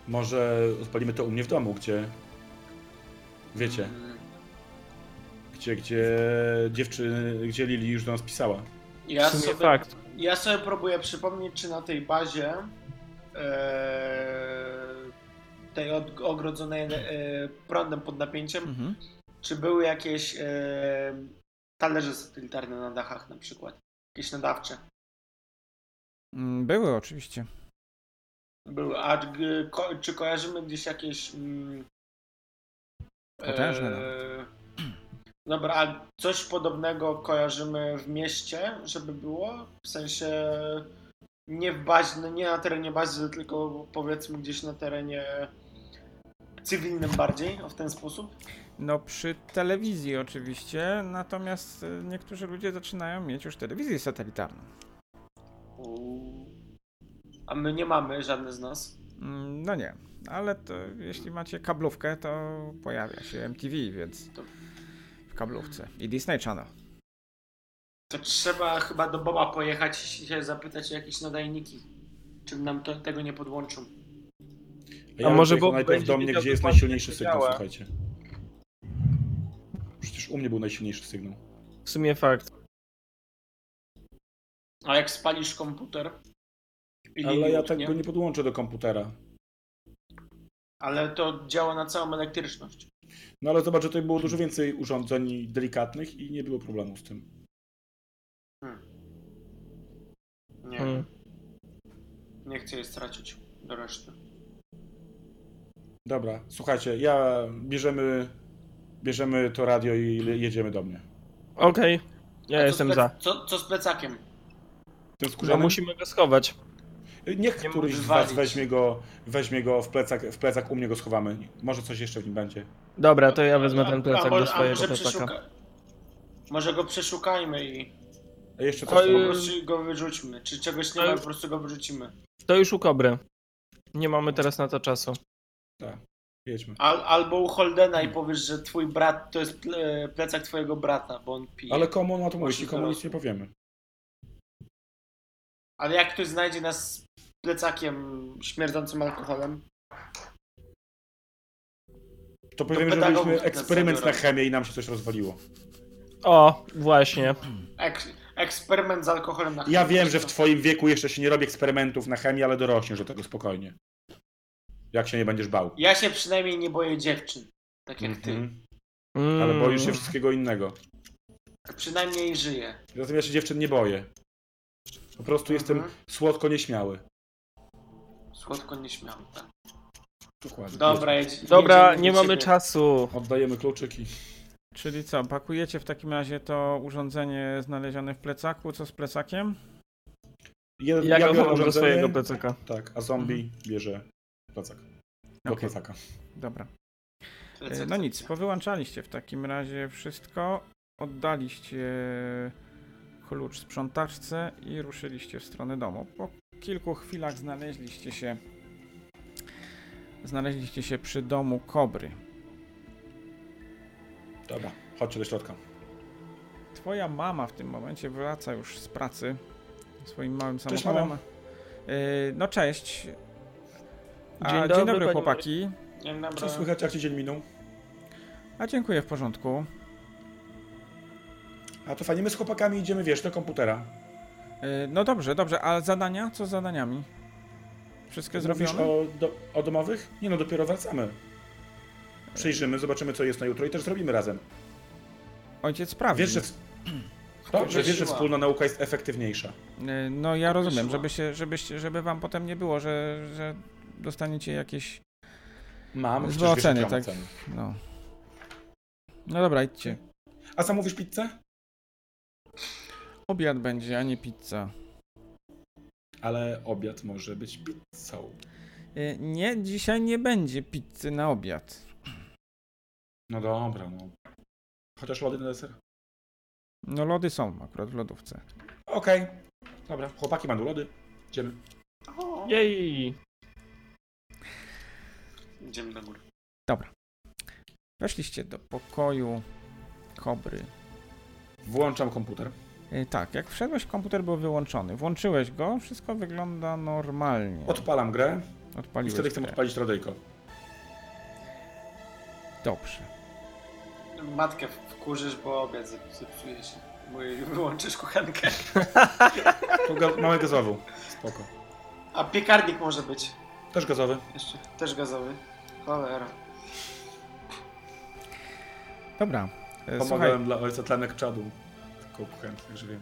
Speaker 2: Może odpalimy to u mnie w domu, gdzie... Wiecie, gdzie, gdzie dziewczyny, gdzie Lili już do nas pisała.
Speaker 3: Ja
Speaker 4: w sumie
Speaker 3: sobie,
Speaker 4: fakt.
Speaker 3: ja sobie próbuję przypomnieć, czy na tej bazie e, tej od, ogrodzonej e, prądem pod
Speaker 4: Hmm.
Speaker 3: napięciem,
Speaker 1: Mhm.
Speaker 3: czy były jakieś e, talerze satelitarne na dachach na przykład? Jakieś nadawcze?
Speaker 1: Mm, Były oczywiście.
Speaker 3: Były. A g- ko, czy kojarzymy gdzieś jakieś... Mm,
Speaker 1: Potężne
Speaker 3: e, Dobra, a coś podobnego kojarzymy w mieście, żeby było? W sensie nie w bazie, no nie na terenie bazy, tylko powiedzmy gdzieś na terenie cywilnym bardziej, o w ten sposób?
Speaker 1: No przy telewizji oczywiście, natomiast e, niektórzy ludzie zaczynają mieć już telewizję satelitarną.
Speaker 3: Uuu. A my nie mamy, żadne z nas.
Speaker 1: Mm, No nie, ale to jeśli macie kablówkę, to pojawia się MTV, więc
Speaker 3: To-
Speaker 1: w kablówce i Disney Channel.
Speaker 3: To trzeba chyba do Boba pojechać i się zapytać o jakieś nadajniki. Czy nam to, tego nie podłączą?
Speaker 2: A, ja
Speaker 4: może
Speaker 2: może bo
Speaker 4: Bob
Speaker 2: najpierw
Speaker 4: będzie
Speaker 2: do mnie,
Speaker 4: wiedział
Speaker 2: gdzie jest
Speaker 4: dokładnie,
Speaker 2: najsilniejszy
Speaker 4: jak to
Speaker 2: sygnał,
Speaker 4: działa.
Speaker 2: słuchajcie. Przecież u mnie był najsilniejszy sygnał.
Speaker 4: W sumie fakt.
Speaker 3: A jak spalisz komputer I
Speaker 2: Ale
Speaker 3: linii
Speaker 2: ja
Speaker 3: utnie.
Speaker 2: tego nie podłączę do komputera.
Speaker 3: Ale to działa na całą elektryczność.
Speaker 2: No ale zobacz, że tutaj było dużo więcej urządzeń delikatnych i nie było problemu z tym.
Speaker 3: Nie,
Speaker 4: Hmm.
Speaker 3: nie chcę jej stracić do reszty.
Speaker 2: Dobra, słuchajcie, ja bierzemy, bierzemy to radio i le- jedziemy do mnie.
Speaker 4: Okej,
Speaker 3: A tak-
Speaker 4: ja
Speaker 3: co
Speaker 4: jestem
Speaker 3: z plec-
Speaker 4: za.
Speaker 3: Co, co z plecakiem?
Speaker 2: Tym
Speaker 4: No
Speaker 3: tak-
Speaker 2: skórzanym?
Speaker 4: musimy go schować.
Speaker 2: Niech
Speaker 4: nie
Speaker 2: któryś
Speaker 3: możesz
Speaker 2: z was
Speaker 3: walić.
Speaker 2: weźmie go, weźmie go w plecak, w plecak u mnie go schowamy. Może coś jeszcze w nim będzie.
Speaker 4: Dobra, to ja wezmę
Speaker 3: A-
Speaker 4: ten
Speaker 3: a
Speaker 4: plecak
Speaker 3: może-
Speaker 4: do
Speaker 3: a
Speaker 4: swojego
Speaker 3: może
Speaker 4: plecaka.
Speaker 3: przeszuka- Może go przeszukajmy i
Speaker 2: A jeszcze coś
Speaker 4: Oj,
Speaker 2: tam.
Speaker 3: po
Speaker 4: y-
Speaker 3: prostu go wyrzućmy. Czy czegoś nie
Speaker 4: Ale-
Speaker 3: ma, po prostu go wyrzucimy.
Speaker 4: To już u kobry. Nie mamy teraz na to czasu.
Speaker 2: Jedźmy.
Speaker 3: Al, albo u Holdena i powiesz, że twój brat to jest ple- plecak twojego brata, bo on pije.
Speaker 2: Ale komu on ma to mówić?
Speaker 3: Właśnie
Speaker 2: Nikomu nic
Speaker 3: teraz.
Speaker 2: nie powiemy.
Speaker 3: Ale jak ktoś znajdzie nas z plecakiem śmierdzącym alkoholem,
Speaker 2: To powiemy, że
Speaker 3: pedagogów
Speaker 2: robiliśmy
Speaker 3: nas
Speaker 2: eksperyment na
Speaker 3: zabiorą.
Speaker 2: chemię i nam się coś rozwaliło.
Speaker 4: O, właśnie.
Speaker 3: ek, eksperyment z alkoholem na
Speaker 2: Ja wiem, że w twoim wieku jeszcze się nie robi eksperymentów na chemię, ale dorośniesz do tego spokojnie. Jak się nie będziesz bał.
Speaker 3: Ja się przynajmniej nie boję dziewczyn, tak jak ty.
Speaker 2: Mhm.
Speaker 4: Mm.
Speaker 2: Ale boisz się wszystkiego innego.
Speaker 3: Przynajmniej żyję.
Speaker 2: Zatem ja się dziewczyn nie boję. Po prostu jestem
Speaker 3: Mhm.
Speaker 2: słodko nieśmiały.
Speaker 3: Słodko nieśmiały. tak.
Speaker 2: Dokładnie.
Speaker 3: Dobra, jedź,
Speaker 4: Dobra,
Speaker 3: jedziemy do
Speaker 4: nie mamy
Speaker 3: ciebie.
Speaker 4: czasu.
Speaker 2: Oddajemy kluczyki.
Speaker 1: Czyli co, pakujecie w takim razie to urządzenie znalezione w plecaku, co z plecakiem?
Speaker 2: Jeden,
Speaker 4: Ja go
Speaker 2: biorę
Speaker 4: chowam do
Speaker 2: urządzenie,
Speaker 4: swojego plecaka.
Speaker 2: Tak, a zombie bierze plecak. Do
Speaker 1: Mhm. Okej.
Speaker 2: plecaka.
Speaker 1: Dobra. E,
Speaker 3: Lecę,
Speaker 1: No
Speaker 3: lecę.
Speaker 1: nic, powyłączaliście w takim razie wszystko, oddaliście klucz sprzątaczce i ruszyliście w stronę domu. Po kilku chwilach znaleźliście się znaleźliście się przy domu kobry.
Speaker 2: Dobra, chodźcie do środka.
Speaker 1: Twoja mama w tym momencie wraca już z pracy swoim małym
Speaker 2: Cześć,
Speaker 1: samochodem.
Speaker 2: mama.
Speaker 1: E, No cześć. A,
Speaker 4: Dzień
Speaker 1: dzień,
Speaker 4: dobry,
Speaker 1: dobry,
Speaker 4: panie-
Speaker 1: chłopaki.
Speaker 3: Dzień dobry.
Speaker 2: Co słychać, jak ci dzień minął?
Speaker 1: A dziękuję w porządku.
Speaker 2: A to fajnie, my z chłopakami idziemy, wiesz, do komputera.
Speaker 1: E, No dobrze, dobrze, a zadania? Co z zadaniami? Wszystkie
Speaker 2: Mówisz
Speaker 1: zrobione?
Speaker 2: O, do, o domowych? Nie no, dopiero wracamy. Przyjrzymy, zobaczymy, co jest na jutro i też zrobimy razem.
Speaker 1: Ojciec sprawdzi.
Speaker 2: Wiesz, że, dobrze, wiesz, że
Speaker 3: Siła.
Speaker 2: wspólna nauka jest efektywniejsza.
Speaker 1: Y, No ja rozumiem,
Speaker 3: wyszła.
Speaker 1: żeby się, żebyście, żeby wam potem nie było, że, że dostaniecie jakieś,
Speaker 2: Mam,
Speaker 1: Złe
Speaker 2: przecież wiesz,
Speaker 1: oceny,
Speaker 2: jakie mam
Speaker 1: tak.
Speaker 2: oceny.
Speaker 1: no... No dobra, idźcie.
Speaker 2: A sam mówisz pizzę?
Speaker 1: Obiad będzie, a nie pizza.
Speaker 2: Ale obiad może być pizzą.
Speaker 1: Y, Nie, dzisiaj nie będzie pizzy na obiad.
Speaker 2: No dobra, no. Chociaż lody na deser?
Speaker 1: No lody są akurat w lodówce.
Speaker 2: Okej. Dobra, chłopaki mają lody. Idziemy.
Speaker 3: O,
Speaker 4: Jej!
Speaker 3: Idziemy do góry.
Speaker 1: Weszliście do pokoju kobry.
Speaker 2: Włączam komputer.
Speaker 1: Y, Tak, jak wszedłeś, komputer był wyłączony. Włączyłeś go, wszystko wygląda normalnie.
Speaker 2: Odpalam grę i
Speaker 1: Odpaliłeś
Speaker 2: wtedy chcę
Speaker 1: grę.
Speaker 2: odpalić radyjko.
Speaker 1: Dobrze.
Speaker 3: Matkę wkurzysz, bo obiad zep- zepsuje się. Bo jej wyłączysz kuchenkę.
Speaker 2: To ga mamy gazowy. Spoko.
Speaker 3: A piekarnik może być
Speaker 2: Też gazowy.
Speaker 3: jeszcze. Też gazowy. Cholera.
Speaker 1: Dobra. y, Słuchaj,
Speaker 2: Pomagałem dla ojca tlenek czadu. Tylko kuchenki, także wiem.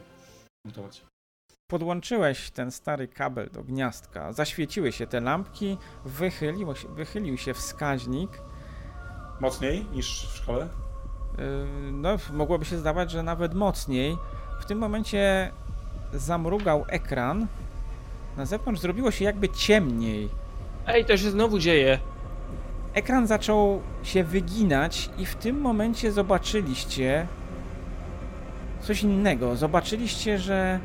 Speaker 2: Montować.
Speaker 1: Podłączyłeś ten stary kabel do gniazdka, zaświeciły się te lampki, wychyliło się, wychylił się wskaźnik.
Speaker 2: Mocniej niż w szkole?
Speaker 1: Yy, No, mogłoby się zdawać, że nawet mocniej. W tym momencie zamrugał ekran. Na zewnątrz zrobiło się jakby ciemniej.
Speaker 4: Ej, to się znowu dzieje.
Speaker 1: Ekran zaczął się wyginać, i w tym momencie zobaczyliście coś innego. Zobaczyliście, że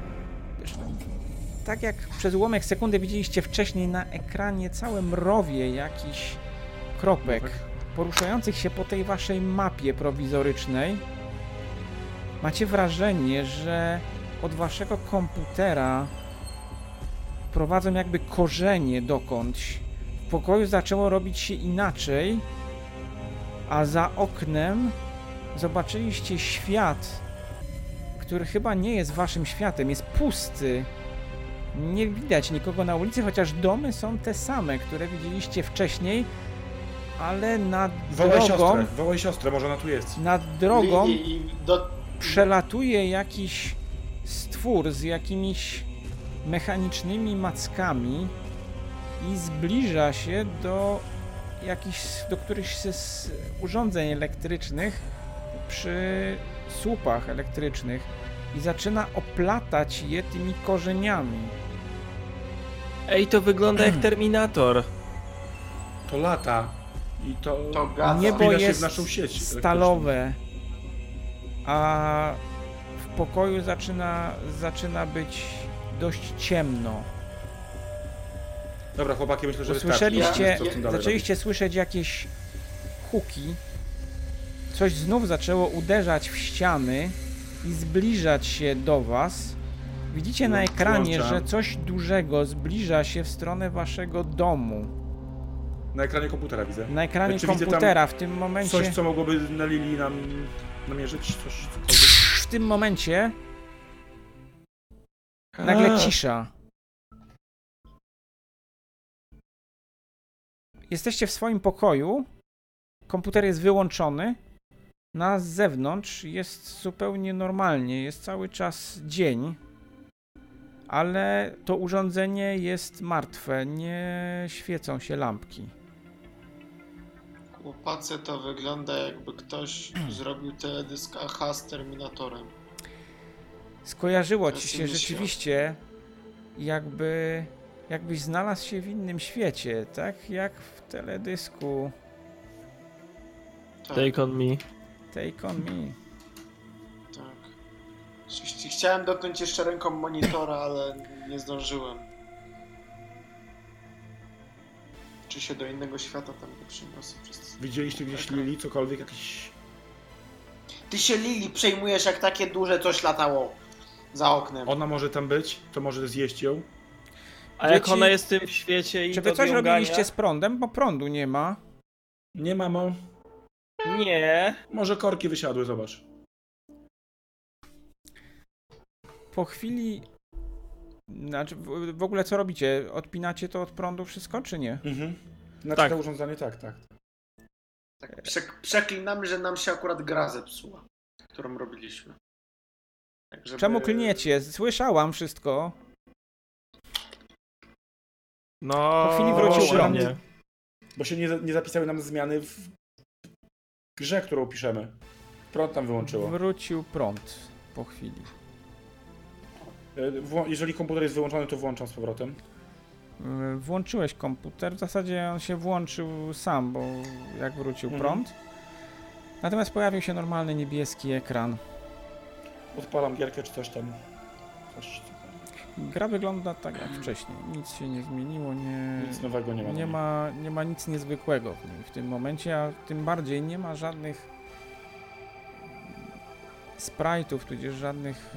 Speaker 1: tak jak przez ułamek sekundy widzieliście wcześniej na ekranie całe mrowie jakichś kropek poruszających się po tej waszej mapie prowizorycznej. Macie wrażenie, że od waszego komputera prowadzą jakby korzenie dokądś. W pokoju zaczęło robić się inaczej, a za oknem zobaczyliście świat, który chyba nie jest waszym światem, jest pusty. Nie widać nikogo na ulicy, chociaż domy są te same, które widzieliście wcześniej, ale nad
Speaker 2: Wołaj siostrę,
Speaker 1: drogą,
Speaker 2: wołaj siostrę, może ona tu jest.
Speaker 1: nad drogą
Speaker 3: I, i do,
Speaker 1: przelatuje jakiś stwór z jakimiś mechanicznymi mackami i zbliża się do jakichś, do którychś z- z urządzeń elektrycznych przy słupach elektrycznych i zaczyna oplatać je tymi korzeniami.
Speaker 4: Ej, to wygląda
Speaker 1: Mm.
Speaker 4: jak Terminator.
Speaker 2: To lata i to,
Speaker 3: To gada.
Speaker 1: Niebo
Speaker 2: wpina się
Speaker 1: jest
Speaker 2: w naszą sieć
Speaker 1: Stalowe, a w pokoju zaczyna, zaczyna być dość ciemno.
Speaker 2: elektryczną. Dobra, chłopaki, myślę, że wystarczy.
Speaker 1: Usłyszeliście,
Speaker 2: Co z tak tym dalej
Speaker 1: zaczęliście słyszeć jakieś huki. Coś znów zaczęło uderzać w ściany i zbliżać się do was. Widzicie na
Speaker 2: No,
Speaker 1: ekranie,
Speaker 2: włączam.
Speaker 1: że coś dużego zbliża się w stronę waszego domu.
Speaker 2: robić? Na ekranie komputera widzę.
Speaker 1: Na ekranie
Speaker 2: Znaczy, widzę tam
Speaker 1: komputera w tym momencie.
Speaker 2: Coś, co mogłoby na Lili nam namierzyć, coś, cokolwiek.
Speaker 1: W tym momencie nagle cisza. Jesteście w swoim pokoju. Komputer jest wyłączony. Na zewnątrz jest zupełnie normalnie. Jest cały czas dzień. Ale to urządzenie jest martwe. Nie świecą się lampki.
Speaker 3: Chłopacy to wygląda jakby ktoś zrobił teledysk AHA z Terminatorem.
Speaker 1: Skojarzyło ci
Speaker 3: Znaczy
Speaker 1: się
Speaker 3: mi się-
Speaker 1: rzeczywiście, jakby. Jakbyś znalazł się w innym świecie, tak jak w teledysku
Speaker 3: Tak,
Speaker 4: Take on me.
Speaker 1: Take on Me.
Speaker 3: tak. Chci- Chciałem dotknąć jeszcze ręką monitora, ale nie zdążyłem. Czy się do innego świata tam nie przyniosę przez...
Speaker 2: Widzieliście gdzieś Lili, cokolwiek, jakiś...
Speaker 3: Ty się Lili przejmujesz jak takie duże coś latało za oknem.
Speaker 2: Ona może tam być, to może zjeść ją.
Speaker 4: A jak
Speaker 1: Dzieci-
Speaker 4: ona jest w tym świecie i
Speaker 1: Czy wy
Speaker 4: do
Speaker 1: coś
Speaker 4: wiągania-
Speaker 1: robiliście z prądem? Bo prądu nie ma.
Speaker 2: Nie, mamo.
Speaker 4: Nie.
Speaker 2: Może korki wysiadły, zobacz.
Speaker 1: Po chwili. Znaczy, w, w ogóle co robicie? Odpinacie to od prądu wszystko, czy nie?
Speaker 2: Mhm. Znaczy
Speaker 4: Tak.
Speaker 2: to urządzenie, tak, tak.
Speaker 3: Tak, przek- przeklinamy, że nam się akurat gra zepsuła, którą robiliśmy. Tak, żeby-
Speaker 1: Czemu klniecie? Słyszałam wszystko.
Speaker 4: No.
Speaker 1: Po chwili wrócił
Speaker 4: proszę
Speaker 2: prąd.
Speaker 4: mnie.
Speaker 2: Bo się nie, za- nie zapisały nam zmiany w grze, którą piszemy. Prąd tam wyłączyło.
Speaker 1: Wrócił prąd po chwili.
Speaker 2: E, wło- Jeżeli komputer jest wyłączony, to włączam z powrotem.
Speaker 1: Yy, Włączyłeś komputer. W zasadzie on się włączył sam, bo jak wrócił
Speaker 2: Mhm.
Speaker 1: prąd. Natomiast pojawił się normalny niebieski ekran.
Speaker 2: Odpalam gierkę czy coś tam. Coś,
Speaker 1: Gra wygląda tak jak wcześniej. Nic się nie zmieniło, nie.
Speaker 2: nic nowego nie ma.
Speaker 1: Mm, Nie ma, nie ma nic niezwykłego w niej w tym momencie, a tym bardziej nie ma żadnych sprite'ów, tudzież żadnych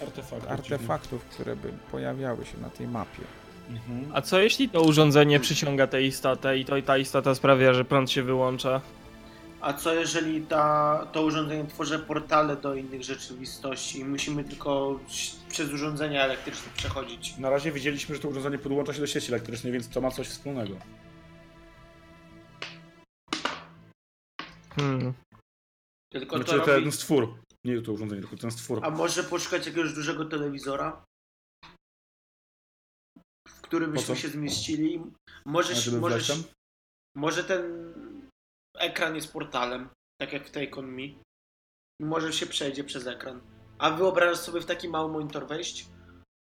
Speaker 1: yy,
Speaker 2: Artefakt.
Speaker 1: artefaktów, które by pojawiały się na tej mapie.
Speaker 2: Mhm.
Speaker 4: A co jeśli to urządzenie przyciąga tę istotę i to ta istota sprawia, że prąd się wyłącza?
Speaker 3: A co jeżeli ta, to urządzenie tworzy portale do innych rzeczywistości i musimy tylko ś- przez urządzenia elektryczne przechodzić?
Speaker 2: Na razie widzieliśmy, że to urządzenie podłącza się do sieci elektrycznej, więc to ma coś wspólnego.
Speaker 4: Hmm.
Speaker 3: Tylko
Speaker 2: Znaczy
Speaker 3: to robi...
Speaker 2: ten stwór. Nie to urządzenie, tylko ten stwór.
Speaker 3: A może poszukać jakiegoś dużego telewizora? W którym
Speaker 2: Po
Speaker 3: byśmy
Speaker 2: co?
Speaker 3: się zmieścili?
Speaker 2: A
Speaker 3: Możesz,
Speaker 2: żeby
Speaker 3: możesz,
Speaker 2: wlać tam?
Speaker 3: może ten ekran jest portalem, tak jak w tej Me. I może się przejdzie przez ekran. A wyobrażasz sobie w taki mały monitor wejść?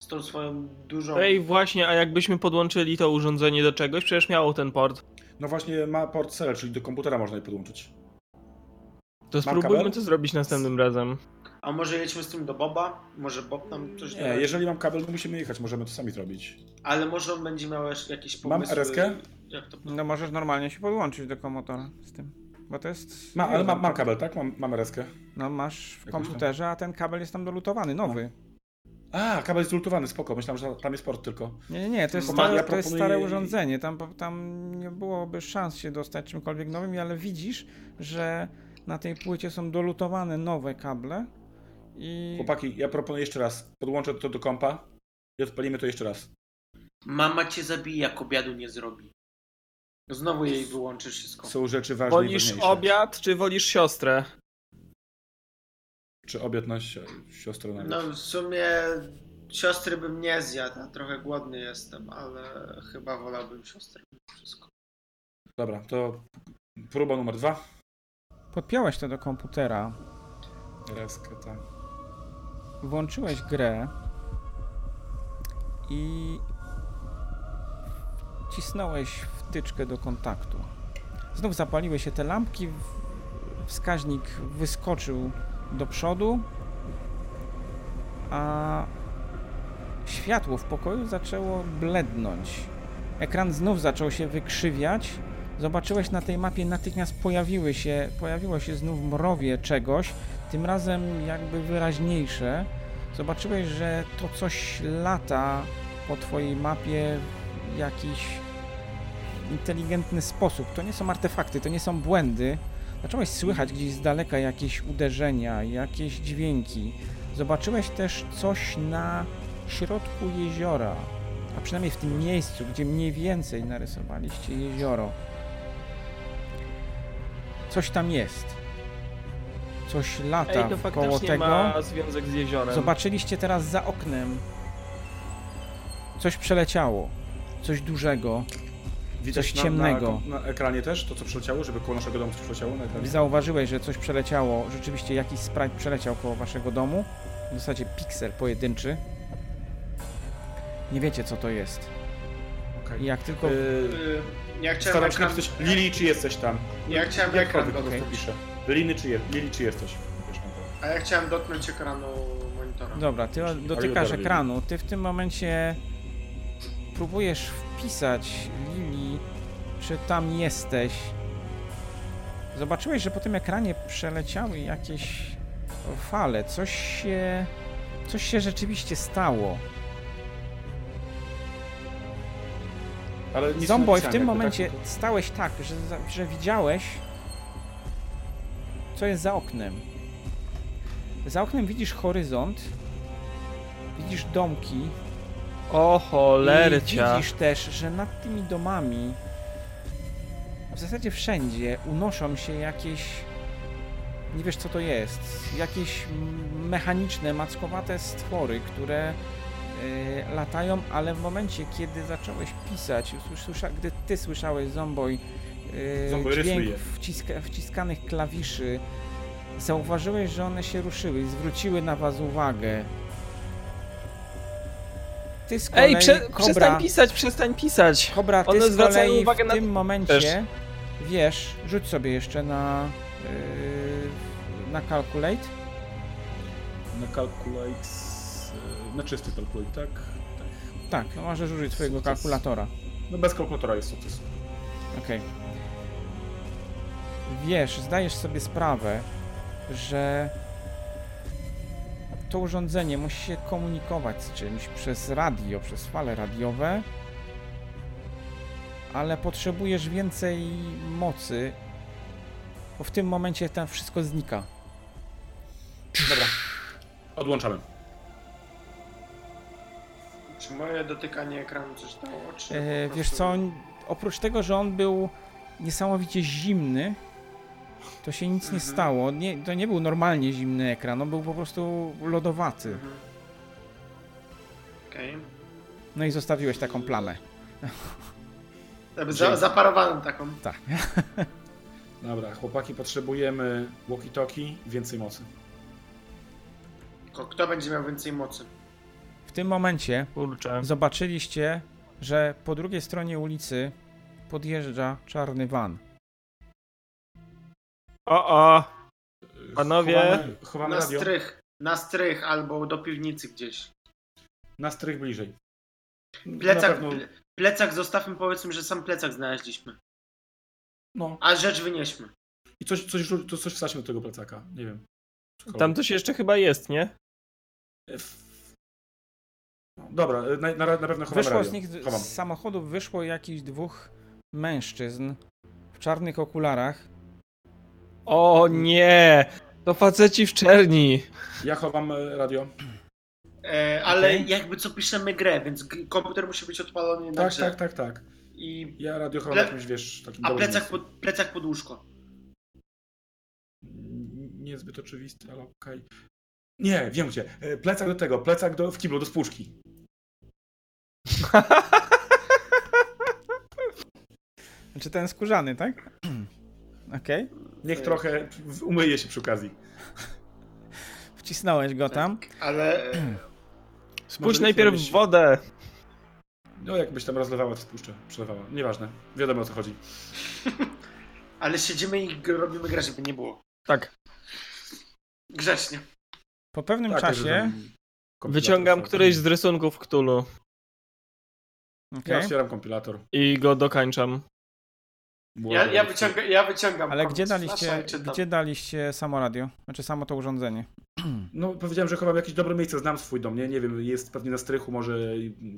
Speaker 3: Z tą swoją
Speaker 1: No.
Speaker 3: dużą...
Speaker 4: Ej, właśnie, a jakbyśmy podłączyli to urządzenie do czegoś, przecież miało ten port.
Speaker 2: No właśnie ma port cell, czyli do komputera można je podłączyć.
Speaker 4: To
Speaker 2: kabel?
Speaker 4: spróbujmy to zrobić następnym razem.
Speaker 3: A może jedźmy z tym do Boba? Może Bob nam coś
Speaker 2: Nie,
Speaker 3: da?
Speaker 2: jeżeli mam kabel, to musimy jechać, możemy to sami zrobić.
Speaker 3: Ale może on będzie miał jeszcze jakieś
Speaker 2: Mam
Speaker 3: pomysły.
Speaker 2: RSK?
Speaker 3: Jak to...
Speaker 1: No możesz normalnie się podłączyć do komotora z tym, bo to jest...
Speaker 2: Ma, ale mam, mam kabel, tak? Mam, mam reskę.
Speaker 1: No masz w
Speaker 2: tam.
Speaker 1: komputerze, a ten kabel jest tam dolutowany, nowy.
Speaker 2: A, kabel jest zultowany, spoko. Myślałem, że tam jest port tylko.
Speaker 1: Nie, nie, nie, to jest
Speaker 2: Bo ma-
Speaker 1: stare,
Speaker 2: ja
Speaker 1: to jest
Speaker 2: proponuję-
Speaker 1: stare urządzenie, tam, po- tam nie byłoby szans się dostać czymkolwiek nowym, ale widzisz, że na tej płycie są dolutowane nowe kable i
Speaker 2: Chłopaki, ja proponuję jeszcze raz. Podłączę to do kompa, i odpalimy to jeszcze raz.
Speaker 3: Mama cię zabije, jak obiadu nie zrobi. Znowu jej wyłączysz wszystko.
Speaker 2: Są rzeczy ważne i
Speaker 4: Wolisz
Speaker 2: ważniejsze.
Speaker 4: obiad, czy wolisz siostrę?
Speaker 2: Czy obiad na si- siostrę nawet.
Speaker 3: No w sumie siostry bym nie zjadł, a trochę głodny jestem, ale chyba wolałbym siostry. mimo Wszystko.
Speaker 2: Dobra, to próba numer dwa.
Speaker 1: Podpiąłeś to do komputera,
Speaker 2: Reskę, tak.
Speaker 1: włączyłeś grę i wcisnąłeś wtyczkę do kontaktu. Znów zapaliły się te lampki, w- wskaźnik wyskoczył do przodu, a światło w pokoju zaczęło blednąć. Ekran znów zaczął się wykrzywiać. Zobaczyłeś na tej mapie natychmiast pojawiły się, pojawiło się znów mrowie czegoś, tym razem jakby wyraźniejsze. Zobaczyłeś, że to coś lata po twojej mapie w jakiś inteligentny sposób. To nie są artefakty, to nie są błędy. Zacząłeś słychać gdzieś z daleka jakieś uderzenia, jakieś dźwięki. Zobaczyłeś też coś na środku jeziora, a przynajmniej w tym miejscu, gdzie mniej więcej narysowaliście jezioro. Coś tam jest. Coś
Speaker 4: Ej,
Speaker 1: lata
Speaker 4: to
Speaker 1: koło
Speaker 4: faktycznie
Speaker 1: tego.
Speaker 4: ma związek z jeziorem.
Speaker 1: Zobaczyliście teraz za oknem. Coś przeleciało. Coś dużego.
Speaker 2: Widać
Speaker 1: Coś
Speaker 2: na-
Speaker 1: ciemnego.
Speaker 2: Na, na ekranie też to, co przeleciało, żeby koło naszego domu coś przeleciało na ekranie.
Speaker 1: Zauważyłeś, że coś przeleciało. Rzeczywiście jakiś sprite przeleciał koło waszego domu. W zasadzie piksel pojedynczy. Nie wiecie, co to jest.
Speaker 2: Okej.
Speaker 1: I jak tylko...
Speaker 2: Yy,
Speaker 3: Yy, Ja chciałem
Speaker 2: Staram się
Speaker 3: ekran,
Speaker 2: napisać Lili, czy jesteś tam?
Speaker 3: ja chciałem ekran
Speaker 2: Jakkolwiek po prostu
Speaker 3: dotknąć,
Speaker 2: piszę. Lili, czy, je, Lili, czy jesteś? Wiesz, na
Speaker 3: a
Speaker 2: to.
Speaker 3: ja chciałem dotknąć ekranu monitora.
Speaker 2: No.
Speaker 1: Dobra, ty dotykasz
Speaker 2: udarli.
Speaker 1: ekranu. Ty w tym momencie próbujesz wpisać Lili, czy tam jesteś. Zobaczyłeś, że po tym ekranie przeleciały jakieś fale. Coś się. Coś się rzeczywiście stało.
Speaker 2: Ale nic nie
Speaker 1: Zomboy, w
Speaker 2: napisałem
Speaker 1: tym
Speaker 2: jakby,
Speaker 1: momencie
Speaker 2: Tak,
Speaker 1: stałeś tak, że, za- że widziałeś, co jest za oknem. Za oknem widzisz horyzont, widzisz domki,
Speaker 4: O cholery
Speaker 1: I
Speaker 4: cia.
Speaker 1: widzisz też, że nad tymi domami w zasadzie wszędzie unoszą się jakieś nie wiesz co to jest, jakieś m- mechaniczne, mackowate stwory, które e, latają, ale w momencie, kiedy zacząłeś pisać, usłys- słysza, gdy ty słyszałeś zomboj, e,
Speaker 2: Zomboj, rysuj
Speaker 1: dźwięk
Speaker 2: je.
Speaker 1: wciska, wciskanych klawiszy, zauważyłeś, że one się ruszyły i zwróciły na was uwagę. Ty z kolei,
Speaker 4: Ej, prze,
Speaker 1: Kobra,
Speaker 4: przestań pisać, przestań pisać.
Speaker 1: Kobra, ty
Speaker 4: One
Speaker 1: z
Speaker 4: zwracają
Speaker 1: kolei
Speaker 4: uwagę
Speaker 1: w
Speaker 4: na-
Speaker 1: tym momencie,
Speaker 4: Też.
Speaker 1: wiesz, rzuć sobie jeszcze na, yy, na calculate.
Speaker 2: Na calculate... z- Na czysty calculate, tak? tak.
Speaker 1: Tak, no możesz użyć twojego
Speaker 2: Sukces.
Speaker 1: kalkulatora.
Speaker 2: No bez kalkulatora jest sukces.
Speaker 1: Okej. Wiesz, zdajesz sobie sprawę, że to urządzenie musi się komunikować z czymś przez radio, przez fale radiowe, ale potrzebujesz więcej mocy, bo w tym momencie tam wszystko znika.
Speaker 2: Dobra. Odłączamy.
Speaker 3: Czy moje dotykanie ekranu coś dało? Czy
Speaker 1: E,
Speaker 2: Yy,
Speaker 3: po
Speaker 1: wiesz
Speaker 3: prostu-
Speaker 1: co, on- oprócz tego, że on był niesamowicie zimny, to się nic nie
Speaker 3: Mhm.
Speaker 1: stało. Nie, to nie był normalnie zimny ekran, on był po prostu lodowaty.
Speaker 3: Mhm. Okej.
Speaker 1: No i zostawiłeś taką plamę.
Speaker 3: Okay. Za, zaparowaną taką.
Speaker 1: Tak.
Speaker 2: Dobra, chłopaki, potrzebujemy walkie-talkie, więcej mocy.
Speaker 3: Ko- Kto będzie miał więcej mocy?
Speaker 1: W tym momencie
Speaker 4: Kurczę.
Speaker 1: zobaczyliście, że po drugiej stronie ulicy podjeżdża czarny van.
Speaker 4: O, o. Panowie.
Speaker 2: Chowamy, chowamy
Speaker 3: Na
Speaker 2: radio.
Speaker 3: strych. Na strych albo do piwnicy gdzieś.
Speaker 2: Na strych bliżej.
Speaker 3: Plecak,
Speaker 2: Na pewno-
Speaker 3: ple- plecak zostawmy, powiedzmy, że sam plecak znaleźliśmy.
Speaker 2: No.
Speaker 3: A rzecz wynieśmy.
Speaker 2: I coś, coś, rzu- to coś wsadźmy do tego plecaka. Nie wiem. Cokolwiek. E,
Speaker 4: Tam coś jeszcze chyba jest, nie?
Speaker 2: F- No, Dobra, na, na, na pewno chowam
Speaker 1: Wyszło
Speaker 2: radio.
Speaker 1: z nich,
Speaker 2: Chowam.
Speaker 1: z samochodu wyszło jakichś dwóch mężczyzn w czarnych okularach.
Speaker 4: O nie! To faceci w czerni.
Speaker 2: Ja chowam e, radio.
Speaker 3: E, ale
Speaker 1: Okej.
Speaker 3: jakby co piszemy grę, więc g- komputer musi być odpalony na
Speaker 2: Tak,
Speaker 3: grze.
Speaker 2: tak, tak, tak.
Speaker 3: I,
Speaker 2: Ja radio chyba
Speaker 3: Ple-
Speaker 2: na jakimś, wiesz, takim
Speaker 3: a
Speaker 2: dobrym
Speaker 3: plecak
Speaker 2: miejscu.
Speaker 3: pod, plecak pod łóżko.
Speaker 2: N- Niezbyt oczywisty, ale okej. Nie, wiem gdzie. E, Plecak do tego, plecak do, w kiblu, do spłuczki.
Speaker 1: Znaczy ten skórzany, tak? Okej.
Speaker 2: Niech
Speaker 3: E,
Speaker 2: trochę w- umyje się przy okazji.
Speaker 1: Wcisnąłeś go tam.
Speaker 3: Tak. Ale e,
Speaker 4: Spójrz
Speaker 2: Może
Speaker 4: najpierw
Speaker 2: myśli-
Speaker 4: w wodę.
Speaker 2: No jakbyś tam rozlewała, to spuszczę, przelewała. Nieważne, wiadomo o co chodzi.
Speaker 3: Ale siedzimy i g- robimy grę, żeby nie było.
Speaker 4: Tak.
Speaker 3: Grzecznie.
Speaker 1: Po pewnym
Speaker 2: Tak,
Speaker 1: czasie.
Speaker 2: że tam kompilator
Speaker 4: Wyciągam
Speaker 2: sobie.
Speaker 4: któryś z rysunków Cthulhu
Speaker 2: Ja
Speaker 1: Okej.
Speaker 2: otwieram kompilator.
Speaker 4: i go dokańczam.
Speaker 3: Ja, ja, wyciąga, ja wyciągam.
Speaker 1: Ale
Speaker 3: komiks
Speaker 1: gdzie
Speaker 3: z
Speaker 1: daliście,
Speaker 3: flasha i czytam.
Speaker 1: gdzie daliście samo radio? Znaczy samo to urządzenie.
Speaker 2: No powiedziałem, że chowam jakieś dobre miejsce, znam swój dom, nie? Nie wiem, jest pewnie na strychu może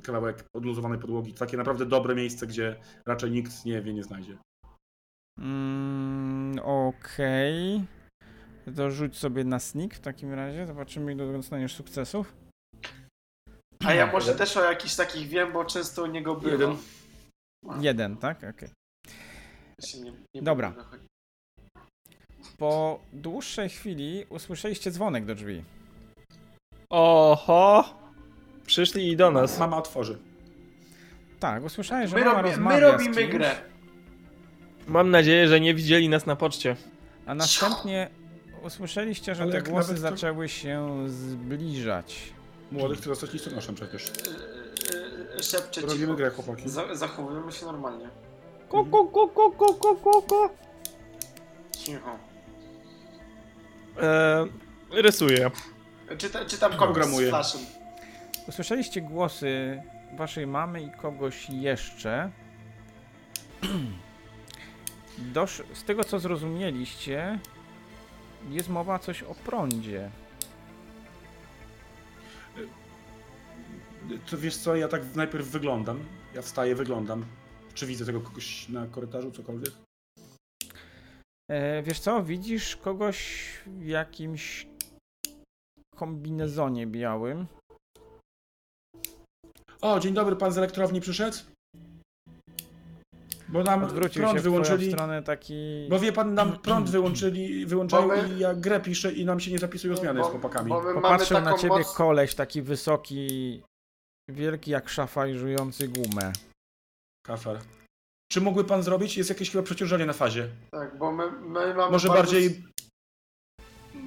Speaker 2: kawałek odluzowanej podłogi. Takie naprawdę dobre miejsce, gdzie raczej nikt nie wie, nie znajdzie.
Speaker 1: Mm, Okej. To rzuć sobie na sneak w takim razie. Zobaczymy, ile dostaniesz sukcesów.
Speaker 3: A ja może też o jakichś takich wiem, bo często u niego bywa.
Speaker 2: Jeden.
Speaker 1: Jeden, tak? Okej.
Speaker 3: Ja się nie- nie
Speaker 1: Dobra.
Speaker 3: będę wychodził.
Speaker 1: Po dłuższej chwili usłyszeliście dzwonek do drzwi.
Speaker 4: Oho! Przyszli i do nas.
Speaker 2: Mama otworzy.
Speaker 1: Tak, usłyszałeś, że
Speaker 3: My,
Speaker 1: mama
Speaker 3: robi,
Speaker 1: rozmawia
Speaker 3: my
Speaker 1: z
Speaker 3: robimy
Speaker 1: kimś,
Speaker 3: grę. E,
Speaker 4: Mam nadzieję, że nie widzieli nas na poczcie.
Speaker 1: A następnie usłyszeliście, że
Speaker 2: Ale
Speaker 1: te
Speaker 2: jak
Speaker 1: głosy
Speaker 2: nawet to-
Speaker 1: zaczęły się zbliżać.
Speaker 2: Młody chce zostać listonoszem przecież.
Speaker 3: E, e, Szepczę cicho.
Speaker 2: Robimy grę, chłopaki.
Speaker 3: Za, zachowujemy się normalnie.
Speaker 4: Ko, ko, ko, ko, ko, ko, ko, ko.
Speaker 3: Cicho.
Speaker 4: E, rysuję.
Speaker 3: Czyta, czytam komiks z
Speaker 2: Programuję.
Speaker 3: flashem.
Speaker 1: Usłyszeliście głosy waszej mamy i kogoś jeszcze. Dosz, z tego co zrozumieliście, jest mowa coś o prądzie.
Speaker 2: To wiesz co, ja tak najpierw wyglądam. Ja wstaję, wyglądam. Czy widzę tego kogoś na korytarzu, cokolwiek?
Speaker 1: E, wiesz co, widzisz kogoś w jakimś kombinezonie białym.
Speaker 2: O, dzień dobry, pan z elektrowni przyszedł? Bo nam
Speaker 1: Odwrócił
Speaker 2: prąd
Speaker 1: się w twoją
Speaker 2: wyłączyli.
Speaker 1: stronę taki...
Speaker 2: Bo wie pan, nam prąd wyłączyli, wyłączają
Speaker 3: Bo my-
Speaker 2: i ja grę piszę i nam się nie zapisują zmiany z
Speaker 3: Bo-
Speaker 2: chłopakami.
Speaker 3: bo my mamy
Speaker 1: Popatrzył
Speaker 3: taką
Speaker 1: na ciebie
Speaker 3: moc-
Speaker 1: koleś, taki wysoki, wielki jak szafa i żujący gumę.
Speaker 2: Kafar. Czy mógłby pan zrobić? Jest jakieś chyba przeciążenie na fazie.
Speaker 3: Tak, bo my, my mamy
Speaker 2: Może
Speaker 3: bardzo-
Speaker 2: bardziej...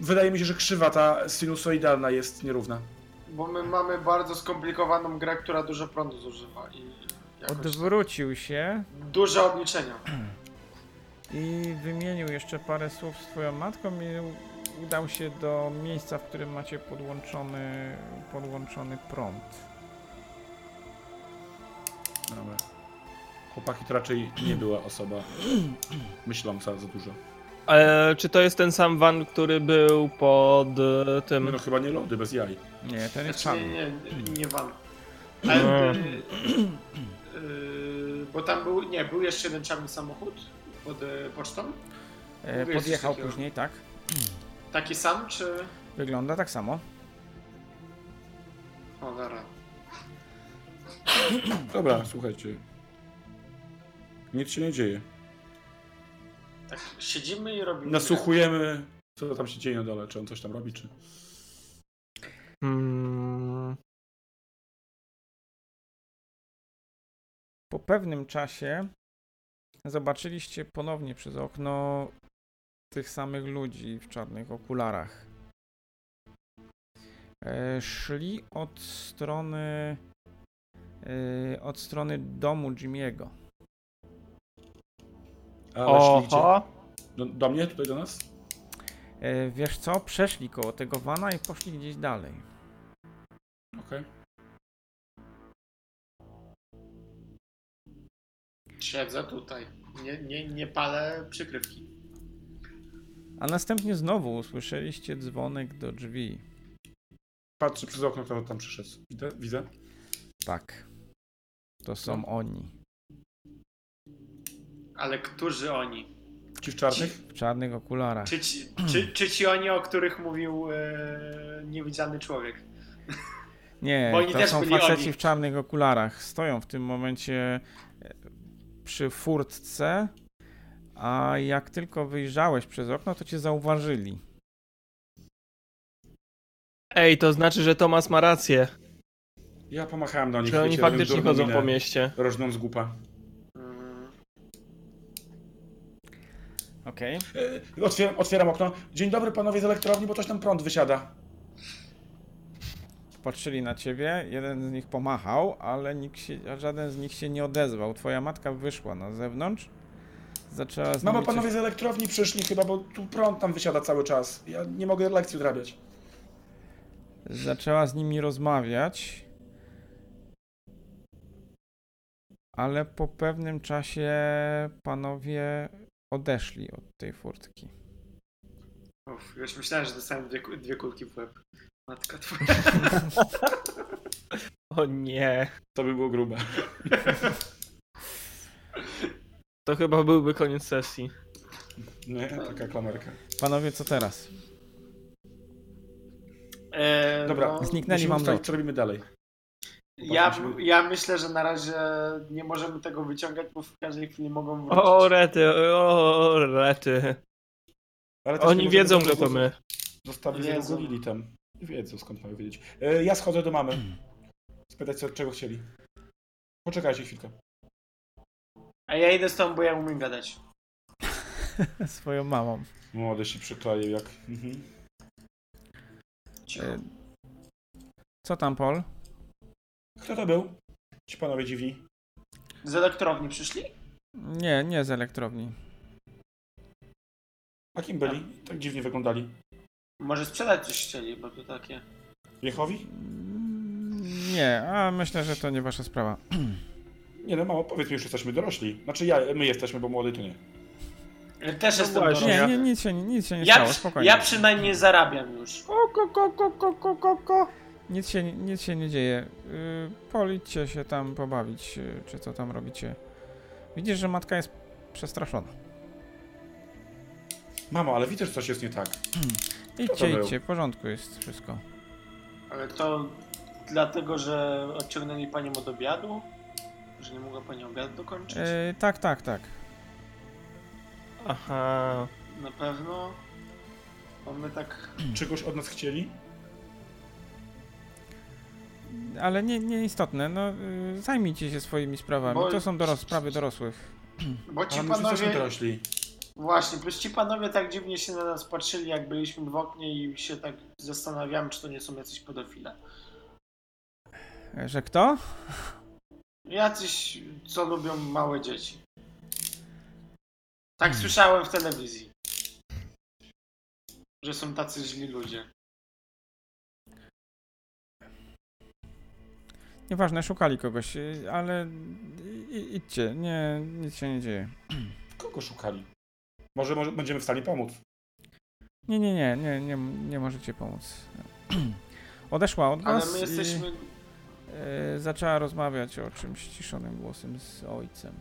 Speaker 2: Wydaje mi się, że krzywa ta sinusoidalna jest nierówna.
Speaker 3: Bo my mamy bardzo skomplikowaną grę, która dużo prądu zużywa i jakoś
Speaker 1: Odwrócił się
Speaker 3: duże obliczenia.
Speaker 1: i wymienił jeszcze parę słów z twoją matką i u- udał się do miejsca, w którym macie podłączony, podłączony prąd.
Speaker 2: Dobra. Chłopaki to raczej nie była osoba myśląca za dużo.
Speaker 4: E, czy to jest ten sam van, który był pod e,
Speaker 2: No
Speaker 4: tym...
Speaker 2: chyba nie lody, bez jaj.
Speaker 1: Nie, ten jest sam.
Speaker 3: Znaczy, nie, nie, nie, nie wam.
Speaker 2: No.
Speaker 3: Ale, y, y, bo tam był, nie, był jeszcze jeden czarny samochód pod y, pocztą.
Speaker 1: E,
Speaker 3: Mówię,
Speaker 1: Podjechał
Speaker 3: coś takiego.
Speaker 1: później, tak?
Speaker 3: Taki sam, czy...
Speaker 1: Wygląda tak samo.
Speaker 3: O, dobra.
Speaker 2: Dobra, słuchajcie. Nic się nie dzieje.
Speaker 3: Tak, siedzimy i robimy...
Speaker 2: Nasłuchujemy, co tam się dzieje na dole. Czy on coś tam robi, czy...
Speaker 4: Mm,
Speaker 1: Po pewnym czasie zobaczyliście ponownie przez okno tych samych ludzi w czarnych okularach. E, szli od strony e, od strony domu Jimiego.
Speaker 2: Ale ślicie.
Speaker 4: Oho!
Speaker 2: Do, No, do mnie? Tutaj do nas?
Speaker 1: E, wiesz co? Przeszli koło tego wana i poszli gdzieś dalej.
Speaker 2: Okej.
Speaker 3: grę. Siedzę tutaj. Nie, nie, nie palę przykrywki.
Speaker 1: A następnie znowu usłyszeliście dzwonek do drzwi.
Speaker 2: Patrzę przez okno, kto tam przyszedł. Widzę? Widzę?
Speaker 1: Tak. To
Speaker 3: No.
Speaker 1: są oni.
Speaker 3: Ale którzy oni?
Speaker 2: Ci w czarnych?
Speaker 1: W czarnych okularach.
Speaker 3: Czy ci, czy, czy ci oni, o których mówił e, niewidzialny człowiek?
Speaker 1: Nie,
Speaker 3: Bo oni
Speaker 1: to
Speaker 3: też
Speaker 1: są
Speaker 3: byli
Speaker 1: faceci
Speaker 3: oni.
Speaker 1: w czarnych okularach. Stoją w tym momencie e, przy furtce, a jak tylko wyjrzałeś przez okno, to cię zauważyli.
Speaker 4: Ej, to znaczy, że Tomas ma rację.
Speaker 2: Ja pomachałem do nich.
Speaker 4: Że oni
Speaker 2: wiecie, robią
Speaker 4: faktycznie
Speaker 2: durną
Speaker 4: chodzą
Speaker 2: minę,
Speaker 4: po mieście.
Speaker 2: Rożną z głupa.
Speaker 3: Mm,
Speaker 1: Okej.
Speaker 2: E, Otwieram, otwieram okno. Dzień dobry panowie z elektrowni, bo coś tam prąd wysiada.
Speaker 1: Patrzyli na ciebie, jeden z nich pomachał, ale nikt się, a żaden z nich się nie odezwał. Twoja matka wyszła na zewnątrz, zaczęła z
Speaker 2: Mamo,
Speaker 1: nimi coś-
Speaker 2: panowie z elektrowni przyszli chyba, bo tu prąd tam wysiada cały czas. Ja nie mogę lekcji odrabiać.
Speaker 1: zaczęła z nimi rozmawiać, ale po pewnym czasie panowie odeszli od tej furtki.
Speaker 3: Uff, już myślałem, że dostałem dwie, ku- dwie kulki w łeb. Matka twoja.
Speaker 4: O nie.
Speaker 2: To by było grube.
Speaker 4: To chyba byłby koniec sesji.
Speaker 2: Nie, taka klamerka.
Speaker 1: Panowie, co teraz?
Speaker 3: E,
Speaker 2: Dobra,
Speaker 3: no,
Speaker 1: Zniknęli
Speaker 2: Musimy
Speaker 1: wam do
Speaker 2: ustalić, co robimy dalej.
Speaker 3: ja,
Speaker 2: Popatrzmy.
Speaker 3: ja myślę, że na razie nie możemy tego wyciągać, bo w każdej chwili mogą wrócić.
Speaker 4: O rety, o rety.
Speaker 2: Ale też nie
Speaker 4: Oni
Speaker 2: możemy
Speaker 4: wiedzą,
Speaker 2: tego
Speaker 4: że to my.
Speaker 2: Zostawić
Speaker 3: Wiedzą.
Speaker 2: zagulili tam. Nie wiedzą, skąd mają wiedzieć. E, ja schodzę do mamy. Spytać się, od czego chcieli. Poczekajcie chwilkę.
Speaker 3: A ja idę z tą, bo ja umiem gadać.
Speaker 1: swoją mamą.
Speaker 2: Młody się przykleił jak... Mhm.
Speaker 1: E, Co tam, Paul?
Speaker 2: Kto to był? Ci panowie dziwni.
Speaker 3: Z elektrowni przyszli?
Speaker 1: Nie, nie z elektrowni.
Speaker 2: A kim byli? Tak dziwnie wyglądali.
Speaker 3: Może sprzedać coś chcieli, bo to takie.
Speaker 2: Jehowi?
Speaker 1: Mm, Nie, a myślę, że to nie wasza sprawa.
Speaker 2: Nie no, mamo, powiedz mi, już jesteśmy dorośli. Znaczy ja, my jesteśmy, bo młody to nie.
Speaker 3: Ja Też jestem
Speaker 4: właśnie.
Speaker 3: dorosły.
Speaker 1: Nie, nie, nic się, nic się nie
Speaker 3: Ja,
Speaker 1: stało,
Speaker 3: przy,
Speaker 1: spokojnie.
Speaker 3: ja przynajmniej zarabiam już.
Speaker 1: Ko, ko, ko, ko, ko, ko, ko, ko. Nic się, nic się nie dzieje. Yy, polidźcie się tam pobawić, yy, czy co tam robicie. Widzisz, że matka jest przestraszona.
Speaker 2: Mamo, ale widzę, że coś jest nie tak.
Speaker 1: Idźcie,
Speaker 2: był?
Speaker 1: idźcie, w porządku jest wszystko.
Speaker 3: Ale to dlatego, że odciągnęli panią od obiadu? Że nie mogła pani obiad dokończyć?
Speaker 1: Yy, tak, tak, tak.
Speaker 4: Aha.
Speaker 3: Na pewno. Bo my tak.
Speaker 2: Czegoś od nas chcieli?
Speaker 1: Ale nie, nieistotne, no yy, zajmijcie się swoimi sprawami.
Speaker 3: Bo-
Speaker 1: To są doros sprawy dorosłych.
Speaker 3: Bo ci
Speaker 2: Ale my już jesteśmy
Speaker 3: panowie.
Speaker 2: dorośli.
Speaker 3: Właśnie, plus ci panowie tak dziwnie się na nas patrzyli, jak byliśmy w oknie i się tak zastanawiamy, czy to nie są jacyś pedofile.
Speaker 1: E, Że kto?
Speaker 3: Jacyś, co lubią małe dzieci. Tak
Speaker 1: Hmm.
Speaker 3: słyszałem w telewizji. Że są tacy źli ludzie.
Speaker 1: Nieważne, szukali kogoś, yy, ale i- i- idźcie, nie, nic się nie dzieje.
Speaker 2: Kogo szukali? Może, może będziemy w stanie pomóc.
Speaker 1: Nie, nie, nie, nie, nie, nie możecie pomóc. Odeszła od
Speaker 3: Ale
Speaker 1: was y,
Speaker 3: my
Speaker 1: i
Speaker 3: jesteśmy.
Speaker 1: e, zaczęła rozmawiać o czymś ściszonym głosem z ojcem.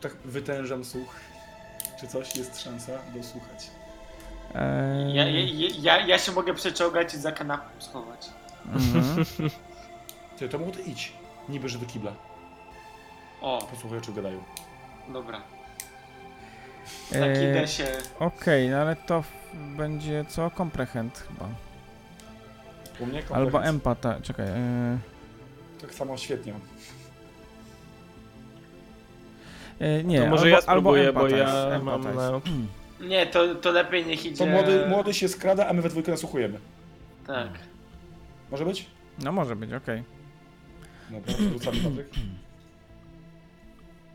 Speaker 2: Tak wytężam słuch. Czy coś jest szansa dosłuchać?
Speaker 1: E,
Speaker 3: Ja, ja, ja, ja się mogę przeciągać i za kanapą schować.
Speaker 1: mhm.
Speaker 2: Ty, to młody idź. Niby, że do kibla.
Speaker 3: O,
Speaker 2: Posłuchaj, o czym gadają.
Speaker 3: dobra. Tak
Speaker 1: E,
Speaker 3: idę się.
Speaker 1: Okej, no ale to f- będzie co? Komprehend chyba.
Speaker 2: U mnie kompleks,
Speaker 1: Albo empata, czekaj. E,
Speaker 2: Tak samo świetnie.
Speaker 1: e, nie,
Speaker 4: No To może
Speaker 1: albo,
Speaker 4: ja spróbuję,
Speaker 1: albo
Speaker 4: bo
Speaker 1: empata
Speaker 4: ja
Speaker 1: jest, empata
Speaker 4: mam
Speaker 1: jest.
Speaker 4: na...
Speaker 3: Nie, to, to lepiej niech idzie.
Speaker 2: To młody, młody się skrada, a my we dwójkę nasłuchujemy.
Speaker 3: Tak.
Speaker 2: Może być?
Speaker 1: No może być, okej.
Speaker 2: Dobra, wrzucamy Patryk.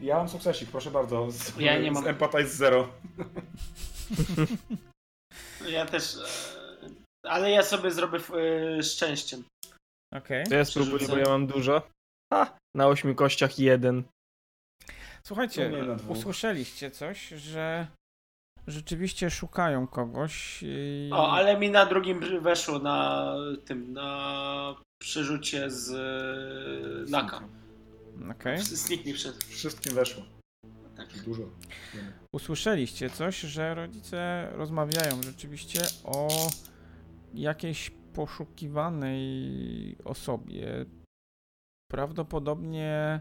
Speaker 2: Ja mam sukcesik, proszę bardzo. Z,
Speaker 3: Ja nie mam.
Speaker 2: Z empata jest zero.
Speaker 3: Ja też. e, Ale ja sobie zrobię e, szczęściem.
Speaker 1: Okej.
Speaker 4: To ja spróbuję, bo
Speaker 3: Przerzucę.
Speaker 4: ja mam dużo. Ha! Na ośmiu kościach jeden.
Speaker 1: Słuchajcie,
Speaker 2: To nie na dwóch.
Speaker 1: usłyszeliście coś, że rzeczywiście szukają kogoś. i-
Speaker 2: Mm.
Speaker 3: O, ale mi na drugim weszło na tym, na przerzucie z e, laka.
Speaker 1: Okej.
Speaker 3: Snik mi wszedł.
Speaker 2: Wszystkim weszło.
Speaker 3: Tak.
Speaker 2: Dużo.
Speaker 1: usłyszeliście coś, że rodzice rozmawiają rzeczywiście o jakiejś poszukiwanej osobie. Prawdopodobnie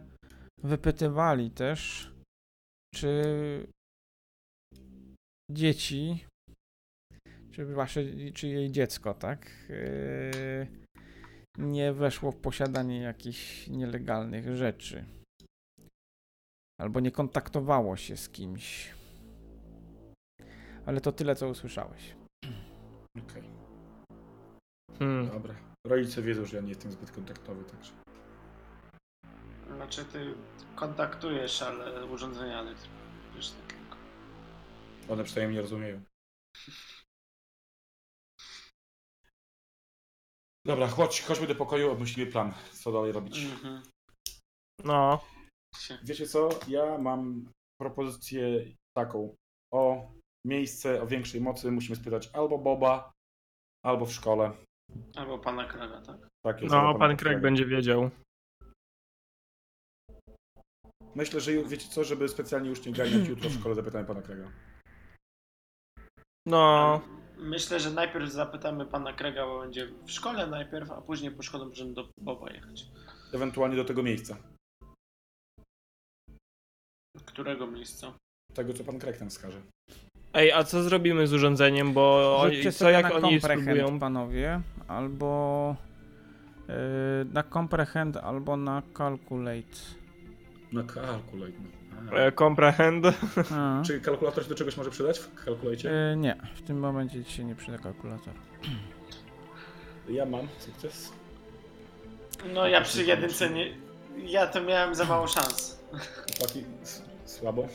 Speaker 1: wypytywali też, czy dzieci, czy wasze, czy jej dziecko, tak, yy, nie weszło w posiadanie jakichś nielegalnych rzeczy. Albo nie kontaktowało się z kimś. Ale to tyle, co usłyszałeś.
Speaker 2: Okej,
Speaker 4: Hmm.
Speaker 2: dobra. Rodzice wiedzą, że ja nie jestem zbyt kontaktowy, także.
Speaker 3: Znaczy ty kontaktujesz, ale urządzenia elektryczne tylko.
Speaker 2: One przynajmniej mnie rozumieją. Dobra, chodź, chodźmy do pokoju, obmyślimy plan, co dalej robić.
Speaker 4: Mm.
Speaker 3: Mhm.
Speaker 4: No.
Speaker 3: Się-
Speaker 2: Wiecie co, ja mam propozycję taką. O miejsce o większej mocy musimy spytać albo Boba, albo w szkole.
Speaker 3: Albo pana Kraga, tak?
Speaker 2: Tak jest, albo
Speaker 4: No,
Speaker 2: pana
Speaker 4: pan
Speaker 2: Craig.
Speaker 4: Craig będzie wiedział.
Speaker 2: Myślę, że ju- wiecie co, żeby specjalnie już nie ganiać jutro w szkole, zapytamy pana Krega.
Speaker 4: No.
Speaker 3: Myślę, że najpierw zapytamy pana Kraga, bo będzie w szkole najpierw, a później po szkole możemy do Boba jechać.
Speaker 2: Ewentualnie do tego miejsca.
Speaker 3: Którego miejsca?
Speaker 2: Tego, co pan Kreg nam wskaże.
Speaker 4: Ej, a co zrobimy z urządzeniem, bo oni,
Speaker 1: Rzućcie
Speaker 4: No co
Speaker 1: sobie
Speaker 4: jak
Speaker 1: na
Speaker 4: oni
Speaker 1: comprehend,
Speaker 4: spróbują?
Speaker 1: panowie, albo yy, na comprehend, albo na calculate.
Speaker 2: Na kalkulajt.
Speaker 4: E, Comprehend?
Speaker 1: A,
Speaker 2: Czy kalkulator się do czegoś może przydać w kalkulajcie?
Speaker 1: yy, nie, w tym momencie ci się nie przyda kalkulator.
Speaker 2: Ja mam sukces.
Speaker 3: No ja przy jedynce nie... Ja to miałem za mało szans.
Speaker 2: Chłopaki, s- słabo.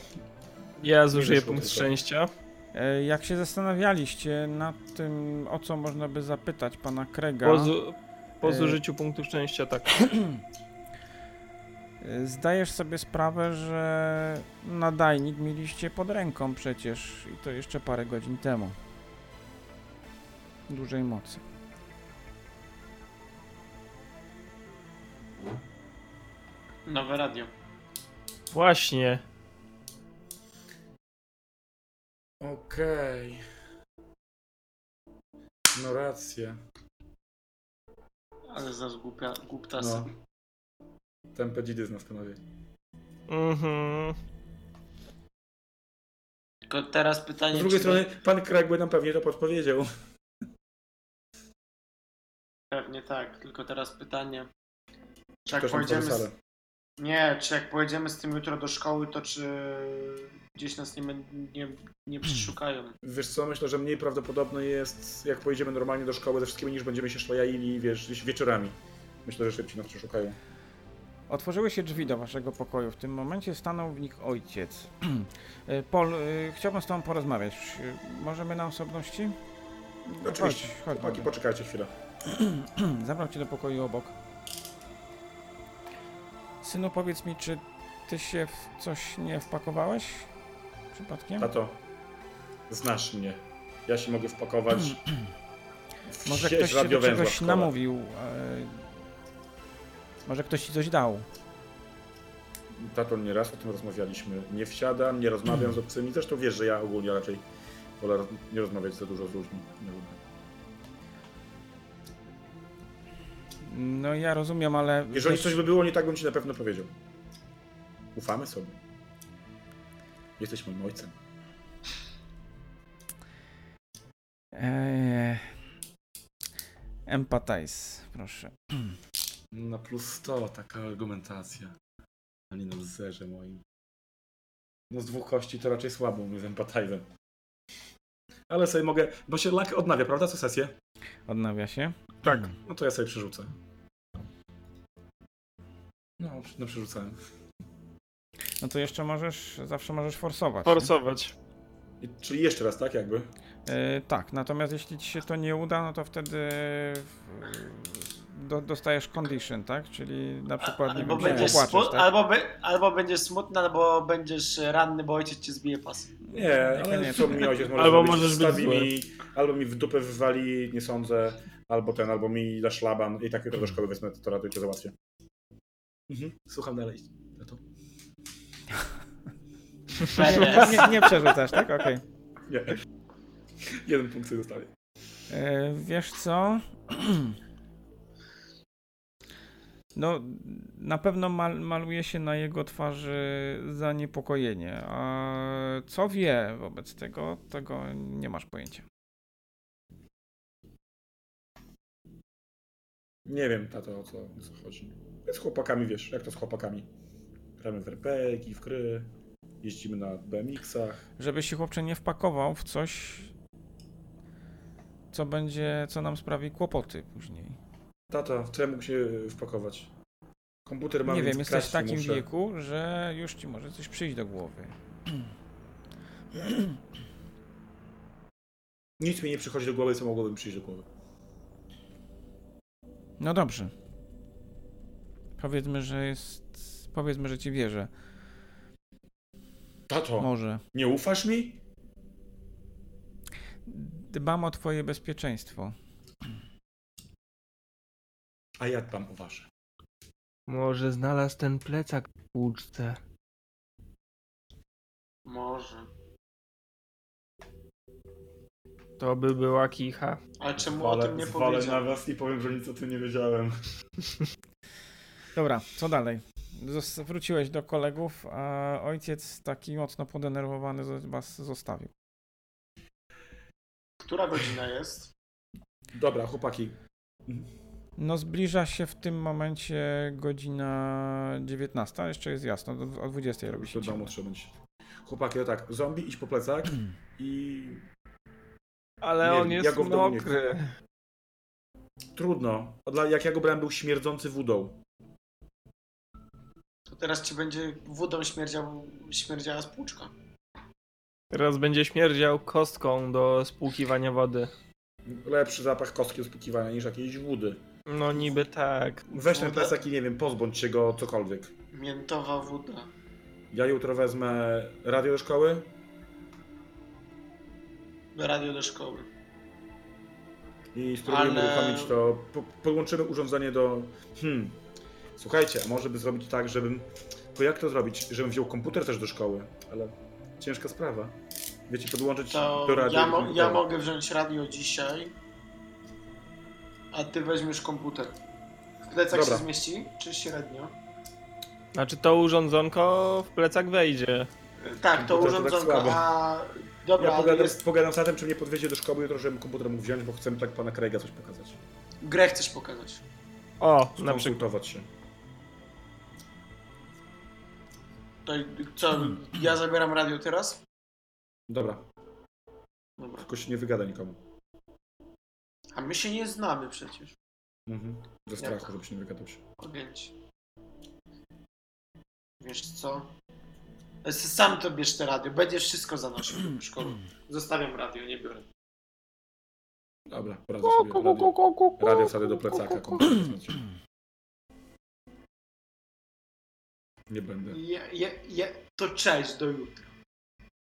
Speaker 4: Ja zużyję
Speaker 2: wyszło
Speaker 4: punkt
Speaker 2: tylko.
Speaker 4: szczęścia.
Speaker 1: E, Jak się zastanawialiście nad tym, o co można by zapytać pana Krega,
Speaker 4: Po, zu, po
Speaker 2: Y-
Speaker 1: E.
Speaker 4: zużyciu punktu szczęścia, tak.
Speaker 1: e, zdajesz sobie sprawę, że nadajnik mieliście pod ręką przecież i to jeszcze parę godzin temu. Dużej mocy.
Speaker 3: Nowe radio.
Speaker 4: Właśnie.
Speaker 2: Okej. No rację.
Speaker 3: Ale zaraz głupia, głuptasy.
Speaker 2: No. Ten pedzidy z nas panowie.
Speaker 4: Mhm.
Speaker 3: Tylko teraz pytanie,
Speaker 2: Z drugiej
Speaker 3: czy
Speaker 2: strony, pan Kreg by nam pewnie to podpowiedział.
Speaker 3: Pewnie tak, tylko teraz pytanie. Czy jak,
Speaker 2: Przepraszam,
Speaker 3: pojedziemy
Speaker 2: sorry,
Speaker 3: z...
Speaker 2: sorry.
Speaker 3: Nie, czy jak pojedziemy z tym jutro do szkoły, to czy gdzieś nas nie, będ- nie, nie przeszukają?
Speaker 2: Wiesz co, myślę, że mniej prawdopodobne jest, jak pojedziemy normalnie do szkoły ze wszystkimi, niż będziemy się szlajaili, wiesz, gdzieś wieczorami. Myślę, że szybciej nas przeszukają.
Speaker 1: Otworzyły się drzwi do waszego pokoju. W tym momencie stanął w nich ojciec. E, Paul, e, chciałbym z tobą porozmawiać. E, Możemy na osobności?
Speaker 2: Oczywiście.
Speaker 1: Chodź, chodź,
Speaker 2: Chłopaki,
Speaker 1: chodź.
Speaker 2: poczekajcie chwilę.
Speaker 1: Zabrał cię do pokoju obok. Synu, powiedz mi, czy ty się w coś nie wpakowałeś? Przypadkiem?
Speaker 2: Tato, znasz mnie. Ja się mogę wpakować w
Speaker 1: Może
Speaker 2: sieć
Speaker 1: ktoś się do
Speaker 2: radiowęzła w
Speaker 1: czegoś
Speaker 2: szkole.
Speaker 1: namówił. e, Może ktoś ci coś dał.
Speaker 2: Tato, nieraz o tym rozmawialiśmy. Nie wsiadam, nie rozmawiam z obcymi. Zresztą wiesz, że ja ogólnie raczej wolę roz- nie rozmawiać za dużo z ludźmi. Nie lubię.
Speaker 1: No ja rozumiem, ale...
Speaker 2: Jeżeli
Speaker 1: wiesz-
Speaker 2: coś by było nie tak, bym ci na pewno powiedział. Ufamy sobie. Jesteś moim ojcem.
Speaker 1: Eee, empathize, proszę.
Speaker 2: Na No plus 100 taka argumentacja. Ani nam zerze moim. No z dwóch kości to raczej słabo mówię z empatizem. Ale sobie mogę, bo się lak odnawia, prawda, co sesję?
Speaker 1: Odnawia się.
Speaker 4: Tak.
Speaker 2: No to ja sobie przerzucę. No, przy- no przerzucałem.
Speaker 1: No to jeszcze możesz, zawsze możesz forsować.
Speaker 4: Forsować.
Speaker 2: I, czyli jeszcze raz, tak jakby?
Speaker 1: E, tak, natomiast jeśli ci się to nie uda, no to wtedy w, do, dostajesz condition, tak? Czyli na przykład nie
Speaker 3: Albo
Speaker 1: wiem, się
Speaker 3: będziesz,
Speaker 1: popłaczesz,
Speaker 3: smu-
Speaker 1: tak?
Speaker 3: albo, be- albo będziesz smutny, albo będziesz ranny, bo ojciec cię zbije pas.
Speaker 2: Nie,
Speaker 1: Tak,
Speaker 2: ale
Speaker 1: nie.
Speaker 2: co mi ojciec może
Speaker 4: Albo
Speaker 2: zrobić?
Speaker 4: możesz być
Speaker 2: Wstawi
Speaker 4: zły.
Speaker 2: mi, albo mi w dupę wywali, nie sądzę, albo ten, albo mi da szlaban i tak jutro do szkoły wezmę, to radę cię załatwię. Mhm. Słucham dalej. No to?
Speaker 1: Nie, nie, nie przerzucasz, tak? Okej.
Speaker 2: Nie. Jeden punkt sobie zostawię.
Speaker 1: E, Wiesz co? No, na pewno mal, maluje się na jego twarzy zaniepokojenie. A co wie wobec tego, tego nie masz pojęcia.
Speaker 2: Nie wiem, tato, o co, o co chodzi. Z chłopakami, wiesz, jak to z chłopakami. Gramy w RPG, w gry, jeździmy na BMX-ach.
Speaker 1: Żeby się chłopcze nie wpakował w coś, co będzie, co nam sprawi kłopoty później.
Speaker 2: Tato, w co ja mógł się wpakować? Komputer mam,
Speaker 1: nie
Speaker 2: więc
Speaker 1: wiem, jesteś w
Speaker 2: kraść
Speaker 1: takim
Speaker 2: muszę.
Speaker 1: wieku, że już ci może coś przyjść do głowy.
Speaker 2: Nic mi nie przychodzi do głowy, co mogłoby mi przyjść do głowy.
Speaker 1: No dobrze. Powiedzmy, że jest. Powiedzmy, że ci wierzę.
Speaker 2: Tato,
Speaker 1: Może.
Speaker 2: nie ufasz mi?
Speaker 1: Dbam o twoje bezpieczeństwo.
Speaker 2: A ja tam o wasze.
Speaker 4: Może znalazł ten plecak w kłódce.
Speaker 3: Może.
Speaker 4: To by była kicha.
Speaker 3: Ale czemu o tym nie
Speaker 2: zwalę na
Speaker 3: powiedział?
Speaker 2: was i powiem, że nic o tym nie wiedziałem.
Speaker 1: Dobra, co dalej? Zos- wróciłeś do kolegów, a ojciec taki mocno podenerwowany zo- was zostawił.
Speaker 3: Która godzina jest?
Speaker 2: Dobra, chłopaki,
Speaker 1: No zbliża się w tym momencie godzina 19, jeszcze jest jasno, do- o 20 robi się
Speaker 2: do domu
Speaker 1: ciemno.
Speaker 2: trzeba będzie. Chłopaki, to tak, zombie, idź po plecak i
Speaker 4: Ale
Speaker 2: Nie
Speaker 4: on
Speaker 2: wiem,
Speaker 4: jest
Speaker 2: ja go w domu nie
Speaker 4: mokry.
Speaker 2: trudno. A Dla, jak ja go brałem, był śmierdzący wodą.
Speaker 3: To teraz ci będzie wodą śmierdział, śmierdziała spłuczka.
Speaker 4: Teraz będzie śmierdział kostką do spłukiwania wody.
Speaker 2: Lepszy zapach kostki do spukiwania niż jakiejś wody.
Speaker 4: No niby tak.
Speaker 2: Weź ten
Speaker 3: Woda-
Speaker 2: plecak i nie wiem, pozbądź się go cokolwiek.
Speaker 3: Miętowa woda.
Speaker 2: Ja jutro wezmę radio do szkoły,
Speaker 3: Radio do szkoły.
Speaker 2: I spróbujemy
Speaker 3: Ale-
Speaker 2: uruchomić to. Po, podłączymy urządzenie do. Hmm. Słuchajcie, a może by zrobić tak, żebym. Bo jak to zrobić? Żebym wziął komputer też do szkoły, ale ciężka sprawa. Wiecie, podłączyć
Speaker 3: To
Speaker 2: do radia.
Speaker 3: ja,
Speaker 2: i
Speaker 3: mo-
Speaker 2: komputera.
Speaker 3: ja mogę wziąć radio dzisiaj, a ty weźmiesz komputer. W plecach
Speaker 2: Dobra.
Speaker 3: się zmieści, czy średnio?
Speaker 4: Znaczy to urządzonko w plecak wejdzie.
Speaker 3: E, Tak, to
Speaker 2: Komputer to tak
Speaker 3: urządzonko,
Speaker 2: słabo.
Speaker 3: a...
Speaker 2: Ja
Speaker 3: Dobra, ale
Speaker 2: pogadam,
Speaker 3: jest...
Speaker 2: pogadam z tatem, czy mnie podwiezie do szkoły jutro, żebym komputer mógł wziąć, bo chcemy tak pana Krejga coś pokazać.
Speaker 3: grę chcesz pokazać.
Speaker 4: O, na przykład.
Speaker 2: Skonsultować się.
Speaker 3: To i- co, ja zabieram radio teraz?
Speaker 2: Dobra,
Speaker 3: Dobra.
Speaker 2: tylko się nie wygada nikomu.
Speaker 3: A my się nie znamy przecież.
Speaker 2: Mhm. Ze strachu,
Speaker 3: Jak?
Speaker 2: żeby się nie wygadał się.
Speaker 3: Ogięć. Wiesz co? Sam to bierz te radio, będziesz wszystko zanosił do szkoły. Zostawiam radio, nie biorę.
Speaker 2: Dobra, poradzę sobie. Radio, radio wsadzę do plecaka, komputer wezmę. Nie będę.
Speaker 3: Ja, ja, ja, to cześć do jutra.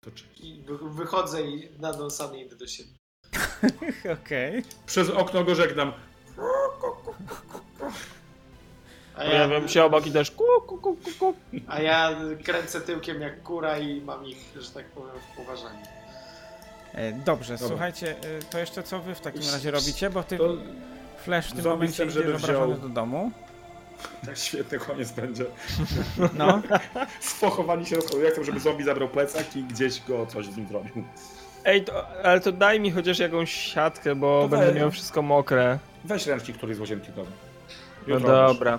Speaker 2: To cześć.
Speaker 3: I wy, wychodzę i nadąsany idę do siebie.
Speaker 1: Okej.
Speaker 2: Przez okno go żegnam.
Speaker 3: A
Speaker 4: Pojawiam się obok i też ku, ku, ku, ku, ku.
Speaker 3: a ja kręcę tyłkiem jak kura i mam ich, że tak powiem, w poważaniu.
Speaker 1: E, Dobrze,
Speaker 2: Dobra.
Speaker 1: słuchajcie, e, to jeszcze co wy w takim razie robicie, bo ty
Speaker 2: To
Speaker 1: Flash w tym
Speaker 2: Zombie
Speaker 1: momencie
Speaker 2: chcę,
Speaker 1: idzie
Speaker 2: żeby
Speaker 1: obrażony
Speaker 2: wziął.
Speaker 1: do domu.
Speaker 2: tak świetny koniec będzie.
Speaker 1: No.
Speaker 2: Spochowani się rozchodzą. Ja chcę, żeby zombie zabrał plecak i gdzieś go coś z nim zrobił.
Speaker 4: Ej, to, ale to daj mi chociaż jakąś siatkę, bo
Speaker 2: To
Speaker 4: będę
Speaker 2: weź.
Speaker 4: miał wszystko mokre.
Speaker 2: Weź ręczki, który z łazienki domu. Jutro
Speaker 4: No
Speaker 2: już.
Speaker 4: dobra.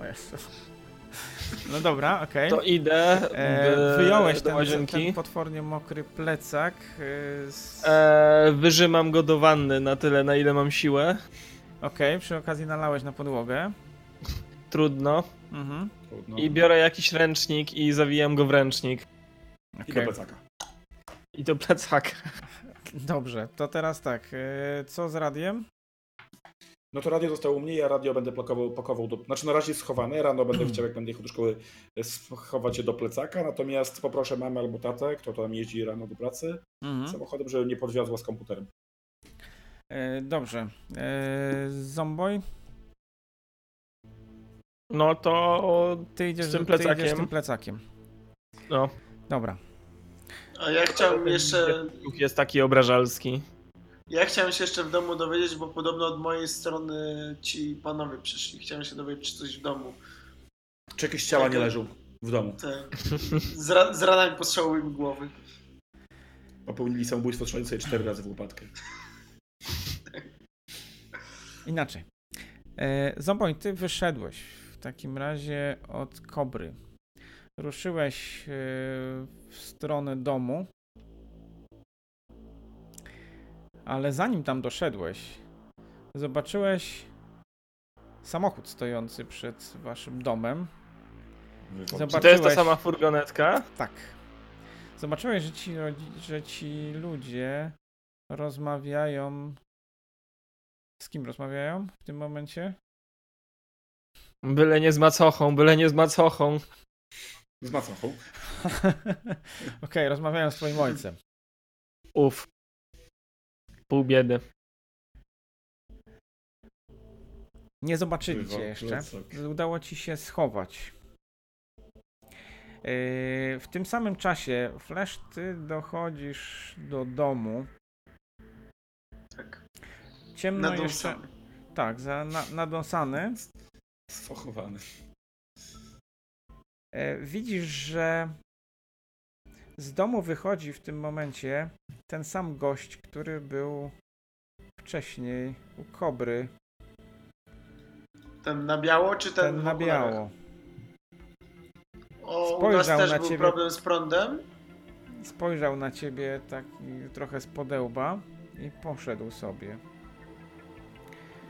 Speaker 1: O Jezus. No dobra, okej.
Speaker 4: To idę.
Speaker 1: E,
Speaker 4: w-
Speaker 1: wyjąłeś
Speaker 4: do
Speaker 1: ten,
Speaker 4: łazienki.
Speaker 1: ten potwornie mokry plecak. e, Z...
Speaker 4: E, wyrzymam go do wanny na tyle, na ile mam siłę.
Speaker 1: Okej, przy okazji nalałeś na podłogę.
Speaker 4: Trudno.
Speaker 1: Mhm.
Speaker 2: Trudno.
Speaker 4: I biorę jakiś ręcznik i zawijam go w ręcznik.
Speaker 2: I do
Speaker 1: okej.
Speaker 2: plecaka.
Speaker 4: I do plecaka.
Speaker 1: Dobrze, to teraz tak. e, Co z radiem?
Speaker 2: No to radio zostało u mnie, ja radio będę pakował, pakował do... Znaczy na razie jest schowane, rano będę chciał, jak będę jechał do szkoły, e, schować je do plecaka, natomiast poproszę mamę albo tatę, kto tam jeździ rano do pracy,
Speaker 1: Mhm.
Speaker 2: samochodem, żeby nie podwiozła z komputerem.
Speaker 1: E, Dobrze. E, Zomboj,
Speaker 4: No to.
Speaker 1: ty idziesz
Speaker 4: Z tym
Speaker 1: ty idziesz z
Speaker 4: plecakiem.
Speaker 1: tym plecakiem.
Speaker 4: No,
Speaker 1: Dobra.
Speaker 3: A ja chciałbym jeszcze...
Speaker 4: jest taki obrażalski.
Speaker 3: Ja chciałem się jeszcze w domu dowiedzieć, bo podobno od mojej strony ci panowie przyszli. Chciałem się dowiedzieć, czy coś w domu.
Speaker 2: Czy jakieś ciała nie leżą w domu?
Speaker 3: Te, z, ra, z ranami postrzałowymi głowy.
Speaker 2: Popełnili samobójstwo, strzelając sobie cztery razy w łopatkę.
Speaker 1: Inaczej. E, Zoboń, ty wyszedłeś w takim razie od kobry. Ruszyłeś e, w stronę domu. Ale zanim tam doszedłeś, zobaczyłeś samochód stojący przed waszym domem.
Speaker 4: Czy to jest ta
Speaker 1: Patrzyłeś.
Speaker 4: sama furgonetka?
Speaker 1: Tak. Zobaczyłeś, że ci, rodzi- że ci ludzie rozmawiają. Z kim rozmawiają w tym momencie?
Speaker 4: Byle nie z macochą, byle nie z macochą.
Speaker 2: Z macochą.
Speaker 1: Okej, rozmawiałem z twoim ojcem.
Speaker 4: Uf. Pół biedy.
Speaker 1: Nie zobaczyli cię
Speaker 2: Bywa,
Speaker 1: jeszcze.
Speaker 2: plecak.
Speaker 1: Udało ci się schować. Yy, W tym samym czasie, Flash, ty dochodzisz do domu.
Speaker 3: Tak.
Speaker 1: Ciemno
Speaker 3: Na dół
Speaker 1: jeszcze.
Speaker 3: sami.
Speaker 1: Tak, za, na, nadąsany.
Speaker 2: Sfochowany.
Speaker 1: E, Widzisz, że z domu wychodzi w tym momencie ten sam gość, który był wcześniej u kobry.
Speaker 3: Ten na biało, czy ten,
Speaker 1: Ten
Speaker 3: w
Speaker 1: na
Speaker 3: okularach?
Speaker 1: biało.
Speaker 3: O, u nas
Speaker 1: Spojrzał
Speaker 3: też
Speaker 1: na
Speaker 3: był
Speaker 1: ciebie.
Speaker 3: problem z prądem.
Speaker 1: Spojrzał na ciebie tak y, trochę z podełba i poszedł sobie.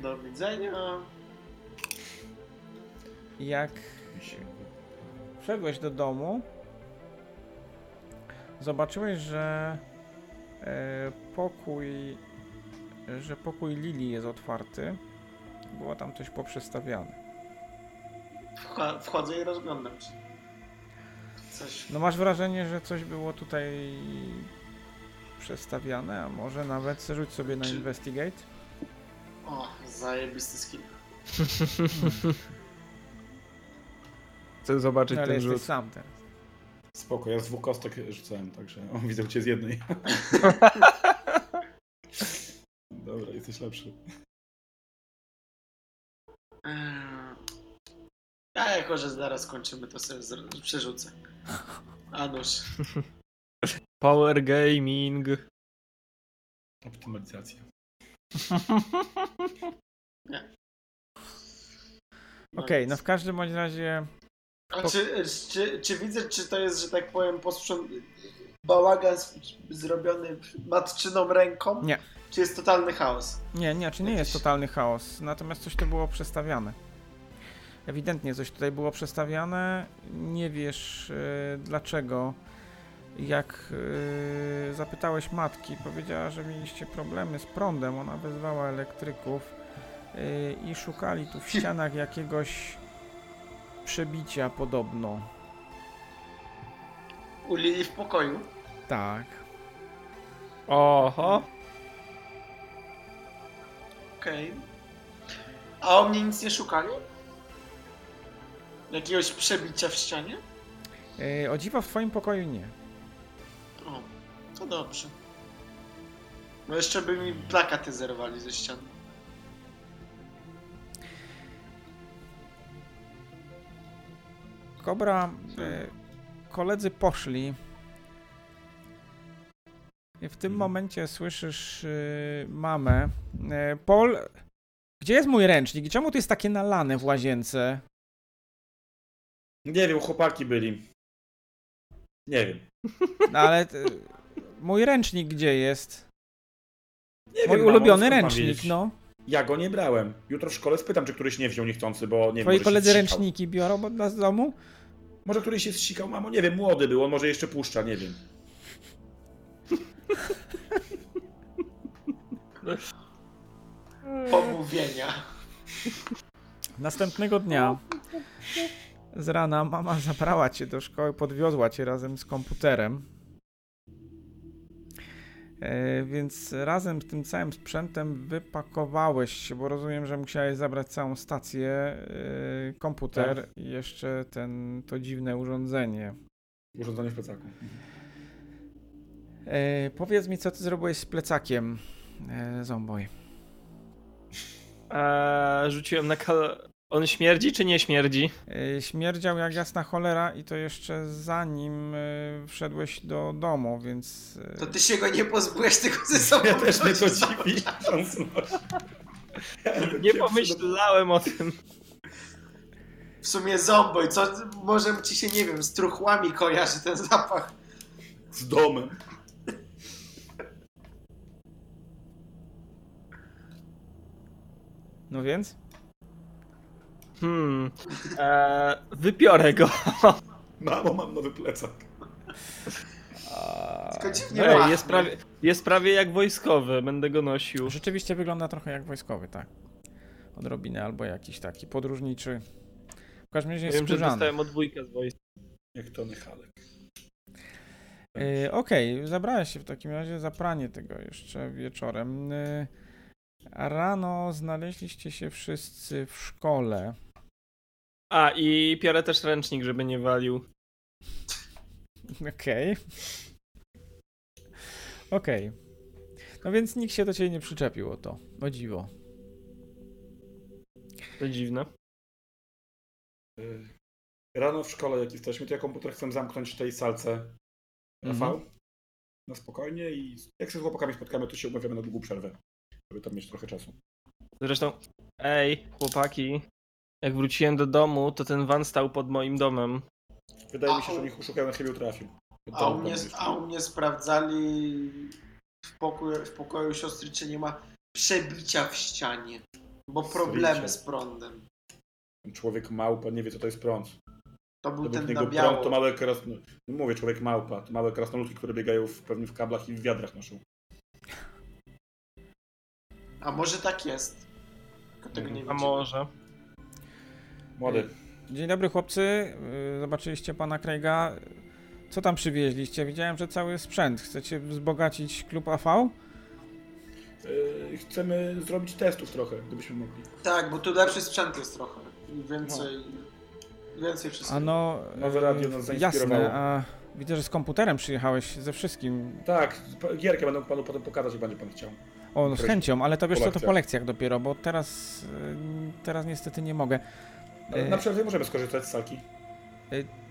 Speaker 3: Do widzenia.
Speaker 1: Jak wszedłeś do domu, zobaczyłeś, że e, pokój, że pokój Lili jest otwarty. Było tam coś poprzestawiane.
Speaker 3: Wcha- Wchodzę i rozglądam się. Coś.
Speaker 1: No masz wrażenie, że coś było tutaj przestawiane, a może nawet rzuć sobie na
Speaker 3: Czy-
Speaker 1: investigate.
Speaker 3: O, zajebisty skin.
Speaker 4: Chcę zobaczyć
Speaker 1: Ale
Speaker 4: ten
Speaker 1: jesteś
Speaker 4: rzut.
Speaker 1: sam teraz.
Speaker 2: Spoko, ja z dwóch kostek rzucałem, także on widział cię z jednej. Dobra, jesteś lepszy.
Speaker 3: Mm. A jako, że zaraz kończymy, to sobie zr- przerzucę. A nóż.
Speaker 4: Power gaming.
Speaker 2: Optymalizacja.
Speaker 1: Okej, no w każdym bądź razie
Speaker 3: A czy, czy, czy widzę, czy to jest, że tak powiem, posprząt... bałagan s- zrobiony matczyną ręką?
Speaker 1: Nie.
Speaker 3: Czy jest totalny chaos?
Speaker 1: nie, nie, czy nie
Speaker 3: Jakiś-
Speaker 1: jest totalny chaos, natomiast coś tu było przestawiane. Ewidentnie coś tutaj było przestawiane, nie wiesz e, dlaczego. Jak e, zapytałeś matki, powiedziała, że mieliście problemy z prądem, ona wezwała elektryków e, i szukali tu w ścianach jakiegoś przebicia podobno.
Speaker 3: U Lili w pokoju?
Speaker 1: Tak.
Speaker 4: Oho.
Speaker 3: Okej. A o mnie nic nie szukali? Jakiegoś przebicia w ścianie?
Speaker 1: E, o dziwo w twoim pokoju nie.
Speaker 3: O, to dobrze. No jeszcze by mi plakaty zerwali ze ścian.
Speaker 1: Kobra,
Speaker 2: Hmm.
Speaker 1: e, koledzy poszli. I w tym
Speaker 2: Mhm.
Speaker 1: momencie słyszysz e, mamę. E, Paul, gdzie jest mój ręcznik i czemu to jest takie nalane w łazience?
Speaker 2: Nie wiem, chłopaki byli. Nie wiem.
Speaker 1: No ale e, mój ręcznik gdzie jest?
Speaker 2: Nie
Speaker 1: Mój
Speaker 2: wiem, mamo,
Speaker 1: ulubiony
Speaker 2: skąd mam
Speaker 1: ręcznik,
Speaker 2: wiedzieć?
Speaker 1: no.
Speaker 2: Ja go nie brałem. Jutro w szkole spytam, czy któryś nie wziął niechcący, bo nie
Speaker 1: Twoi
Speaker 2: wiem, może się
Speaker 1: koledzy
Speaker 2: zsikał.
Speaker 1: ręczniki biorą od nas z domu?
Speaker 2: Może któryś się zsikał, mamo? Nie wiem, młody był, on może jeszcze puszcza, nie wiem.
Speaker 3: Pomówienia.
Speaker 1: Następnego dnia z rana mama zabrała cię do szkoły, podwiozła cię razem z komputerem. E, więc razem z tym całym sprzętem wypakowałeś się, bo rozumiem, że musiałeś zabrać całą stację, e, komputer i jeszcze ten, to dziwne urządzenie.
Speaker 2: Urządzenie w plecaku.
Speaker 1: E, powiedz mi, co ty zrobiłeś z plecakiem? e, Zomboy.
Speaker 4: Eee, rzuciłem na kal... On śmierdzi czy nie śmierdzi?
Speaker 1: E, Śmierdział jak jasna cholera i to jeszcze zanim e, wszedłeś do domu, więc... e,
Speaker 3: To ty się go nie pozbyłeś, tylko ze sobą
Speaker 2: Ja też nie to
Speaker 3: wrzucisz.
Speaker 2: dziwi. szans nosi.
Speaker 4: Nie pomyślałem o tym.
Speaker 3: W sumie zomboj, co może ci się, nie wiem, z truchłami kojarzy ten zapach.
Speaker 2: Z domem.
Speaker 1: No więc?
Speaker 4: Hmm. Eee, wypiorę go.
Speaker 2: Mamo, mam nowy plecak.
Speaker 3: Tylko dziwnie
Speaker 4: Ej,
Speaker 3: pachnie.
Speaker 4: jest, prawie, jest prawie jak wojskowy, będę go nosił.
Speaker 1: Rzeczywiście wygląda trochę jak wojskowy, tak. Odrobinę albo jakiś taki podróżniczy. W każdym razie jest
Speaker 4: Wiem, że
Speaker 1: skórzany.
Speaker 4: dostałem odwójkę z wojska.
Speaker 2: Jak Tony Halek.
Speaker 1: Yy, Okej, zabrałeś się w takim razie za pranie tego jeszcze wieczorem. Yy, a rano znaleźliście się wszyscy w szkole.
Speaker 4: A, i piorę też ręcznik, żeby nie walił.
Speaker 1: Okej. Okej. No więc nikt się do ciebie nie przyczepił o to. O dziwo.
Speaker 4: To dziwne.
Speaker 2: Y, Rano w szkole, jak jesteśmy, to ja komputer chcę zamknąć w tej salce. Rafał? Na spokojnie i jak się z chłopakami spotkamy, to się umawiamy na długą przerwę. Żeby tam mieć trochę czasu.
Speaker 4: Zresztą, ej, chłopaki, jak wróciłem do domu, to ten van stał pod moim domem.
Speaker 2: Wydaje mi się,
Speaker 3: Au.
Speaker 2: że nich uszukają, na chybił trafił.
Speaker 3: A u, mnie,
Speaker 2: Tam jeszcze.
Speaker 3: a u mnie sprawdzali w pokoju, w pokoju siostry, czy nie ma przebicia w ścianie, bo problemy z prądem.
Speaker 2: Ten Człowiek małpa nie wie, co to jest prąd.
Speaker 3: To był
Speaker 2: Według
Speaker 3: ten
Speaker 2: niego
Speaker 3: na
Speaker 2: prąd to
Speaker 3: biało.
Speaker 2: małe krasno... no Mówię, człowiek małpa. To małe krasnoludki, które biegają w, pewnie w kablach i w wiadrach noszą.
Speaker 3: A może tak jest? Tylko tego nie
Speaker 4: Mhm. A
Speaker 3: widzimy.
Speaker 4: może?
Speaker 2: Młody,
Speaker 1: Dzień dobry chłopcy. Yy, Zobaczyliście pana Craiga. Co tam przywieźliście? Widziałem, że cały sprzęt. Chcecie wzbogacić klub AV?
Speaker 2: y, chcemy zrobić testów trochę, gdybyśmy mogli.
Speaker 3: Tak, bo tu lepszy sprzęt jest trochę. I więcej, więcej wszystkiego.
Speaker 1: A no.
Speaker 2: Nowe radio nas
Speaker 1: yy,
Speaker 2: zainspirowało.
Speaker 1: Jasne, a widzę, że z komputerem przyjechałeś ze wszystkim.
Speaker 2: Tak, gierkę będę mógł panu potem pokazać, jak będzie pan chciał.
Speaker 1: O, no z
Speaker 2: Proś-
Speaker 1: chęcią, ale to wiesz
Speaker 2: po
Speaker 1: co, to po
Speaker 2: lekcjach.
Speaker 1: lekcjach dopiero, bo teraz, yy, teraz niestety nie mogę.
Speaker 2: Ale
Speaker 1: Yy,
Speaker 2: na przerwie możemy skorzystać z salki.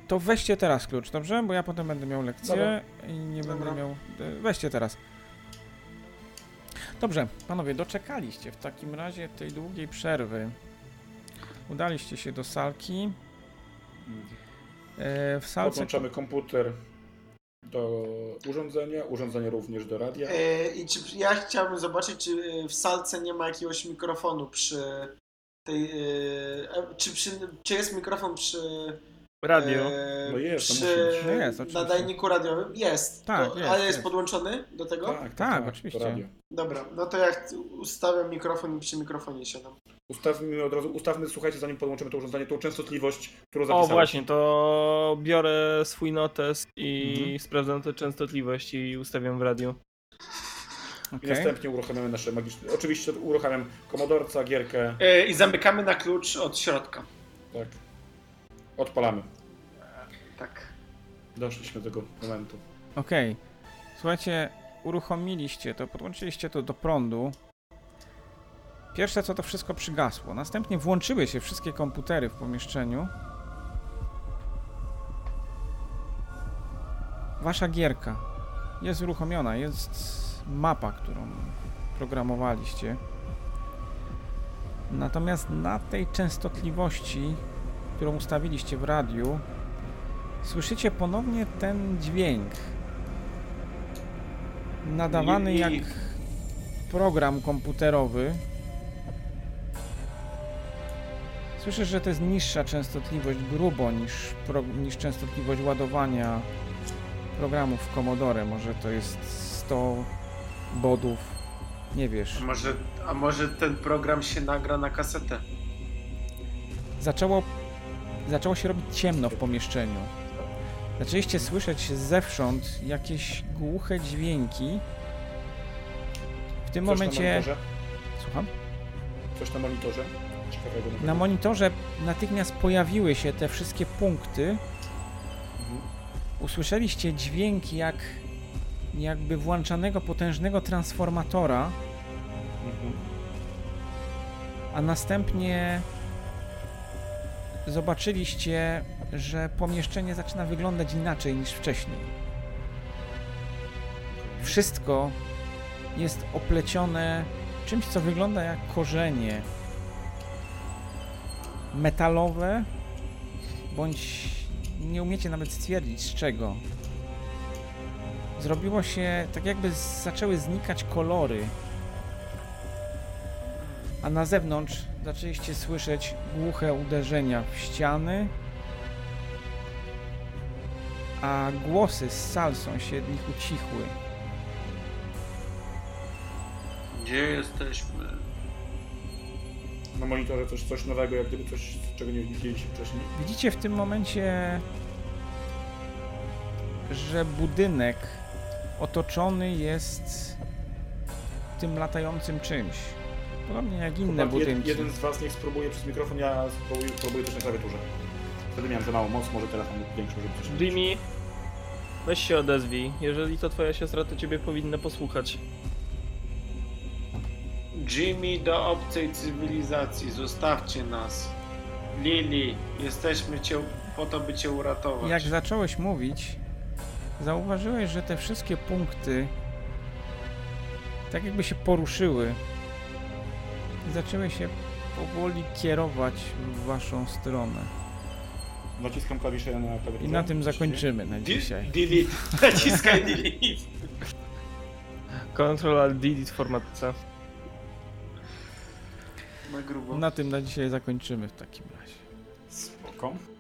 Speaker 1: To weźcie teraz klucz, dobrze? Bo ja potem będę miał lekcję
Speaker 2: Dobra.
Speaker 1: i nie
Speaker 3: Dobra.
Speaker 1: będę miał. e, Weźcie teraz. Dobrze, panowie, doczekaliście w takim razie tej długiej przerwy. Udaliście się do salki. E, W salce.
Speaker 2: Podłączamy komputer do urządzenia, urządzenie również do radia.
Speaker 3: E, I czy ja chciałbym zobaczyć, czy w salce nie ma jakiegoś mikrofonu przy tej. e, a Czy, przy, czy jest mikrofon przy.
Speaker 4: Radio.
Speaker 3: e,
Speaker 2: No jest, no
Speaker 3: przy
Speaker 2: musi być.
Speaker 1: No jest, oczywiście.
Speaker 3: nadajniku radiowym? Jest.
Speaker 1: Tak,
Speaker 3: to,
Speaker 1: jest,
Speaker 3: ale jest,
Speaker 1: jest.
Speaker 3: podłączony do tego?
Speaker 1: tak, oczywiście.
Speaker 2: to radio.
Speaker 3: Dobra, no to ja ch- ustawiam mikrofon i przy mikrofonie siadam.
Speaker 2: Ustawmy od razu, ustawmy, słuchajcie, zanim podłączymy to urządzenie, tą częstotliwość, którą
Speaker 4: O,
Speaker 2: zapisałem.
Speaker 4: właśnie, to biorę swój notes i
Speaker 1: Mhm.
Speaker 4: sprawdzam tę częstotliwość i ustawiam w radio.
Speaker 2: I
Speaker 1: Okej.
Speaker 2: następnie uruchamiamy nasze magiczne... Oczywiście uruchamiam komodorca, gierkę,
Speaker 3: E, I zamykamy na klucz od środka.
Speaker 2: tak. Odpalamy.
Speaker 3: Tak.
Speaker 2: Doszliśmy do tego momentu.
Speaker 1: Okej. Słuchajcie, uruchomiliście to, podłączyliście to do prądu. Pierwsze co to wszystko przygasło. Następnie włączyły się wszystkie komputery w pomieszczeniu. Wasza gierka jest uruchomiona, jest mapa, którą programowaliście. Natomiast na tej częstotliwości, którą ustawiliście w radiu, słyszycie ponownie ten dźwięk. Nadawany
Speaker 3: I- i-
Speaker 1: jak program komputerowy. Słyszysz, że to jest niższa częstotliwość, grubo niż, pro, niż częstotliwość ładowania programów w Commodore. Może to jest 100 bodów, nie wiesz.
Speaker 3: Może, a może ten program się nagra na kasetę?
Speaker 1: zaczęło, zaczęło się robić ciemno w pomieszczeniu. Zaczęliście słyszeć zewsząd jakieś głuche dźwięki. W tym
Speaker 2: Coś na
Speaker 1: momencie.
Speaker 2: monitorze?
Speaker 1: Słucham?
Speaker 2: Coś na monitorze? Ciekawego
Speaker 1: Na
Speaker 2: nowego.
Speaker 1: monitorze natychmiast pojawiły się te wszystkie punkty.
Speaker 2: Mhm.
Speaker 1: Usłyszeliście dźwięk jak jakby włączanego potężnego transformatora,
Speaker 2: Mhm.
Speaker 1: a następnie zobaczyliście, że pomieszczenie zaczyna wyglądać inaczej niż wcześniej. Wszystko jest oplecione czymś, co wygląda jak korzenie metalowe, bądź nie umiecie nawet stwierdzić z czego. Zrobiło się tak, jakby z- zaczęły znikać kolory a na zewnątrz zaczęliście słyszeć głuche uderzenia w ściany, a głosy z sal sąsiednich ucichły.
Speaker 5: Gdzie jesteśmy?
Speaker 6: Na monitorze też coś nowego, jak gdyby coś, czego nie widzieliście wcześniej.
Speaker 1: Widzicie w tym momencie, że budynek otoczony jest tym latającym czymś. Podobnie jak inne
Speaker 6: Chłopak, jed,
Speaker 1: budynki.
Speaker 6: jeden z was niech spróbuje przez mikrofon, ja spróbuję, spróbuję też na klawiaturze. Wtedy miałem za mało moc, może telefon większy, żeby coś...
Speaker 4: Jimmy, weź się odezwij. Jeżeli to twoja siostra, to ciebie powinna posłuchać.
Speaker 3: Jimmy do obcej cywilizacji, zostawcie nas. Lili, jesteśmy cię po to, by cię uratować.
Speaker 1: Jak zacząłeś mówić, zauważyłeś, że te wszystkie punkty tak jakby się poruszyły i zaczęły się powoli kierować w waszą stronę.
Speaker 6: Naciskam klawisze na klawiaturze.
Speaker 1: I na tym zakończymy na
Speaker 3: Di-
Speaker 1: dzisiaj.
Speaker 3: Delete, naciskaj delete.
Speaker 4: Control Alt Delete format C.
Speaker 3: Na grubo.
Speaker 1: Na tym na dzisiaj zakończymy w takim razie.
Speaker 6: Spoko.